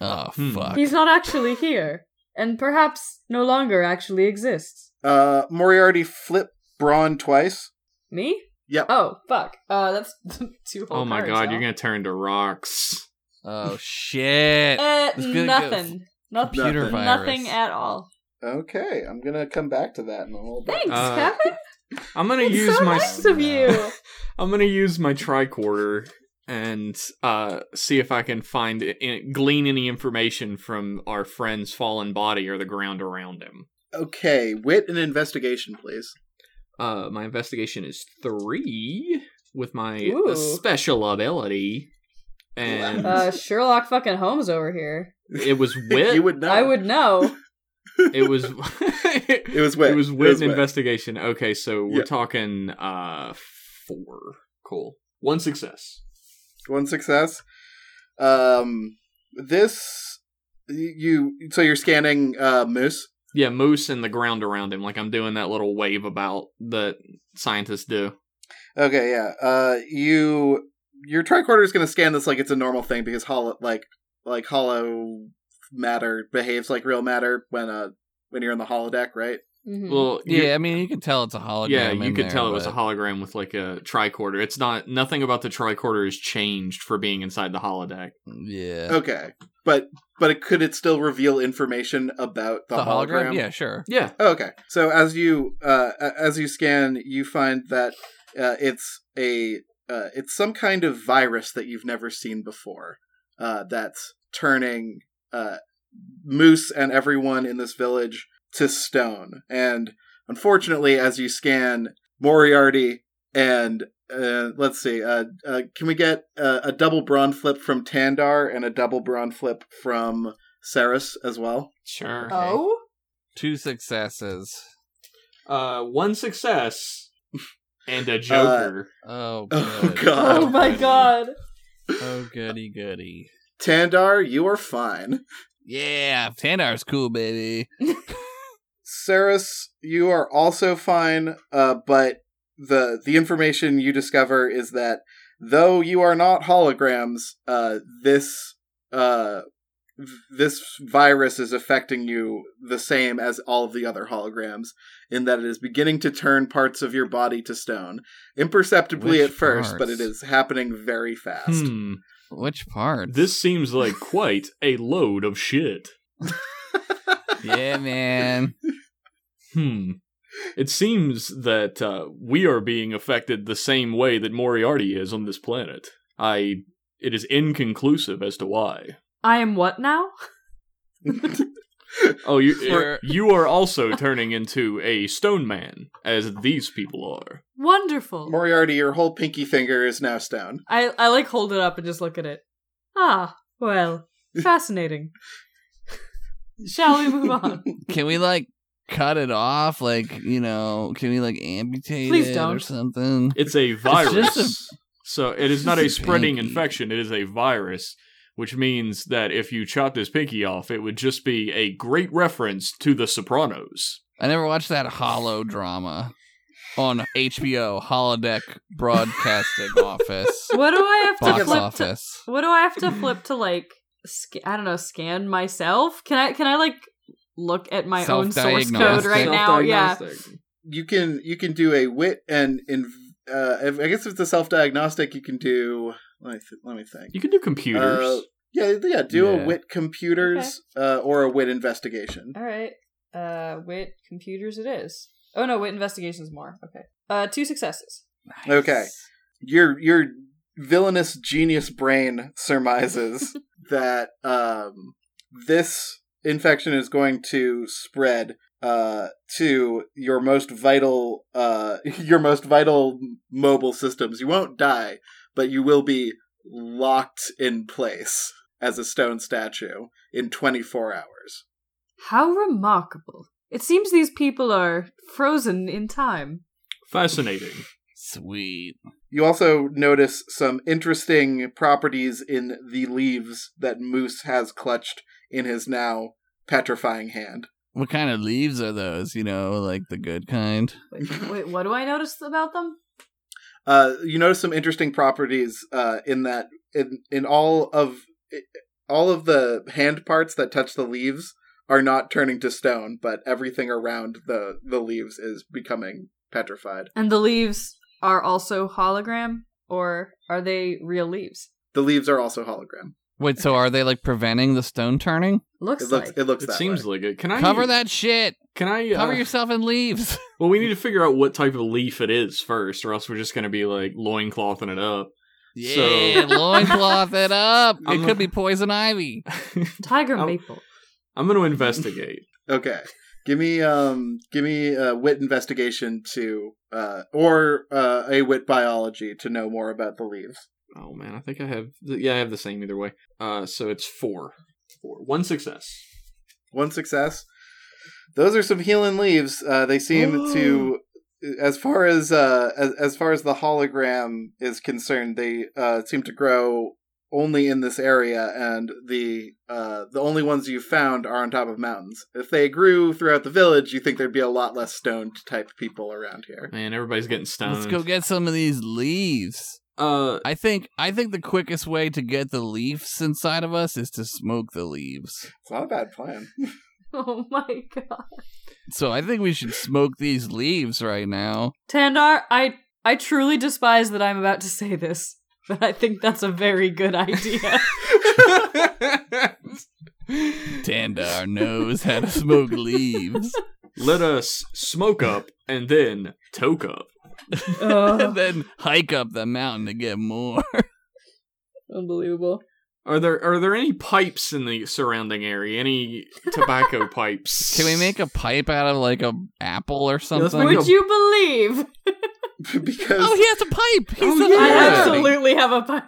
B: oh
A: Hmm.
B: fuck.
C: He's not actually here, and perhaps no longer actually exists.
D: [LAUGHS] uh, Moriarty flip Brawn twice.
C: Me?
D: Yep.
C: Oh fuck. Uh, that's [LAUGHS] two whole.
A: Oh my
C: cards,
A: god,
C: y'all.
A: you're gonna turn to rocks.
B: Oh shit.
C: Uh,
B: It's gonna go
C: nothing. Nothing.
B: Computer
D: Nothing.
B: virus.
C: Nothing at all.
D: Okay, I'm gonna come back to that in a little bit.
C: Thanks,
A: Uh,
C: Kevin.
A: I'm gonna
C: It's
A: use
C: so
A: my [LAUGHS]
C: nice of you.
A: I'm gonna use my tricorder and uh, see if I can find in, glean any information from our friend's fallen body or the ground around him.
D: Okay, wit and investigation, please.
A: Uh, my investigation is three with my
C: Ooh.
A: special ability, and
C: Uh, Sherlock fucking Holmes over here.
A: it was wit.
D: you would know.
C: I would know.
A: It was. [LAUGHS]
D: It was wit.
A: It was wit and
D: wit.
A: investigation. Okay, so we're
D: Yeah.
A: talking uh four. Cool. One success.
D: one success. Um, this you so you're scanning uh moose.
A: Yeah, moose and the ground around him. Like I'm doing that little wave about that scientists do.
D: Okay, yeah. Uh, you your tricorder is going to scan this like it's a normal thing because hollow like like hollow matter behaves like real matter when uh when you're in the holodeck, right?
C: Mhm.
A: Well, you-
B: Hmm. yeah, I mean you can tell it's a hologram.
A: yeah, you
B: in
A: could
B: there,
A: tell it was a
B: but-
A: hologram with like a tricorder. It's not nothing about the tricorder has changed for being inside the holodeck.
B: Yeah.
C: Oh,
D: Okay, but but it, could it still reveal information about the,
B: The
D: hologram?
B: Yeah, sure.
A: Yeah,
D: Oh, Okay. So as you uh, a- as you scan, you find that uh, it's a uh, it's some kind of virus that you've never seen before uh, that's turning uh, moose and everyone in this village to stone. And unfortunately, as you scan Moriarty and uh, let's see, uh, uh, can we get uh, a double brawn flip from Tandar and a double brawn flip from Saris as well?
A: sure.
C: Oh,
B: Two successes.
A: Uh, one success and
B: Uh,
A: a joker.
B: Oh,
D: Oh,
B: good.
D: God.
C: oh my god.
B: Oh goody goody.
D: Tandar, you are fine.
B: Yeah, Tandar's cool, baby.
D: Saris, you are also fine, uh, but the the information you discover is that though you are not holograms, uh, this uh, v- this virus is affecting you the same as all of the other holograms, in that it is beginning to turn parts of your body to stone, imperceptibly
B: Which
D: at first, but
B: parts?
D: it is happening very fast.
A: Hmm.
B: Which part?
A: This seems like quite a load of shit.
B: [LAUGHS] yeah, man.
A: Hmm. It seems that uh, we are being affected the same way that Moriarty is on this planet. I. It is inconclusive as to why.
C: [LAUGHS] I am what now?
A: Oh, you
B: Sure.
A: you are also turning into a stone man, as these people are.
C: Wonderful.
D: Moriarty, your whole pinky finger is now stone.
C: I I like hold it up and just look at it. Ah, well, fascinating. Shall we move on?
B: Can we like cut it off? Like, you know, can we like amputate
C: Please
B: it
C: don't.
B: or something?
A: It's a virus.
B: just a-
A: so it is not a
B: just a
A: spreading
B: pinky.
A: infection. It is a virus, which means that if you chop this pinky off, it would just be a great reference to The Sopranos.
B: I never watched that Hollow drama on HBO Holodeck
C: [LAUGHS]
B: Broadcasting Office
C: What do I have to
B: box
C: flip to?
B: office.
C: What do I have to flip to like? Sc- I don't know. Scan myself. Can I? Can I like look at my own source code
B: Self-diagnostic.
C: right now? Yeah.
A: Self-diagnostic.
D: you can you can do a wit and in uh, if- I guess if it's a self diagnostic, you can do. Let me th- let me think.
A: You can do computers.
D: Uh, yeah, yeah. Do
B: Yeah.
D: a wit computers uh, or a wit investigation.
C: All right. Uh, wit computers. It is. Oh no, wit investigations more. Okay. Uh, two successes.
D: Okay. Your your villainous genius brain surmises that um, this infection is going to spread uh, to your most vital uh, [LAUGHS] your most vital mobile systems. You won't die, but you will be locked in place as a stone statue in 24 hours.
C: How remarkable! It seems these people are frozen in time.
A: Fascinating.
B: Sweet.
D: You also notice some interesting properties in the leaves that Moose has clutched in his now petrifying hand.
B: What kind of leaves are those? You know, like the good kind.
C: Wait, wait what do I notice about them?
D: Uh, you notice some interesting properties uh, in that in in all of all of the hand parts that touch the leaves are not turning to stone, but everything around the the leaves is becoming petrified.
C: And the leaves are also hologram, or are they real leaves?
D: The leaves are also hologram.
B: Wait, so are they like preventing the stone turning?
C: Looks,
D: It looks
C: like.
D: it looks
A: it
D: that
A: seems
D: way.
A: like it. Can I
B: Cover that shit.
A: Can I uh,
B: Cover yourself in leaves. [LAUGHS]
A: Well, we need to figure out what type of leaf it is first, or else we're just going to be like loinclothing it up. So-
B: Yeah, loincloth it
A: [LAUGHS]
B: up.
A: I'm
B: it
A: a-
B: could be poison ivy.
C: Tiger
A: Oh.
C: maple.
A: [LAUGHS]
C: [LAUGHS]
A: I'm going to investigate.
D: Okay. Give me um give me a wit investigation to uh or uh, a wit biology to know more about the leaves.
A: oh man, I think I have. Yeah, I have the same either way. Uh, so it's four, four, one success.
D: One success. Those are some healing leaves. Uh they seem to as far as uh as, as far as the hologram is concerned, they uh seem to grow only in this area and the uh the only ones you found are on top of mountains. If they grew throughout the village, you think there'd be a lot less stoned type people around here.
A: Man, everybody's getting stoned.
B: Let's go get some of these leaves. [LAUGHS]
A: Uh,
B: I think I think the quickest way to get the leaves inside of us is to smoke the leaves.
D: It's not a bad plan.
C: Oh my god.
B: So I think we should smoke these leaves right now.
C: Tandar, I I truly despise that I'm about to say this, but I think that's a very good
A: [LAUGHS]
C: idea.
B: Tandar knows how to smoke leaves.
A: let us smoke up and then toke up. Uh-huh.
B: [LAUGHS] and then hike up the mountain to get more.
C: unbelievable.
A: Are there are there any pipes in the surrounding area? Any
B: [LAUGHS]
A: tobacco pipes?
B: Can we make a pipe out of like a apple or
A: let's
B: something?
A: make
C: Would you believe
D: [LAUGHS] because
B: oh, he has a pipe. He's
A: Oh,
B: oh,
C: I
A: Yeah.
C: absolutely have a pipe?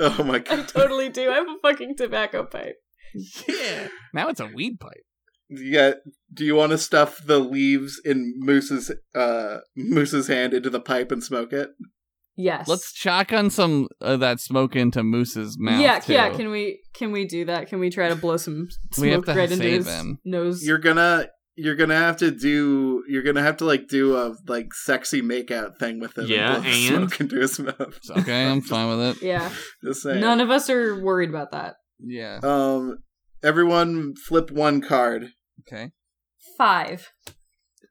D: Oh my
C: I
D: god.
C: totally do. I have a fucking tobacco pipe.
B: Yeah. Now it's a weed pipe.
D: Yeah, do you want to stuff the leaves in Moose's uh Moose's hand into the pipe and smoke it?
C: Yes.
B: Let's shotgun some of that smoke into Moose's mouth.
C: yeah,
B: too.
C: yeah. Can we can we do that? Can we try to blow some smoke
B: [LAUGHS] We have to
C: right into
B: save
C: his
B: him.
C: nose?
D: You're gonna you're gonna have to do you're gonna have to like do a like sexy makeout thing with him.
A: Yeah,
D: blow
A: and?
D: smoke into his mouth. [LAUGHS]
B: okay, I'm fine with it.
C: yeah.
D: Just saying.
C: None of us are worried about that.
B: Yeah.
D: um, everyone flip one card.
B: Okay.
C: Five.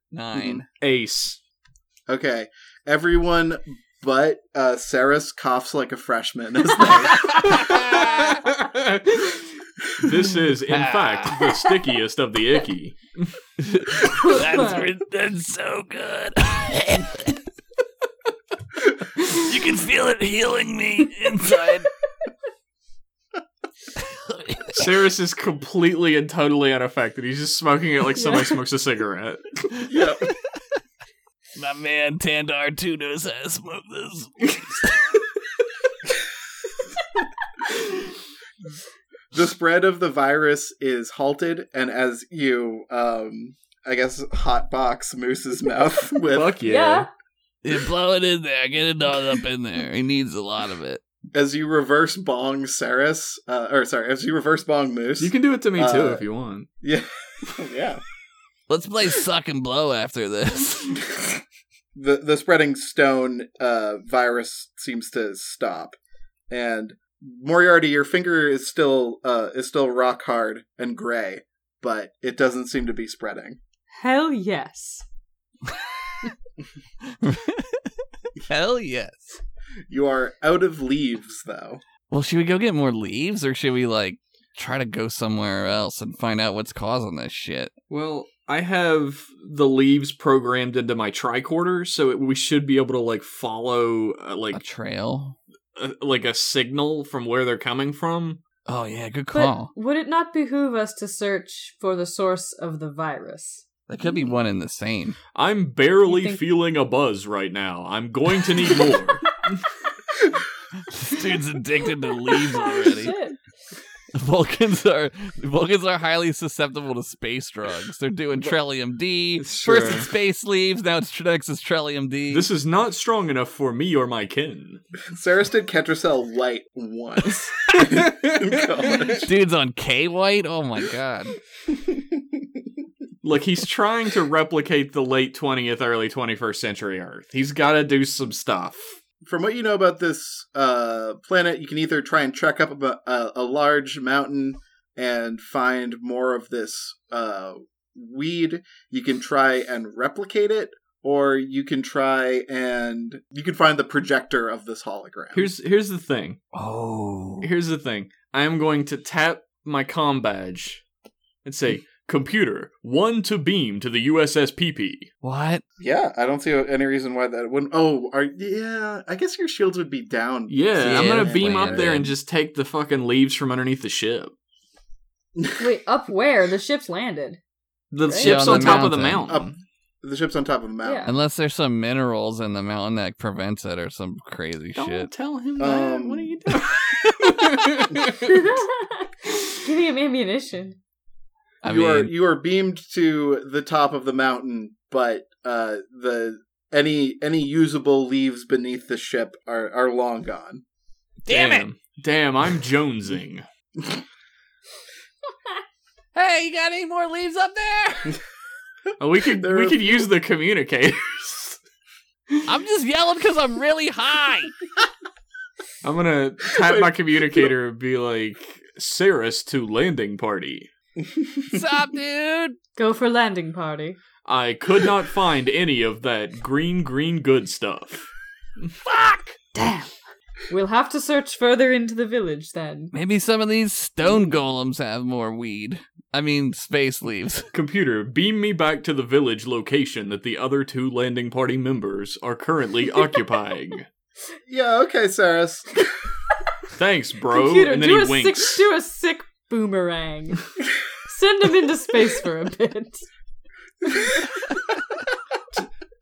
B: Nine.
C: [LAUGHS]
A: ace?
D: Okay, everyone but uh Saris coughs like a freshman. [LAUGHS] as they-
B: [LAUGHS]
A: this is, in fact, the stickiest of the icky.
C: [LAUGHS]
B: rid- [LAUGHS] that's so good.
A: [LAUGHS]
B: you can feel it healing me inside.
A: Cyrus is completely and totally unaffected. He's just smoking it like somebody smokes a [LAUGHS] cigarette.
D: yep.
B: My man Tandar too knows how to smoke this.
D: the spread of the virus is halted, and as you, um, I guess, hotbox Moose's [LAUGHS] mouth with
A: Fuck yeah.
C: Yeah.
B: Yeah, blow it in there. Get it all up in there. He needs a lot of it.
D: as you reverse bong Saris, uh, or sorry, as you reverse bong Moose.
A: You can do it to me too
D: Uh,
A: if you want.
D: yeah, yeah.
B: Let's play suck and blow after this.
D: [LAUGHS] the the spreading stone uh, virus seems to stop, and Moriarty, your finger is still uh, is still rock hard and gray, but it doesn't seem to be spreading.
C: Hell yes.
B: [LAUGHS] Hell yes.
D: You are out of leaves, though.
B: Well, should we go get more leaves or should we like try to go somewhere else and find out what's causing this shit?
A: Well, I have the leaves programmed into my tricorder, so it, we should be able to like follow uh,
B: A
A: like
B: trail?
A: uh, like a signal from where they're coming from.
B: Oh yeah, good
C: But
B: call.
C: would it not behoove us to search for the source of the virus?
B: That could be one and the same.
A: I'm barely
C: You think-
A: feeling a buzz right now. I'm going to need [LAUGHS] more.
B: this dude's addicted to leaves
C: [LAUGHS]
B: already.
C: Oh, Shit.
B: Vulcans are Vulcans are highly susceptible to space drugs. They're doing Trillium D.
A: Sure.
B: First it's space leaves, now it's next is Trillium D.
A: this is not strong enough for me or my kin.
D: Saris did Ketracel light
A: [LAUGHS]
D: once. in college.
B: Dude's on K White? Oh my god.
A: Look, he's trying to replicate the late 20th, early 21st century Earth. He's got to do some stuff.
D: From what you know about this uh, planet, you can either try and trek up a, a, a large mountain and find more of this uh, weed. You can try and replicate it, or you can try and you can find the projector of this hologram.
A: Here's here's the thing.
B: [LAUGHS] Oh.
A: Here's the thing. I am going to tap my com badge and say, "Computer, one to beam to the USS PP."
B: What?
D: yeah, I don't see any reason why that wouldn't. Oh, are yeah? I guess your shields would be down.
A: Yeah, I'm
B: Yeah,
A: gonna
B: that's
A: beam
B: plan,
A: up
D: [LAUGHS]
A: there
B: man.
A: and just take the fucking leaves from underneath the ship.
C: Wait, up where? The ship's landed. [LAUGHS]
A: The
C: Right.
A: ship's
C: Yeah,
A: on,
C: on the
A: top of the
B: mountain.
A: mountain.
D: the ship's on top of a mountain.
C: Yeah.
B: Unless there's some minerals in the mountain that prevents it or some crazy
A: Don't
B: shit.
A: tell him that.
D: Um,
A: what are you
C: Um, [LAUGHS]
A: doing? [LAUGHS]
C: Giving him ammunition.
B: I
D: you are
B: mean,
D: you are beamed to the top of the mountain, but uh, the any any usable leaves beneath the ship are are long gone.
B: Damn it!
A: Damn, I'm jonesing.
B: hey, you got any more leaves up there?
A: Oh, we could
D: There
A: we
D: are-
A: could use the communicators.
B: [LAUGHS]
A: [LAUGHS]
B: I'm just yelling because I'm really [LAUGHS] high.
A: I'm gonna tap my communicator and be like, "Saris to landing party."
B: What's up, dude?
C: Go for landing party.
A: I could not find any of that green, green good stuff.
B: Fuck!
C: Damn. We'll have to search further into the village then.
B: Maybe some of these stone golems have more weed. I mean, space leaves.
A: Computer, beam me back to the village location that the other two landing party members are currently occupying.
D: Yeah, okay, Saris.
A: Thanks, bro.
C: Computer,
A: and then
C: do
A: he
C: a
A: winks.
C: sick do a sick boomerang. Send him into space for a bit.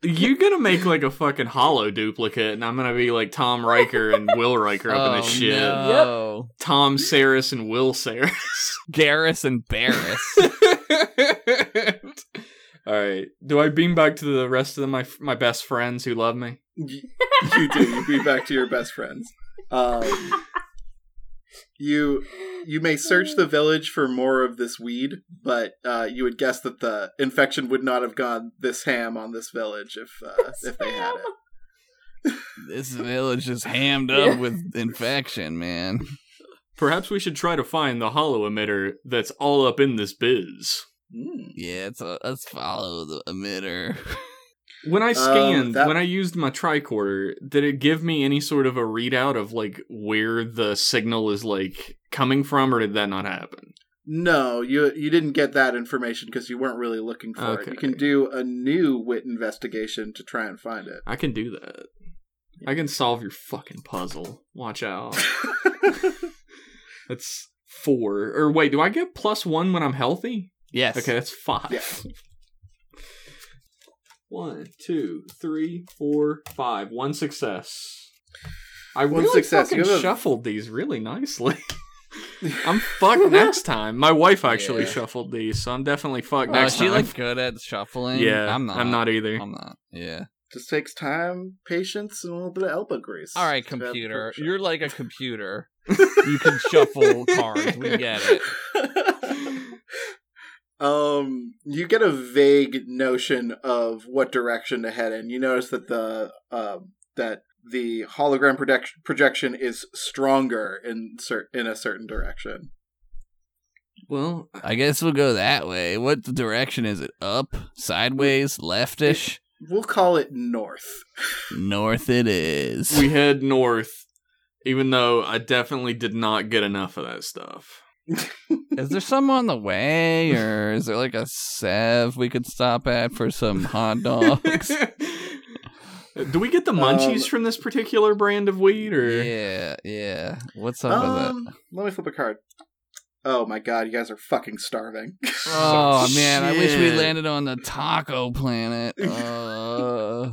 A: You're gonna make like a fucking hollow duplicate, and I'm gonna be like Tom Riker and Will Riker up in this shit.
B: Oh, no.
A: Tom Saris and Will Saris. [LAUGHS]
B: Garrus and [LAUGHS] Barris.
A: All right. Do I beam back to the rest of the, my my best friends who love me?
D: you, you do. You be back to your best friends. Um, you you may search the village for more of this weed, but uh, you would guess that the infection would not have gone this ham on this village if uh, if they
C: [LAUGHS]
D: had it.
B: this village is hammed
C: Yeah.
B: up with infection, man.
A: Perhaps we should try to find the hollow emitter that's all up in this biz.
D: Mm.
B: Yeah, it's a, let's follow the emitter.
A: When I scanned,
D: that-
A: when I used my tricorder, did it give me any sort of a readout of like where the signal is like coming from, or did that not happen?
D: No, you you didn't get that information because you weren't really looking for it. You
A: Okay.
D: can do a new wit investigation to try and find
B: [LAUGHS]
D: it.
A: I can do that. I can solve your fucking puzzle. Watch out. [LAUGHS] That's four. Or wait, do I get plus one when I'm healthy?
B: Yes.
A: Okay, that's five.
D: Yeah.
A: [LAUGHS] One, two, three, four, five. One success. I
D: One
A: really
D: success.
A: fucking
D: You have a-
A: shuffled these really
D: [LAUGHS]
A: nicely. I'm fucked next time. My wife actually
B: Yeah.
A: shuffled these, so I'm definitely fucked
B: Oh,
A: next
B: she
A: time.
B: looks good at shuffling.
A: yeah,
B: I'm not.
A: I'm not either.
B: I'm not. Yeah.
D: Just takes time, patience, and a little bit of elbow grease.
B: All right,
D: It's about
B: computer.
D: perfection.
B: You're like a [LAUGHS] computer. you can shuffle cards. We get it.
D: [LAUGHS] Um, you get a vague notion of what direction to head in. You notice that the um that the hologram project- projection is stronger in cer- in a certain direction.
A: Well, I-
B: I guess we'll go that way. What direction is it? Up, sideways, leftish,
D: We'll call it north.
B: north. It is.
A: we head north, even though I definitely did not get enough of that stuff.
B: Is there some on the way, or is there like a Sev we could stop at for some hot [LAUGHS] dogs?
A: [LAUGHS] Do we get the munchies
D: Um,
A: from this particular brand of weed, or
B: yeah, yeah. What's up with it?
D: Um, let me flip a card. Oh my god, you guys are fucking starving. [LAUGHS]
B: Oh man, I wish we
A: shit.
B: landed on the taco planet. Uh,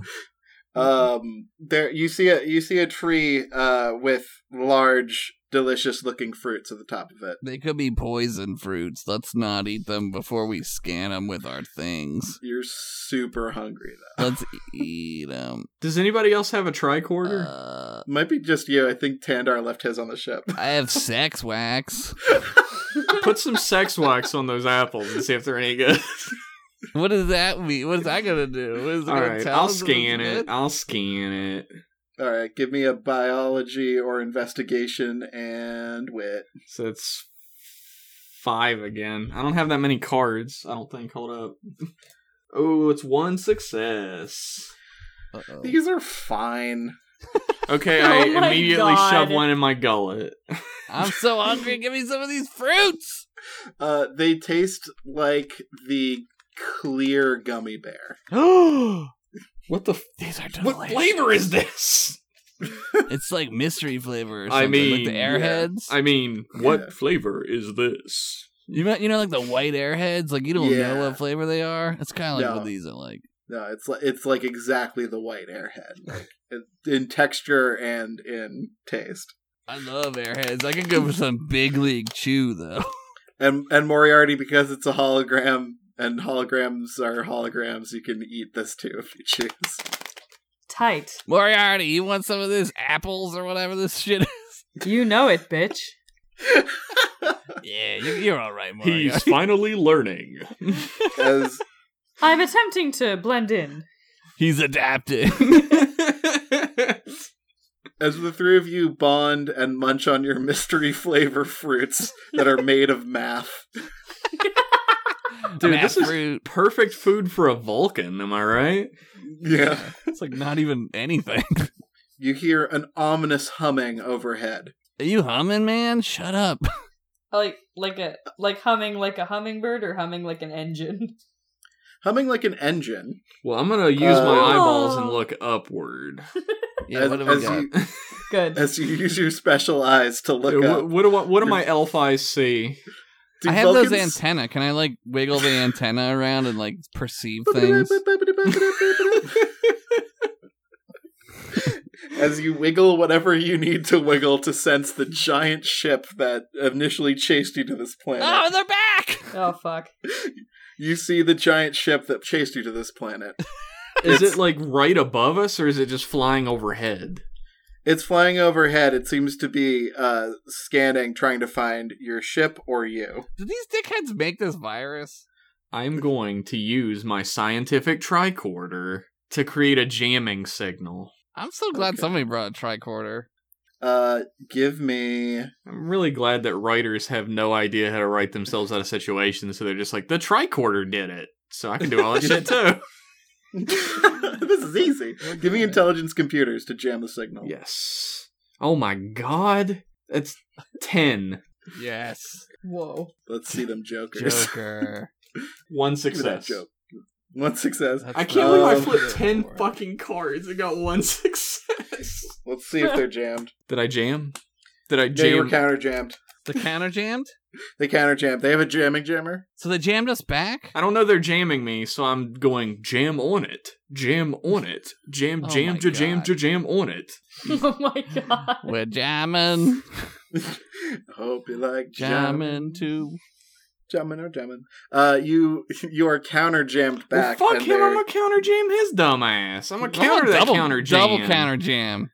D: Um, there you see a you see a tree uh with large, delicious looking fruits at the top of it.
B: they could be poison fruits. Let's not eat them before we scan them with our things.
D: You're super hungry
A: [LAUGHS]
D: though.
B: Let's eat them.
A: does anybody else have a tricorder?
B: Uh,
D: Might be just you. I think Tandar left his on the ship. [LAUGHS]
B: I have sex wax.
A: [LAUGHS] Put some sex wax on those apples and see if they're any good.
B: [LAUGHS] What does that mean? What is that gonna do? What is it
A: All
B: gonna
A: right,
B: tell
A: I'll
B: us if
A: scan
B: it's
A: it.
B: good?
A: I'll scan it.
D: All right, give me a biology or investigation and wit.
A: So it's five again. I don't have that many cards. I don't think. Hold up. [LAUGHS] Oh, it's one success. [LAUGHS]
B: Uh-oh.
D: These are fine.
A: Okay,
C: [LAUGHS] Oh
A: I
C: my
A: immediately
C: God.
A: shove one in my gullet. [LAUGHS]
B: I'm so hungry. Give me some of
A: [GASPS]
B: these fruits.
D: Uh, they taste like the clear gummy bear.
A: what the? F-
B: These are delicious.
A: what flavor is this?
B: It's like mystery flavor. Or
A: I
B: something. like the
A: mean,
D: yeah.
B: airheads.
A: I mean, what
D: Yeah.
A: flavor is this?
B: You know, you know, like the white airheads. Like you don't
D: Yeah.
B: know what flavor they are. It's kind of like
D: No.
B: what these are like.
D: No, it's like it's like exactly the white airhead, like in- in texture and in taste.
B: I love airheads. I could go for some big league chew though. [LAUGHS]
D: And and Moriarty, because it's a hologram and holograms are holograms, you can eat this too if you choose.
C: Tight.
B: Moriarty, you want some of this apples or whatever this shit? Is?
C: You know it, bitch.
B: [LAUGHS] Yeah, you, you're all right, Moriarty.
D: [LAUGHS]
A: He's finally learning.
B: [LAUGHS]
D: As
C: I'm attempting to blend in.
B: He's [LAUGHS] adapted.
D: As the three of you bond and munch on your mystery flavor fruits that are made of math,
A: Dude,
B: Matt
A: this is-
B: fruit.
A: Perfect food for a Vulcan, am I right?
D: yeah,
B: [LAUGHS] It's like not even anything.
D: you hear an ominous humming overhead.
B: [LAUGHS] Are you humming, man? Shut [LAUGHS] up.
C: Like like a like humming like a hummingbird or humming like an engine.
D: Humming like an engine.
A: Well, I'm gonna use my
C: Uh,
D: Oh.
A: eyeballs and look upward.
B: Yeah,
D: as,
B: what have
D: as
B: we got?
D: you,
C: Good.
D: as you use your special eyes to look
A: Dude,
D: up.
A: what, what do I, what do my elf eyes see?
D: Do
B: I have those
D: Vulcans-
B: antenna. Can I like wiggle the antenna around and like perceive things?
D: [LAUGHS] As you wiggle whatever you need to wiggle to sense the giant ship that initially chased you to this planet,
B: Oh, they're back! [LAUGHS]
C: Oh fuck.
D: you see the giant ship that chased you to this planet.
A: Is
D: It's-
A: it like right above us, or is it just flying overhead?
D: It's flying overhead. It seems to be uh, scanning, trying to find your ship or you.
B: Did these dickheads make this virus?
A: I'm going to use my scientific tricorder to create a jamming signal.
B: I'm so glad
D: Okay.
B: somebody brought a tricorder.
D: Uh, give me. [LAUGHS]
A: I'm really glad that writers have no idea how to write themselves out of situations, so they're just like, the tricorder did it. So I can do all
D: [LAUGHS]
A: that shit too.
D: this is easy. Give me intelligence computers to jam the signal.
A: Yes. Oh my god. That's 10.
B: Yes,
D: [LAUGHS]
C: Whoa.
D: Let's see them jokers.
B: Joker.
A: One
D: Give me that
A: success.
D: joke. One success.
A: I can't believe I
D: Um,
A: flipped 10 fucking cards and got one [LAUGHS] success.
D: Let's see if
A: [LAUGHS]
D: they're jammed.
A: Did I jam? Did I
D: They were
A: jam?
D: counter jammed.
B: The counter jammed,
D: They counter jammed. They have a jamming jammer. [LAUGHS]
B: so they jammed us back.
A: I don't know they're jamming me, so I'm going jam on it. Jam on it. Jam,
B: Oh
A: jam,
B: my
A: ja, jam,
B: God.
A: ja, jam on it.
C: oh my god.
A: [LAUGHS]
B: We're jamming,
D: Hope you like
B: jamming too.
D: jamming or jamming. Uh, you [LAUGHS] you are counter jammed back.
A: well, fuck
D: and
A: him.
D: they're-
A: I'm gonna counter jam his dumb ass. I'm gonna counter that
B: double,
A: counter jam.
B: Double counter jam.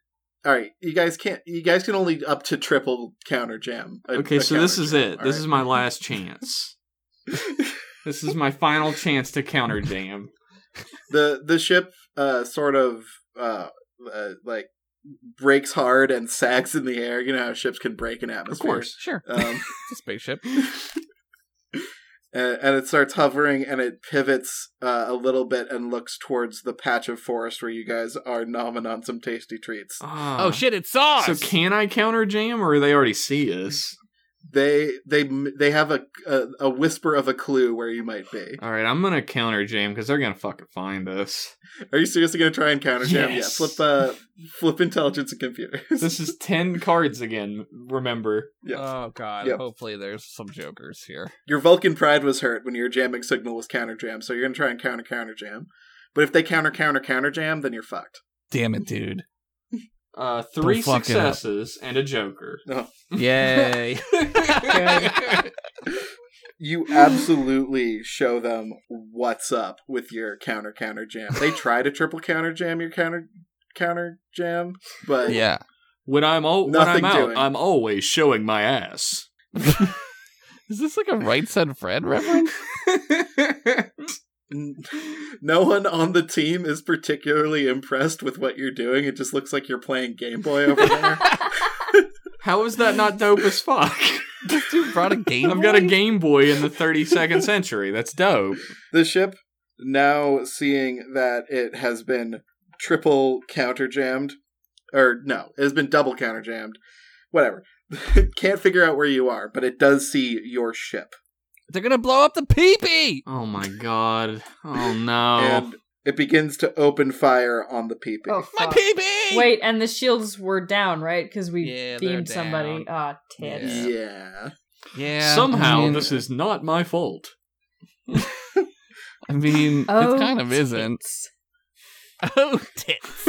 D: All right, you guys can't. You guys can only up to triple counter jam.
A: Okay, so this is it. This is my last chance. This is my final chance to counter Dam.
D: [LAUGHS] the the ship uh, sort of uh, uh, like breaks hard and sags in the air. You know how ships can break in atmosphere.
A: Of course.
B: Sure.
D: Um,
B: It's a spaceship.
D: and, and it starts hovering and it pivots uh, a little bit and looks towards the patch of forest where you guys are nomming on some tasty treats.
A: Ah.
B: Oh shit, it's sauce.
A: So can I counter Jam, or they already see us?
D: They they they have a, a a whisper of a clue where you might be.
A: All right, I'm gonna counter Jam because they're gonna fucking find us.
D: [LAUGHS] Are you seriously going to try and counter jam?
A: Yes.
D: Yeah, flip uh, flip intelligence and computers.
A: This
D: [LAUGHS]
A: is uh, ten cards again. Remember,
D: yes.
B: Oh god.
D: Yep.
B: Hopefully there's some jokers here.
D: your Vulcan pride was hurt when your jamming signal was counter jam, so you're gonna try and counter counter jam. But if they counter counter counter jam, then you're fucked.
B: Damn it, [LAUGHS] dude.
A: uh, three
B: Don't fuck it up.
A: successes and a Joker.
B: [LAUGHS] Yay.
D: You absolutely show them what's up with your counter counter jam. They try to triple counter jam your counter counter jam, but
B: [LAUGHS] yeah.
A: When I'm all when I'm
D: Nothing
A: out,
D: doing.
A: I'm always showing my ass.
B: Is this like a right said Fred reference?
D: n- no one on the team is particularly impressed with what you're doing. It just looks like you're playing Game Boy over
C: [LAUGHS]
D: there.
A: How is that not dope as fuck? [LAUGHS]
B: this dude brought a game.
A: I've got a
B: Boy?
A: Game Boy in the 32nd century. That's dope.
D: The ship, now seeing that it has been triple counter jammed, or no, it has been double counter jammed, whatever. [LAUGHS] Can't figure out where you are, but it does see your ship.
B: They're gonna blow up the peepee.
A: Oh my god. Oh no.
D: And it begins to open fire on the peepee.
C: Oh, [LAUGHS]
B: My peepee.
C: Wait, and the shields were down, right? Because we
B: Yeah, they're
C: beamed somebody. Ah, tits.
B: Yeah.
D: yeah.
B: Yeah.
A: Somehow
B: I mean,
A: this is not my [LAUGHS] fault.
B: I mean,
C: Oh,
B: it kind of isn't.
C: tits.
B: Oh tits.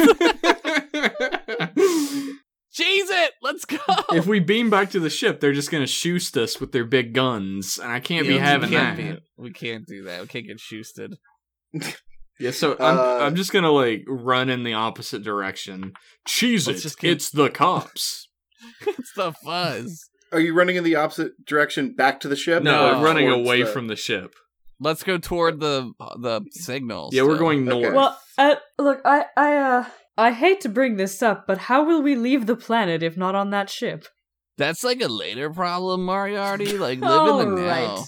B: Jeez it. Let's go.
A: if we beam back to the ship, they're just gonna shoost us with their big guns, and I can't
B: Yeah,
A: be having
B: we
A: that.
B: can't be- we can't do that. We can't get shoosted.
A: Yeah, so I'm,
D: Uh,
A: I'm just gonna like run in the opposite direction. Cheese
B: Let's
A: it,
B: just keep-
A: it's the cops.
B: [LAUGHS] it's the fuzz.
D: Are you running in the opposite direction back to the ship?
A: no,
B: No.
A: we're running
D: Towards
A: away
D: the-
A: from the ship.
B: Let's go toward the the signals.
A: Yeah, we're
B: still.
A: going
D: Okay.
A: north.
B: [LAUGHS]
C: Well, uh, look, I, I, uh, I hate to bring this up, but how will we leave the planet if not on that ship?
B: That's like a later problem, Moriarty. [LAUGHS] Like live
C: All
B: in the now.
C: right.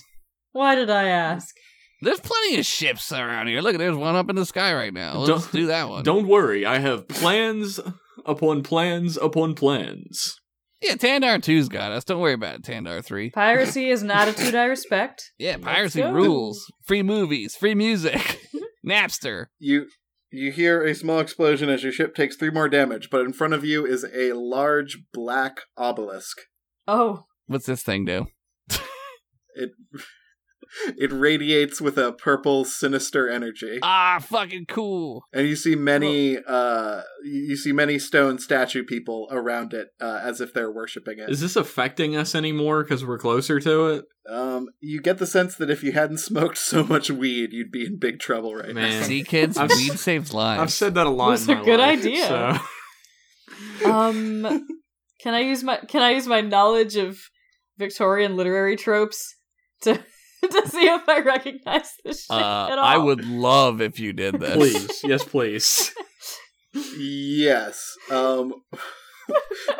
C: Why did I ask?
B: There's plenty of ships around here. Look, there's one up in the sky right now. Let's
A: Don't-
B: do that one.
A: Don't worry, I have plans upon plans upon plans.
B: Yeah, Tandar 2's got us. Don't worry about it, Tandar 3.
C: Piracy is an attitude I respect.
B: Yeah,
C: Let's
B: piracy
C: go.
B: rules. Free movies, free music. [LAUGHS] Napster.
D: You you hear a small explosion as your ship takes three more damage, but in front of you is a large black obelisk.
C: Oh,
B: What's this thing do?
D: It it radiates with a purple sinister energy.
B: Ah, fucking cool.
D: And you see many uh you see many stone statue people around it uh, as if they're worshiping it.
A: Is this affecting us anymore because we're closer to it?
D: um you get the sense that if you hadn't smoked so much weed, you'd be in big trouble right now.
A: Man.
B: See, kids,
A: I've-
B: weed saves lives.
A: I've said that a lot.
C: That's
A: in
C: a
A: my
C: good
A: life,
C: idea.
A: so-
C: [LAUGHS] um, can I use my can I use my knowledge of Victorian literary tropes to [LAUGHS] to see if I recognize this shit
B: Uh,
C: [LAUGHS] at all?
B: I would love if you did this.
A: please, yes, please.
D: Yes. Um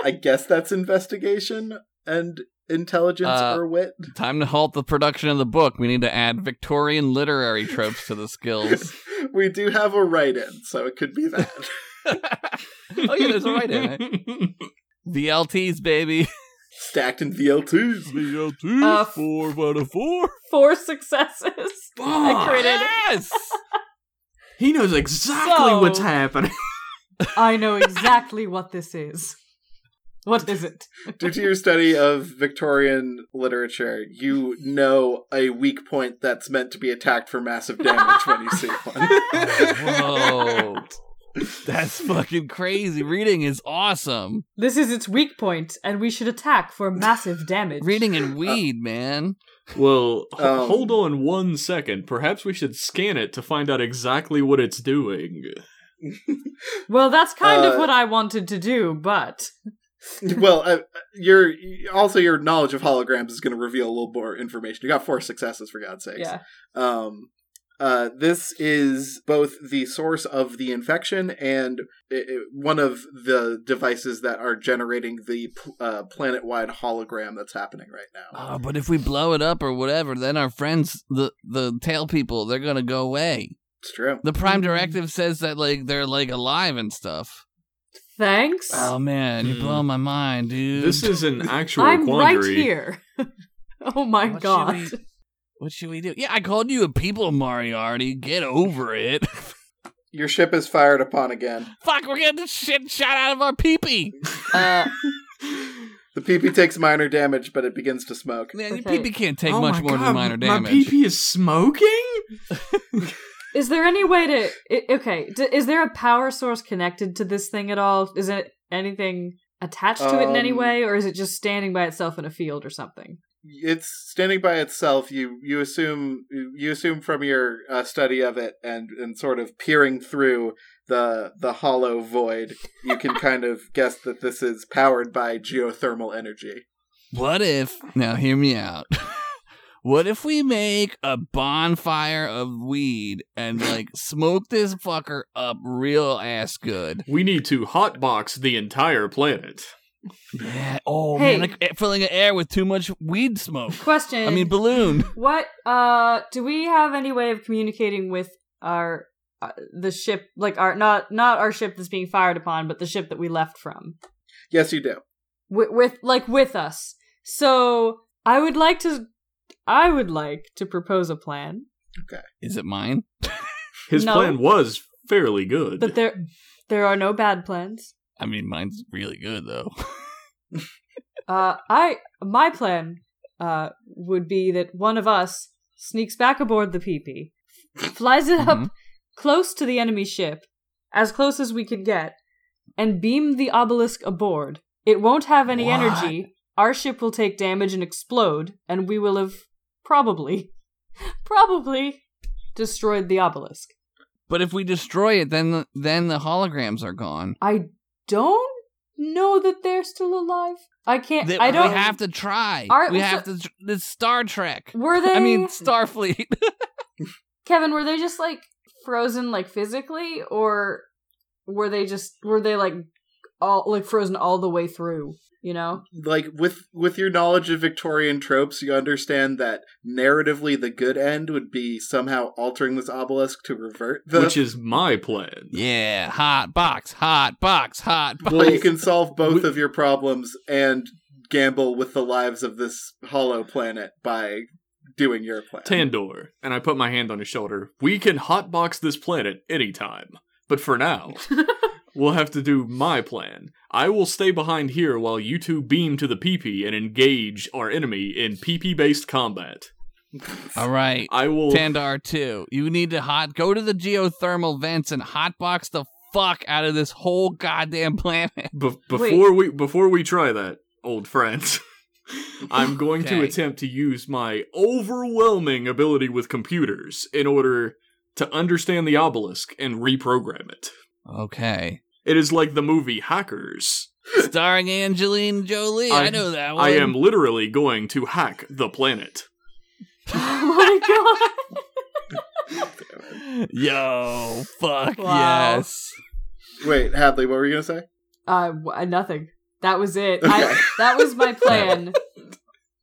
D: I guess that's investigation and intelligence
B: Uh,
D: or wit.
B: Time to halt the production of the book. We need to add Victorian literary tropes to the skills.
D: we do have a write in, so it could be that.
B: [LAUGHS] oh yeah, there's a right eh?
A: [LAUGHS]
B: in it. VLTs, baby.
D: Stacked in VL2s.
B: VLTs.
C: Uh, f-
B: four out of four.
C: Four successes. I
A: Fuck.
C: created-
B: Yes.
A: He knows exactly
C: So-
A: what's happening. [LAUGHS]
C: I know exactly what this is. What is it?
D: Due to your study of Victorian literature, you know a weak point that's meant to be attacked for massive damage when you see one.
B: [LAUGHS] Whoa. That's fucking crazy. Reading is awesome.
C: This is its weak point, and we should attack
B: [LAUGHS]
C: for massive damage.
B: Reading and weed, man.
A: Well, h-
D: Um,
A: hold on one second. Perhaps we should scan it to find out exactly what it's doing.
C: Well, that's kind of
D: Uh,
C: what I wanted to do, but
D: well, uh, your also your knowledge of holograms is going to reveal a little more information. You got four successes for God's sakes.
C: Yeah.
D: Um, uh, this is both the source of the infection and i i one of the devices that are generating the pl- uh, planet-wide hologram that's happening right now.
B: Oh, but if we blow it up or whatever, then our friends, the the tail people, they're gonna go away.
D: It's true.
B: The
A: Mm-hmm.
B: Prime Directive says that like they're like alive and stuff.
C: Thanks.
B: Oh man, you're
A: Hmm.
B: blowing my mind, dude.
A: This is an actual
C: I'm
A: quandary.
C: right here. [LAUGHS] oh my
B: What should
C: god.
B: we- what should we do? Yeah, I called you a people Moriarty. Get over it. [LAUGHS]
D: Your ship is fired upon again.
B: Fuck, we're getting the shit shot out of our peepee.
C: [LAUGHS] Uh,
D: The PP takes minor damage, but it begins to smoke.
B: Man, your
C: Okay.
B: peepee can't take
A: Oh
B: much
A: my
B: more
A: God,
B: than minor
A: My
B: damage.
A: PP is smoking.
C: is there any way to? i okay, d- is there a power source connected to this thing at all? Is it anything attached to it in any
D: Um,
C: way, or is it just standing by itself in a field or something?
D: It's standing by itself. You you assume you assume from your uh, study of it and and sort of peering through the the hollow void, you can kind of guess that this is powered by geothermal energy.
B: What if now hear me out? [LAUGHS] what if we make a bonfire of weed and like smoke this fucker up real ass good?
A: We need to hotbox the entire planet.
B: Yeah. Oh
C: Hey.
B: man, like eh, filling the air with too much weed smoke.
C: Question.
B: oh. I mean balloon.
C: what? Uh, do we have any way of communicating with our uh, the ship? Like our not not our ship that's being fired upon, but the ship that we left from.
D: Yes, you do.
C: with, with like with us. So I would like to, I would like to propose a plan
B: Is it mine?
A: His
C: No.
A: plan was fairly good.
C: that there, there are no bad plans.
B: I mean mine's really good though. [LAUGHS]
C: Uh, I my plan, uh, would be that one of us sneaks back aboard the PP, flies it
B: Mhm.
C: up close to the enemy ship, as close as we could get, and beam the obelisk aboard. It won't have any
B: What?
C: energy. Our ship will take damage and explode, and we will have probably, [LAUGHS] probably destroyed the obelisk.
B: But if we destroy it then the, then the holograms are gone.
C: I don't know that they're still alive. I can't.
B: They,
C: I don't.
B: we have to try.
C: All right,
B: we
C: well,
B: have to tr- this Star Trek.
C: Were they?
B: I mean Starfleet. [LAUGHS]
C: Kevin, were they just like frozen, like physically, or were they just were they like all like frozen all the way through? You know, [LAUGHS]
D: like with with your knowledge of Victorian tropes, you understand that narratively the good end would be somehow altering this obelisk to revert the.
A: which is my plan.
B: yeah, hot box, hot box, hot box.
D: well, you can solve both
A: We-
D: of your problems and gamble with the lives of this hollow planet by doing your plan.
A: Tandor, and I put my hand on his shoulder. We can hotbox this planet anytime, but for now, we'll have to do my plan. I will stay behind here while you two beam to the PP and engage our enemy in PP-based combat.
B: All right.
A: I will.
B: Tandar too. You need to hot go to the geothermal vents and hotbox the fuck out of this whole goddamn planet. [LAUGHS]
A: Bef- before we before we try that, old friends, I'm going to
B: Okay.
A: attempt to use my overwhelming ability with computers in order to understand the obelisk and reprogram it.
B: Okay.
A: It is like the movie Hackers.
B: Starring Angeline Jolie. I,
A: I-
B: know that one.
A: I am literally going to hack the planet.
C: oh my god!
B: Yo, fuck
C: Wow.
B: yes.
D: Wait, Hadley, what were you gonna say?
C: Uh, w- uh, nothing. That was it. I, that was my plan.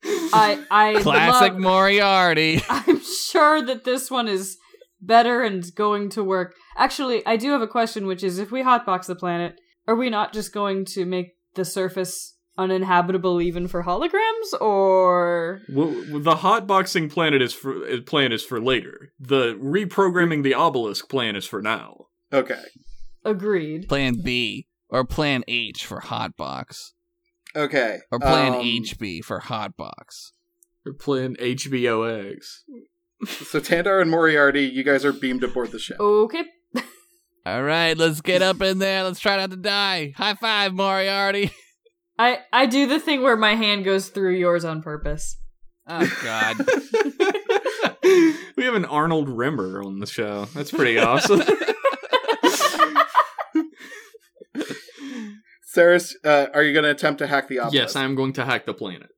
C: I I
B: Classic
C: love-
B: Moriarty.
C: I'm sure that this one is better and going to work. Actually, I do have a question, which is if we hotbox the planet, are we not just going to make the surface uninhabitable even for holograms? Or
A: W- w- the hotboxing planet is for uh, plan is for later. The reprogramming the obelisk plan is for now.
D: Okay,
C: agreed.
B: Plan B or Plan H for hotbox
D: okay.
B: or Plan
D: um,
B: HB for hotbox.
A: Plan HBOX.
D: So Tandar and Moriarty, you guys are beamed aboard the ship.
C: Okay.
B: All right, let's get up in there. Let's try not to die. High five, Moriarty.
C: I, I do the thing where my hand goes through yours on
D: [LAUGHS]
C: purpose.
B: [LAUGHS] Oh God.
A: [LAUGHS] we have an Arnold Rimmer on the show.
D: [LAUGHS]
A: That's pretty awesome.
D: Saris, uh, are you going to attempt to hack the obelisk?
A: Yes, I am going to hack the planet.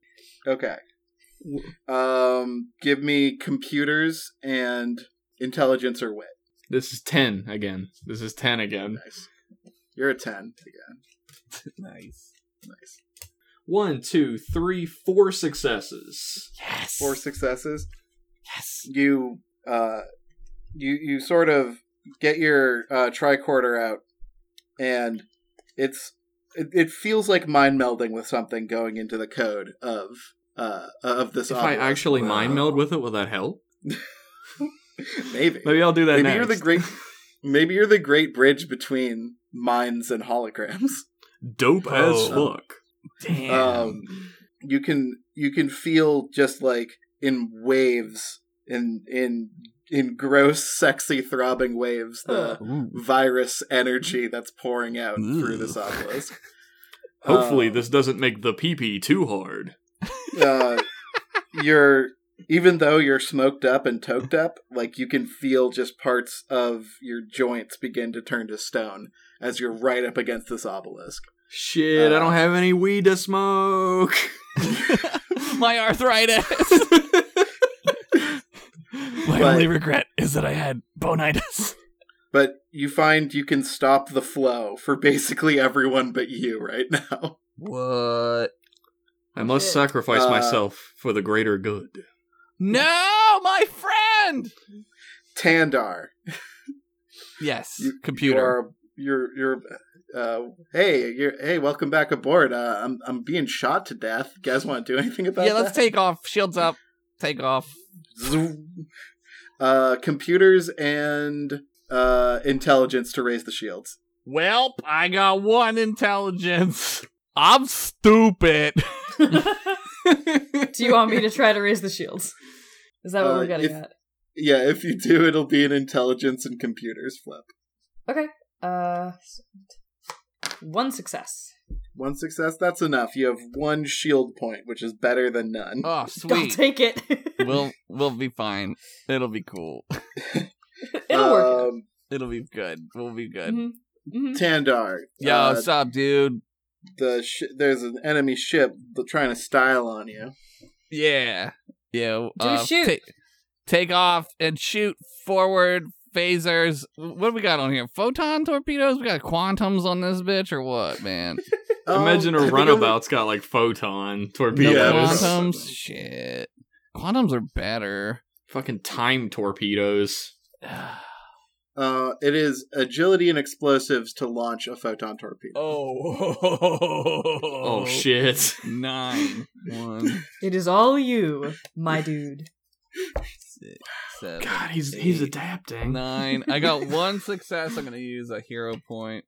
D: Okay. Um, give me computers and intelligence or wit.
A: This is 10 again. This is 10 again.
D: Nice. You're a ten again.
B: nice.
D: Nice.
A: One, two, three, four successes.
B: Yes.
D: Four successes.
B: Yes.
D: You uh, you you sort of get your uh, tricorder out, and it's it, it feels like mind melding with something going into the code of uh of this.
A: If I
D: obelisk.
A: actually
B: Wow.
A: mind meld with it, will that help?
D: [LAUGHS] maybe
A: Maybe I'll do that
D: maybe
A: next.
D: you're the great maybe you're the great bridge between minds
A: [LAUGHS]
D: and holograms.
A: Dope as
B: Oh.
A: fuck.
B: Damn.
D: um, you can you can feel just like in waves in in in gross sexy throbbing waves the
B: Ooh.
D: virus energy that's pouring out through
B: Ooh.
D: this obelisk
A: Hopefully,
D: Um,
A: this doesn't make the pee pee too hard.
D: [LAUGHS] uh, you're even though you're smoked up and toked up like you can feel just parts of your joints begin to turn to stone as you're right up against this obelisk
A: Shit, I
D: Uh,
A: don't have any weed to smoke.
B: [LAUGHS] My arthritis. [LAUGHS] My
D: But-
B: only regret is that I had bonitis.
D: but you find you can stop the flow for basically everyone but you right now [LAUGHS]
B: What?
A: I must
C: Shit.
A: sacrifice
D: Uh,
A: myself for the greater good.
B: No, my friend.
D: Tandar.
B: Yes.
D: You- You
B: Computer.
D: are you're you're uh hey, you're hey, welcome back aboard. Uh I'm I'm being shot to death. You guys want to do anything about
B: yeah, let's
D: that?
B: take off. Shields up. Take off.
D: Zoom. uh computers and uh intelligence to raise the shields.
B: Welp, I got one intelligence. Oh, I'm [LAUGHS] stupid.
C: Do you want me to try to raise the shields? Is that what
D: Uh,
C: we're getting
D: if-
C: at?
D: Yeah, if you do it'll be an intelligence and computers flip.
C: Okay. Uh, one success.
D: One success, that's enough. You have one shield point, which is better than none.
B: Oh,
C: I'll
B: sweet.
C: take it.
B: We'll we'll be fine. It'll be cool.
C: [LAUGHS] It'll work.
D: Um,
B: It'll be good. We'll be good.
C: Mhm. Mhm.
D: Tandar.
B: Yo,
D: Mm, uh,
B: what's up, dude?
D: the sh- there's an enemy ship trying to style on you.
B: Yeah. Yeah. uh,
C: Do shoot.
B: ta- take off and shoot forward phasers. What do we got on here? Photon torpedoes? We got quantums on this bitch or what, man?
A: Imagine
D: [LAUGHS] I
A: a
D: think
A: runabout's got like photon
B: No
A: torpedoes.
D: Oh, Yeah, there's-
B: quantums? Shit. Quantums are better.
A: Fucking time torpedoes.
D: I'm- Uh, it is agility and explosives to launch a photon torpedo.
B: Oh.
A: Oh, shit.
B: Nine. One.
C: It is all you,
B: [LAUGHS]
C: my dude.
B: Six, seven,
A: [LAUGHS] God, he's he's
B: eight,
A: adapting.
B: Nine. I [LAUGHS] got one success. I'm gonna use a hero point,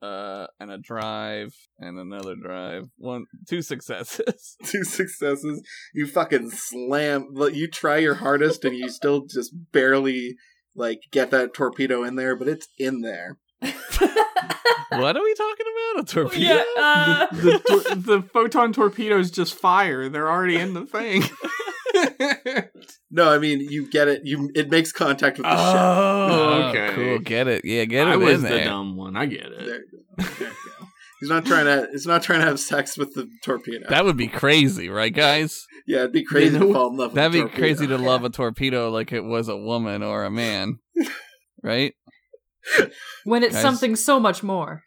B: uh, and a drive, and another drive. One, two successes.
D: [LAUGHS] Two successes. You fucking slam. like, You try your hardest, and you still just barely like get that torpedo in there, but it's in there.
B: [LAUGHS] what are we talking about? A torpedo?
C: yeah. Uh,
A: [LAUGHS] the, tor- the photon torpedoes just fire. They're already in the [LAUGHS] thing.
D: No, I mean you get it. You it makes contact with the
B: Oh,
A: Okay.
B: Cool. Get it. Yeah, get it
A: I
B: in
A: was the
B: there.
A: dumb one. I get
D: ship.
A: it.
D: There you go. There you go. He's not trying to. He's not trying to have sex with the torpedo.
B: That would be crazy, right, guys?
D: yeah, it'd be crazy
A: You know-
D: to fall in love. with
B: That'd
D: a
B: be
D: torpedo.
B: crazy
D: [LAUGHS]
B: to love a torpedo like it was a woman or a man, right?
C: when it's
B: Guys.
C: something so much more.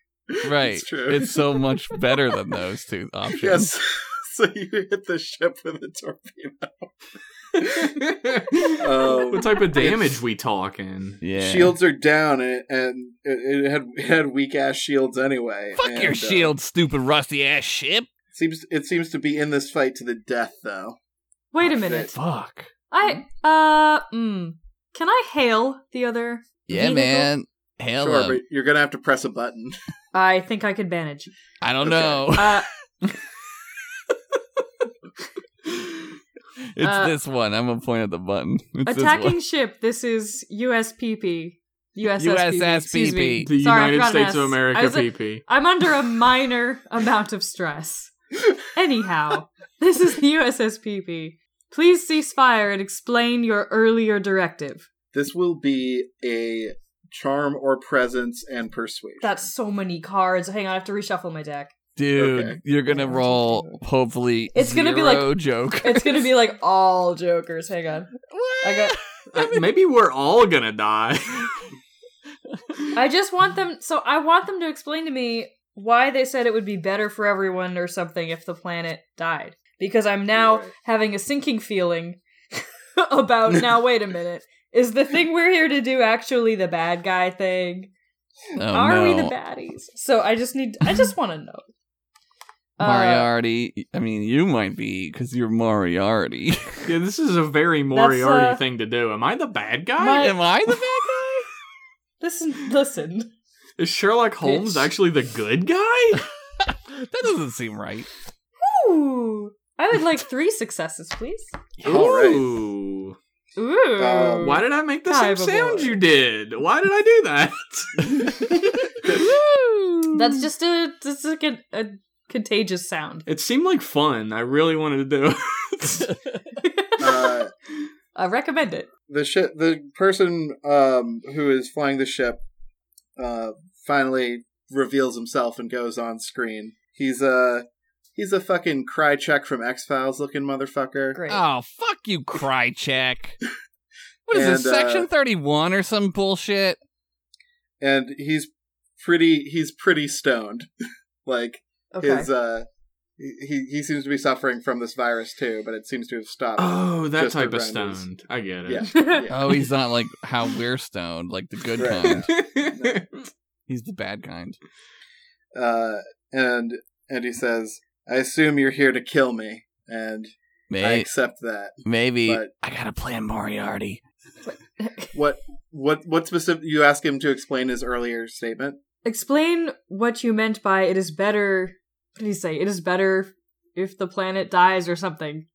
B: Right.
D: It's true.
B: It's so much better
D: [LAUGHS]
B: than those two options.
D: Yes. [LAUGHS] so you hit the ship with a torpedo.
B: [LAUGHS]
A: What [LAUGHS]
D: Um,
A: type of damage we talking?
B: Yeah.
D: Shields are down, and, and it, it had it had weak ass shields anyway.
B: Fuck
D: and,
B: your
D: uh,
B: shield, stupid rusty ass ship.
D: seems it seems to be in this fight to the death, though.
C: Wait a
D: That's
C: minute.
B: Fuck.
C: I uh mm, can I hail the other?
B: Yeah,
C: vehicle?
B: man. Hell,
D: Sure,
B: um,
D: but you're gonna have to press a button. [LAUGHS]
C: I think I could manage.
B: I don't
D: Okay.
B: know. [LAUGHS]
C: Uh,
B: It's
C: Uh,
B: this one. I'm gonna point at the button. [LAUGHS] It's
C: attacking ship. This is USPP. USSPP. Excuse me.
B: USSPP.
A: The
C: Sorry, I
A: United
C: forgot an
A: States
C: S.
A: of America
C: I was like-
A: PP.
C: I'm under a minor [LAUGHS] amount of stress.
A: [LAUGHS]
C: Anyhow, this is the USSPP. Please cease fire and explain your earlier directive.
D: This will be a charm or presence and persuasion.
C: That's so many cards. Hang on, I have to reshuffle my deck.
B: Dude,
D: Okay.
B: you're gonna roll hopefully
C: It's gonna be like-
B: zero joke. [LAUGHS]
C: It's
A: [LAUGHS]
C: gonna be like all jokers. Hang on. [LAUGHS] I got
A: Uh, maybe we're all gonna die. [LAUGHS]
C: I just want them. So I want them to explain to me why they said it would be better for everyone or something if the planet died. Because I'm now
D: Right.
C: having a sinking feeling [LAUGHS] about
B: [LAUGHS]
C: now. Wait a minute. Is the thing we're here to do actually the bad guy thing?
B: Oh,
C: Are we the
B: no.
C: baddies? So I just need. I just want
B: [LAUGHS]
C: to know. Uh,
B: Moriarty? I mean, you might be because you're Moriarty. [LAUGHS]
A: yeah, this is a very Moriarty
C: That's, uh,
A: thing to do. Am I the bad guy?
C: My-
B: Am I the bad guy?
C: listen, listen.
A: Is Sherlock Holmes
B: Bitch.
A: actually the good guy? [LAUGHS]
D: [LAUGHS]
B: that doesn't seem right.
C: Ooh, I would like three successes, please.
D: All right.
A: Ooh.
C: Ooh,
D: Um,
A: Why did I make the same
C: Dive
A: sound
C: aboard.
A: you did? Why did I do that?
C: [LAUGHS] that's just a that's like a, a contagious sound. [LAUGHS]
A: It seemed like fun. I really wanted to do it.
D: Uh,
C: I recommend it.
D: the ship the person um who is flying the ship uh finally reveals himself and goes on screen he's a he's a fucking cry check from x-files looking motherfucker
C: Great.
B: Oh, fuck you, Krychek. What is this,
D: And, uh,
B: Section 31 or some bullshit?
D: and he's pretty he's pretty stoned [LAUGHS] like
C: okay.
D: his uh he he seems to be suffering from this virus too but it seems to have stopped
A: oh, that
D: Just
A: type of
D: around his-
A: stoned. I get it.
D: yeah, yeah.
B: Oh, he's
D: [LAUGHS]
B: not like how we're stoned, like the good
D: Right.
B: kind. He's the bad kind.
D: uh and and he says i assume you're here to kill me and i
B: May-
D: accept that
B: maybe
D: but-
B: I gotta plan Moriarty.
D: What what what specific? You ask him to explain his earlier statement.
C: Explain what you meant by it is better. What did he say? It is better if the planet dies or something.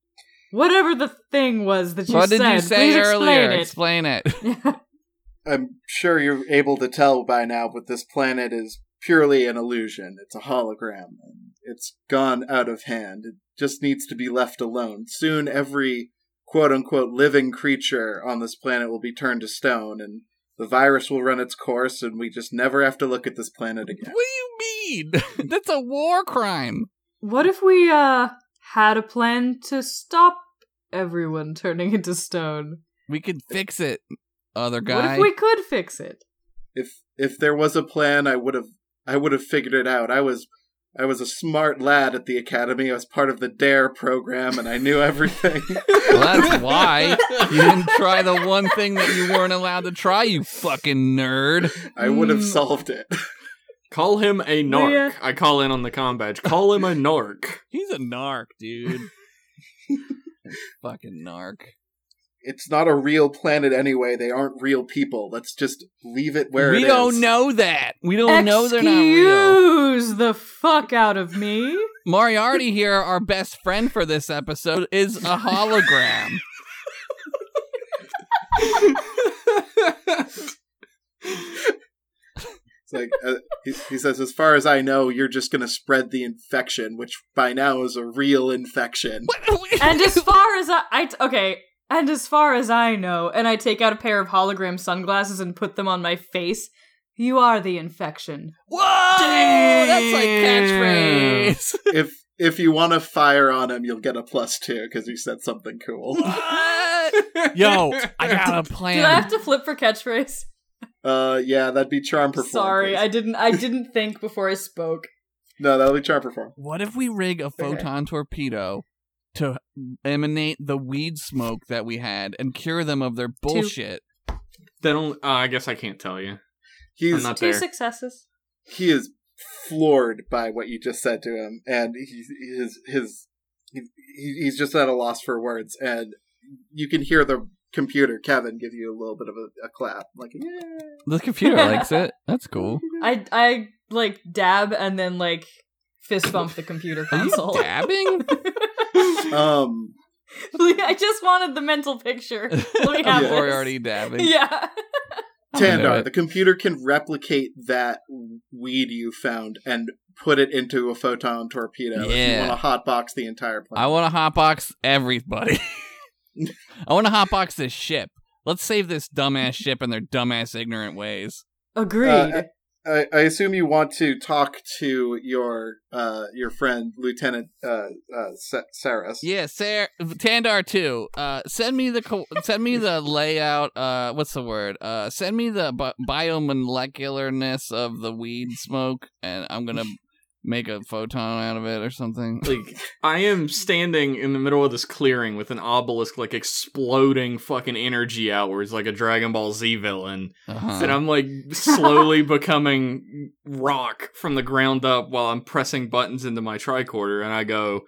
C: Whatever the thing was that you
B: What
C: said.
B: did you say
C: please
B: earlier?
C: Explain
B: Explain it.
C: it.
D: I'm sure you're able to tell by now, but this planet is purely an illusion. It's a hologram. It's gone out of hand. It just needs to be left alone. Soon, every quote unquote living creature on this planet will be turned to stone, and the virus will run its course, and we just never have to look at this planet [LAUGHS]
B: What
D: again.
B: do you mean? [LAUGHS] That's a war crime.
C: [LAUGHS] what if we uh had a plan to stop everyone turning into stone?
B: We could fix it, other
C: What
B: guy.
C: if we could fix it?
D: If if there was a plan, I would have I would have figured it out. I was I was a smart lad at the academy. I was part of the Dare E program, and I knew everything. [LAUGHS]
B: Well, that's
C: [LAUGHS]
B: why you didn't try the one thing that you weren't allowed to try, you fucking nerd.
D: I would have
C: Mm.
D: solved it.
A: [LAUGHS] Call him a narc.
C: Yeah.
A: I call in on the com badge. Call him a narc.
B: He's a narc, dude. [LAUGHS] fucking narc.
D: It's not a real planet anyway. They aren't real people. Let's just leave it where
B: we
D: it
B: don't
D: is.
B: know that. We don't know they're not real.
C: Excuse the fuck out of me.
B: Moriarty here, our best friend for this episode, is a hologram.
D: It's like uh, he, he says, as far as I know, you're just going to spread the infection, which by now is a real infection.
B: [LAUGHS] What- [LAUGHS]
C: and as far as I, I t- okay, and as far as I know, and I take out a pair of hologram sunglasses and put them on my face. You are the infection.
B: Whoa! That's like catchphrase.
D: [LAUGHS] if if you want to fire on him, you'll get a plus two because he said something cool.
A: [LAUGHS]
B: What? Yo, [LAUGHS] I got a plan.
C: Do I have to flip for catchphrase?
D: Uh, yeah, that'd be charm perform.
C: Sorry,
D: please.
C: I didn't. I didn't think before I spoke.
D: no, that'll be charm perform.
B: What if we rig a photon torpedo to emanate the weed smoke that we had and cure them of their bullshit?
A: That only. Uh, I guess I can't tell you. I'm
D: He's
A: not
C: Two
A: there.
C: successes.
D: he is floored by what you just said to him, and he's his his he, he's just at a loss for words, and you can hear the computer Kevin give you a little bit of a, a clap, like yeah.
B: The computer likes it. That's cool.
C: I I like dab and then like fist bump the computer
B: Are you
C: console. [LAUGHS]
B: dabbing?
D: Um,
C: I just wanted the mental picture. Let me [LAUGHS] have
D: Yeah.
C: this.
B: Moriarty dabbing.
C: Yeah.
B: gonna do
D: Tandar,
B: it.
D: the computer can replicate that weed you found and put it into a photon torpedo. If
B: Yeah.
D: you want to hotbox the entire
B: I
D: planet.
B: want to hotbox everybody. [LAUGHS] I want to hotbox this ship. Let's save this dumbass ship and their dumbass ignorant ways.
C: Agreed.
D: Uh, I, I assume you want to talk to your uh, your friend Lieutenant uh, uh, Sa- Saras.
B: Yeah, Sarah, Tandar too. Uh, send me the co- send me the layout. Uh, what's the word? Uh, send me the bi- biomolecularness of the weed smoke, and I'm gonna make a photon out of it or something.
A: Like I am standing in the middle of this clearing with an obelisk like exploding fucking energy outwards like a Dragon Ball Z villain. And
B: Uh-huh.
A: I'm like slowly becoming rock from the ground up while I'm pressing buttons into my tricorder and I go,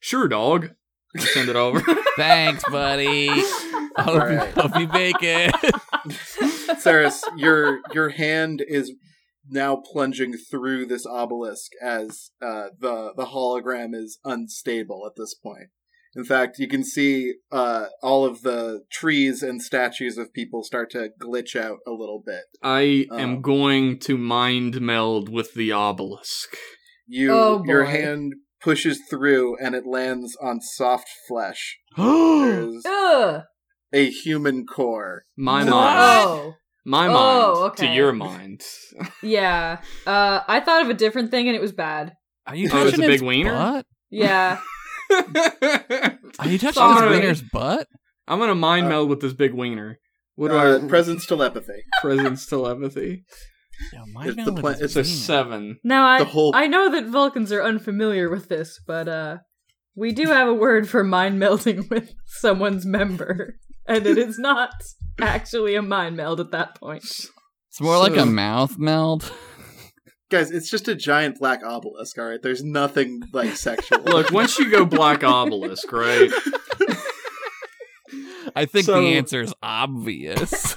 A: Sure dog. I Send it over.
B: Thanks,
A: [LAUGHS]
B: buddy.
C: [LAUGHS]
B: I hope, you-
D: Alright.
B: hope you make it.
D: Saris, your your hand is now plunging through this obelisk as uh, the the hologram is unstable at this point. In fact, you can see uh, all of the trees and statues of people start to glitch out a little bit.
A: I
D: Oh.
A: am going to mind meld with the obelisk.
D: You
C: Oh,
D: your
C: boy.
D: hand pushes through and it lands on soft flesh.
A: my
D: There's
C: Ugh.
D: a human core.
A: mind.
B: What?
C: Oh.
A: My mind
C: Oh, okay.
A: to your mind. [LAUGHS]
C: Yeah. Uh, I thought of a different thing and it was bad.
B: [GASPS] Are you
A: Oh, it's a
B: touching
A: big
B: its
A: wiener?
B: butt?
D: [LAUGHS]
C: Yeah.
B: Are you touching
A: Sorry.
B: this wiener's butt?
A: I'm gonna mind
D: Uh,
A: meld with this big wiener. What do
D: Uh,
A: I [LAUGHS]
D: presence telepathy.
A: presence telepathy?
B: No, my
D: It's the
B: mouth
D: pla-
B: is
A: It's a
B: wiener.
A: seven.
C: Now I
D: The whole-
C: I know that Vulcans are unfamiliar with this, but uh, we do have a word for mind melding [LAUGHS] with someone's member, [LAUGHS] and it is not actually a mind meld at that point.
B: It's more like
A: So-
B: a mouth meld.
D: Guys, it's just a giant black obelisk, alright? There's nothing like sexual.
A: Look, once you go black obelisk, right?
B: I think
A: So-
B: the answer is
A: [LAUGHS]
B: obvious.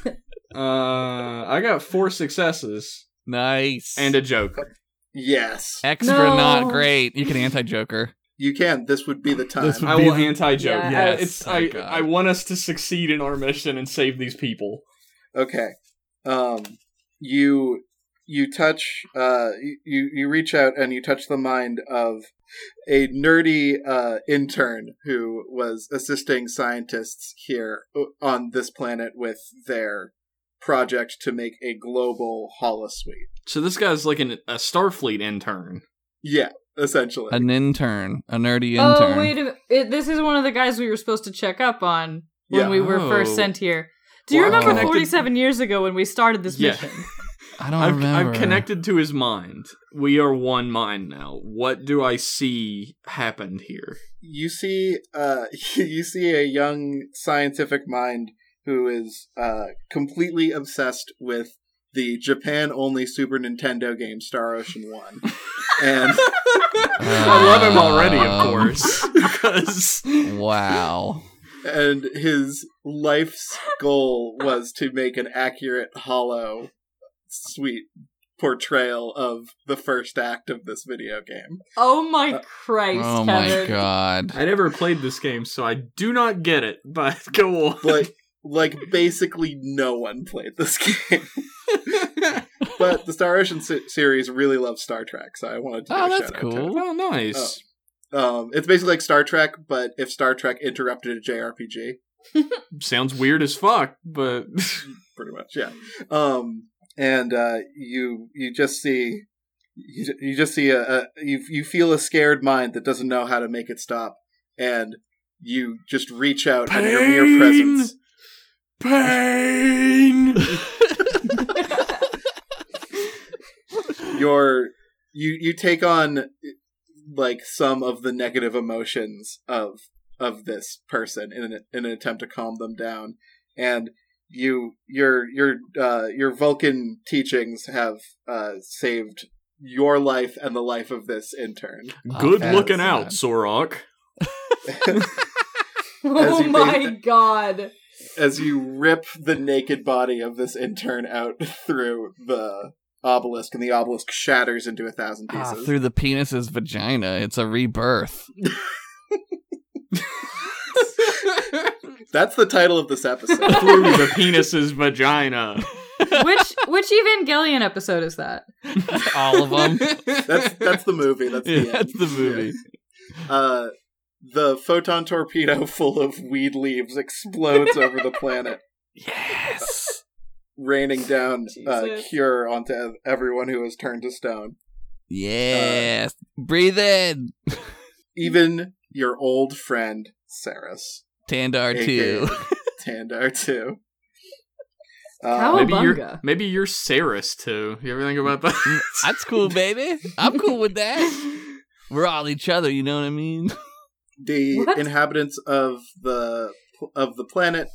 A: Uh, I got four successes
B: nice
A: and a joker.
D: yes.
B: extra
C: No.
B: not great. You can anti Joker.
D: You can. This would be the time.
B: This would-
A: I will anti joke.
C: Yeah,
B: Yes.
A: It's
B: Oh,
A: I,
B: God.
A: I want us to succeed in our mission and save these people.
D: Okay. Um you you touch uh you- you you reach out and you touch the mind of a nerdy uh intern who was assisting scientists here o- on this planet with their project to make a global holosuite.
A: So this guy's like an, a Starfleet intern.
D: Yeah, essentially.
B: An intern, a nerdy intern.
C: Oh wait, a, it, this is one of the guys we were supposed to check up on when
D: Yeah.
C: we were
A: Oh.
C: first sent here. Do you
A: Well, I'm
C: remember
A: connected-
C: 47 years ago when we started this
A: Yeah.
C: mission?
B: I don't
A: I've,
B: remember.
A: I've
B: [LAUGHS]
A: connected to his mind. We are one mind now. What do I see happened here?
D: you see uh [LAUGHS] you see a young scientific mind who is uh completely obsessed with the Japan only Super Nintendo game Star Ocean 1. and
A: I love him already, of
B: Um,
A: course, [LAUGHS] because
B: Wow.
D: and his life's goal was to make an accurate hollow sweet portrayal of the first act of this video game.
C: Oh my
D: Uh,
C: Christ,
B: oh
C: Kevin.
B: my god.
A: I never played this game, so I do not get it. But [LAUGHS] go on.
D: Like like basically no one played this
B: [LAUGHS]
D: game. but the Star Ocean se- series really loves Star Trek, so I wanted to. give
B: Oh,
D: a
B: that's
D: shout out to
B: cool.
A: well, nice.
D: it. Um, it's basically like Star Trek, but if Star Trek interrupted a JRPG,
A: Sounds weird as fuck, but
D: pretty much, yeah. Um, and uh, you you just see you, ju- you just see a, a you you feel a scared mind that doesn't know how to make it stop, and you just reach out and your mere
A: Pain.
D: presence.
A: pain.
D: your you you take on like some of the negative emotions of of this person in an, in an attempt to calm them down and you your your uh your vulcan teachings have uh saved your life and the life of this intern [LAUGHS]
A: Good
B: Oh,
A: looking
B: that's
A: out,
B: nice.
A: Sorok.
D: As
C: [LAUGHS] oh
D: you
C: my
D: think-
C: God.
D: as you rip the naked body of this intern out through the obelisk and the obelisk shatters into a thousand
B: Ah,
D: pieces
B: through the penis's vagina. It's
A: [LAUGHS]
B: a rebirth.
D: [LAUGHS] that's the title of
B: [LAUGHS]
D: this episode
A: Through the penis's
D: [LAUGHS]
A: vagina.
C: Which which Evangelion episode is that?
B: All of them.
A: [LAUGHS]
B: [LAUGHS]
D: that's that's the movie. That's the
B: Yeah,
D: end.
B: that's the movie.
D: Uh, the photon [LAUGHS] torpedo full of weed leaves explodes over the planet.
B: Yes.
D: raining down uh,
C: Jesus.
D: cure onto ev- everyone who has turned to stone.
B: Yes. Breathe in.
D: Even your old friend Saris,
B: Tandar
D: aka
B: too.
D: [LAUGHS] Tandar Um, too.
C: How
A: maybe you're
C: Bunga.
A: maybe you're Saris too. You ever think about
D: Mm,
A: [LAUGHS] that?
B: [LAUGHS] That's cool, baby. I'm cool with that.
D: [LAUGHS]
B: We're all each other, you know what I mean?
D: the
C: What?
D: inhabitants of the of the planet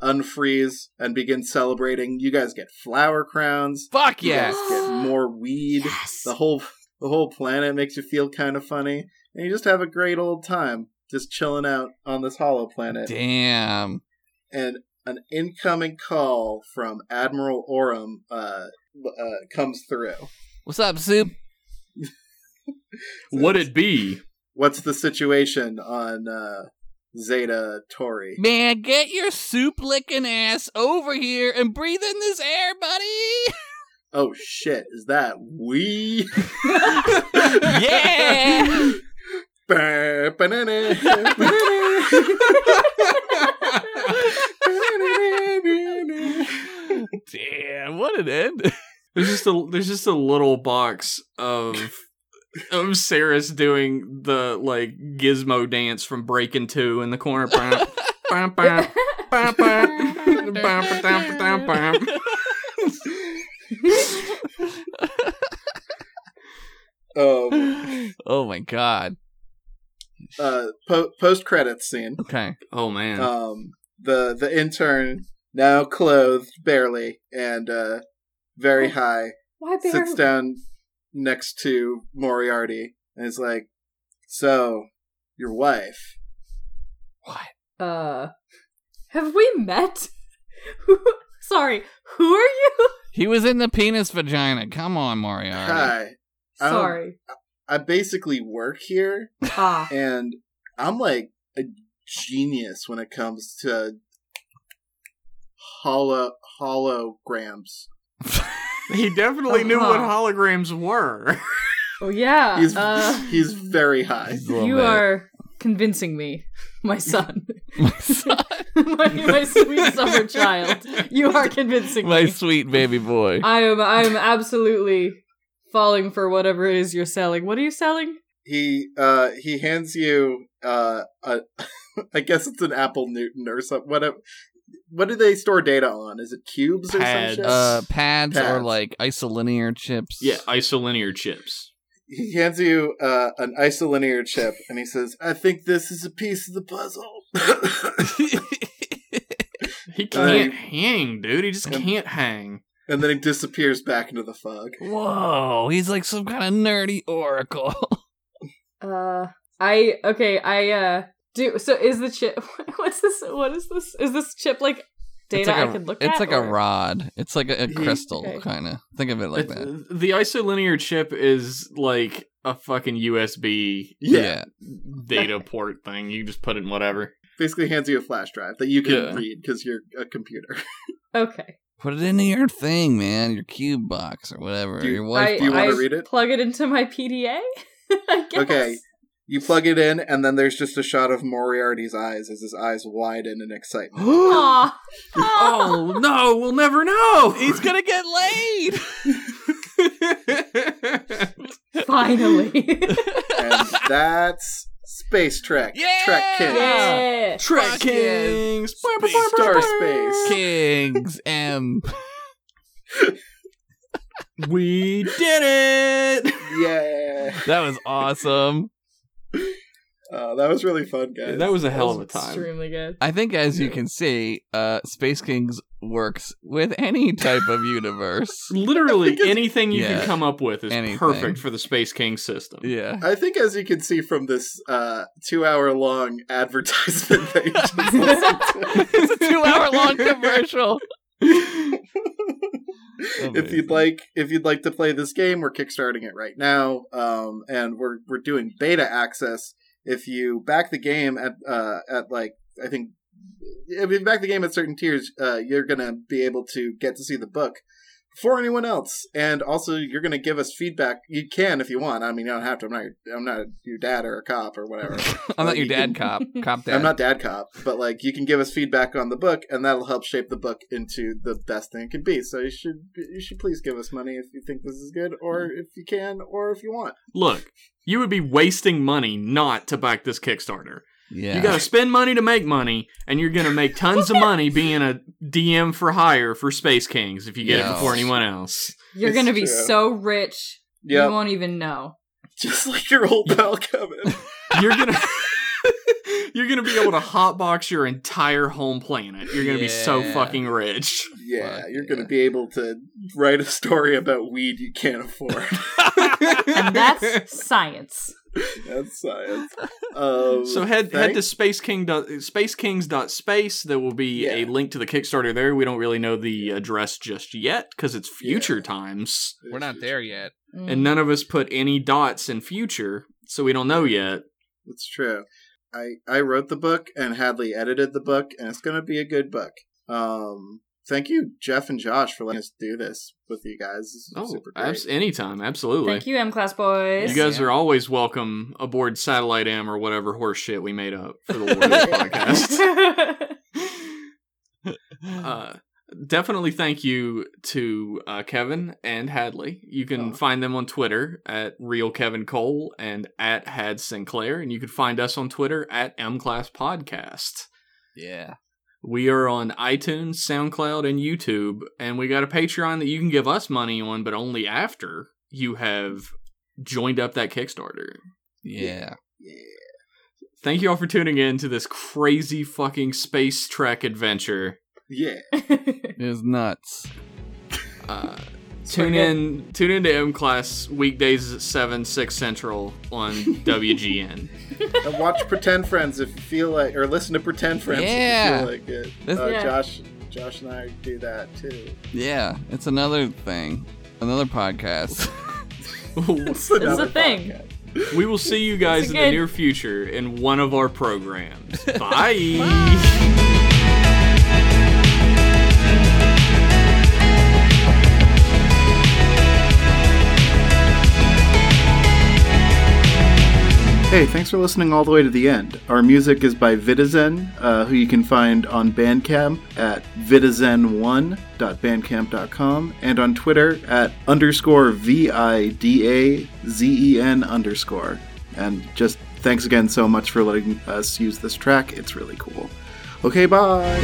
D: unfreeze and begin celebrating. You guys get flower crowns.
B: Fuck
D: You
B: yeah.
D: guys
B: [GASPS]
D: get more weed.
C: Yes.
D: The whole the whole planet makes you feel kind of funny, and you just have a great old time just chilling out on this hollow planet.
B: Damn.
D: And an incoming call from Admiral Oram uh, uh, comes through.
B: What's up, Soup?
A: Would it be?
D: What's the situation on uh, Zeta Tori?
B: Man, get your soup licking ass over here and breathe in this air,
D: [LAUGHS]
B: buddy.
D: Oh shit! Is that we?
B: yeah.
D: [LAUGHS]
B: Damn, what an end. [LAUGHS]
A: There's just a there's just a little box
D: [LAUGHS]
A: of of Saris doing the like gizmo dance from Breaking Two in the corner. Bam, bam, bam, bam, bam, bam, bam, bam, bam.
D: [LAUGHS] um,
B: oh my god.
D: uh, po- post credits scene.
B: Okay.
A: Oh man,
D: Um, the the intern now clothed barely and uh,
C: Oh.
D: very high
C: Why
D: sits down next to Moriarty and is like, "So, your wife?
C: Uh, have we met? [LAUGHS] Who- Sorry, who are you?
B: He was in the penis vagina. Come on, Moriarty. [LAUGHS]
D: Hi, I don't-
C: Sorry.
D: I basically work here,
C: Ah,
D: and I'm like a genius when it comes to holo holograms."
A: he definitely
D: uh,
A: knew what
C: Uh-huh.
A: holograms were.
C: oh yeah.
D: He's [LAUGHS]
C: uh,
D: he's very high.
B: Just a little
C: you
B: bit.
C: are convincing me, my son, [LAUGHS] my, my sweet summer child. You are convincing
B: my
C: me.
B: sweet baby
D: [LAUGHS]
B: boy.
C: I am. I am absolutely falling for whatever it is you're selling. What are you selling?
D: he uh he hands you uh a, [LAUGHS] I guess it's an Apple Newton or something. What what do they store data on? Is it cubes or
A: Pads.
D: something?
B: uh pads, or
D: Pads.
B: like isolinear chips. [LAUGHS]
A: yeah, isolinear chips.
D: he hands you uh an isolinear chip and he says, "I think this is a piece of the puzzle." [LAUGHS]
A: He can't
D: Uh,
A: hang, dude. He just
D: um,
A: can't hang.
D: and then he disappears back into the fog.
B: Whoa, he's like some kind of nerdy oracle. [LAUGHS]
C: Uh, I okay. I uh do. So is the chip? [LAUGHS] What's this? What is this? Is this chip like
B: It's
C: data
B: like
C: I
B: a-
C: can look at?
B: It's like a
C: or-
B: rod. It's like a, a
D: He-
B: crystal,
C: okay.
B: kind of. Think of it like
A: It's- uh,
B: that.
A: The isolinear chip is like a fucking USB
D: Yeah.
A: data port thing. You just put it in whatever.
D: Basically hands you a flash drive that you can
A: Yeah.
D: read cuz you're a computer.
C: Okay.
B: Put it into your thing, man. Your cube box or whatever.
D: Do you-
B: your wife.
C: I,
D: do you wanna
C: I
D: read it?
C: Plug it into my PDA. [LAUGHS] I guess.
D: Okay. You plug it in and then there's just a shot of Moriarty's eyes as his eyes widen in
A: [GASPS]
D: excitement.
C: Aww.
A: oh no, we'll never know.
B: [LAUGHS] He's gonna get laid.
C: [LAUGHS] Finally.
D: and that's Space Trek.
B: Yeah!
D: Trek King.
C: [LAUGHS] yeah.
A: Trek
B: Fuck
A: Kings,
B: Space
D: Star Space.
B: Kings M.
A: We did it.
D: Yeah.
B: That was awesome.
D: Oh, that was really fun, guys.
A: That was a hell of a time.
C: Extremely good.
B: I think, as you can see, uh, Space Kings works with any type of [LAUGHS] universe.
A: Literally
D: Because-
A: anything you
B: Yeah.
A: can come up with is
B: Anything.
A: perfect for the Space King system.
B: Yeah.
D: I think, as you can see from this uh, two-hour-long advertisement that you just listened
B: [LAUGHS] it's a [LAUGHS] two-hour-long commercial.
D: to, [LAUGHS] if
B: Amazing.
D: you'd like, if you'd like to play this game, we're kickstarting it right now, um, and we're we're doing beta access. If you back the game at uh, at like I think if you back the game at certain tiers, uh, you're gonna be able to get to see the book for anyone else. And also, you're going to give us feedback. You can if you want. I mean, you don't have to. I'm not. your- I'm not your dad or a cop or whatever.
B: I'm not your
D: You
B: dad cop. Cop dad.
D: I'm not dad cop, but like you can give us feedback on the book, and that'll help shape the book into the best thing it can be. So you should you should please give us money if you think this is good, or if you can, or if you want.
A: Look, you would be wasting money not to back this Kickstarter.
B: Yeah.
A: You got to spend money to make money, and you're going to make tons of money being a DM for hire for Space Kings if you get
B: Yeah.
A: it before anyone else.
C: You're
D: It's
C: gonna be
D: true.
C: so rich, you
D: Yep,
C: won't even know.
D: [LAUGHS] just like your old pal Kevin.
A: You're going to. [LAUGHS] You're gonna be able to hotbox your entire home planet. You're gonna be so
B: Yeah.
A: fucking rich.
D: yeah,
B: Fuck
D: you're gonna
B: yeah.
D: be able to write a story about weed you can't afford. [LAUGHS]
C: And that's science.
D: That's science. Um,
A: So head head to
D: thanks.
A: Space King dot, spacekings.space. There will be a
D: Yeah.
A: link to the Kickstarter there. We don't really know the address just yet because it's future
D: Yeah.
A: times,
B: [LAUGHS] We're not there yet.
C: Mm.
A: and none of us put any dots in future, so we don't know yet.
D: It's true. I I wrote the book and Hadley edited the book, and it's gonna be a good book. Um, thank you, Jeff and Josh, for letting us do this with you guys. This is
A: Oh,
D: super great.
A: abs- anytime, absolutely.
C: Thank you, M class boys. [LAUGHS]
A: You guys
B: Yeah.
A: are always welcome aboard Satellite M or whatever horse shit we made up for the Lord
C: [LAUGHS]
A: of this podcast. Uh, definitely thank you to uh, Kevin and Hadley. You can
D: Oh.
A: find them on Twitter at real Kevin Cole and at Had Sinclair, and you can find us on Twitter at M Class Podcast.
B: Yeah.
A: We are on iTunes, SoundCloud, and YouTube, and we got a Patreon that you can give us money on, but only after you have joined up that Kickstarter.
B: Yeah.
D: Yeah.
A: Thank you all for tuning in to this crazy fucking space trek adventure.
D: yeah.
B: It is nuts.
A: Uh, tune in, tune in to M Class weekdays at seven six central on WGN.
D: And watch Pretend Friends if you feel like, or listen to Pretend Friends
B: Yeah.
D: if you feel like it.
B: This-
D: Uh,
C: Yeah.
D: Josh, Josh and I do that too.
B: Yeah. It's another thing. Another podcast.
C: It's
D: another
C: a thing.
D: podcast.
A: we will see you guys
C: It's
A: in
C: a
A: the
C: good-
A: near future in one of our programs. Bye.
D: Hey, thanks for listening all the way to the end. Our music is by Vitizen, uh, who you can find on Bandcamp at vitizen1.bandcamp.com and on Twitter at underscore V I D A Z E N underscore. And just thanks again so much for letting us use this track. It's really cool. Okay, bye.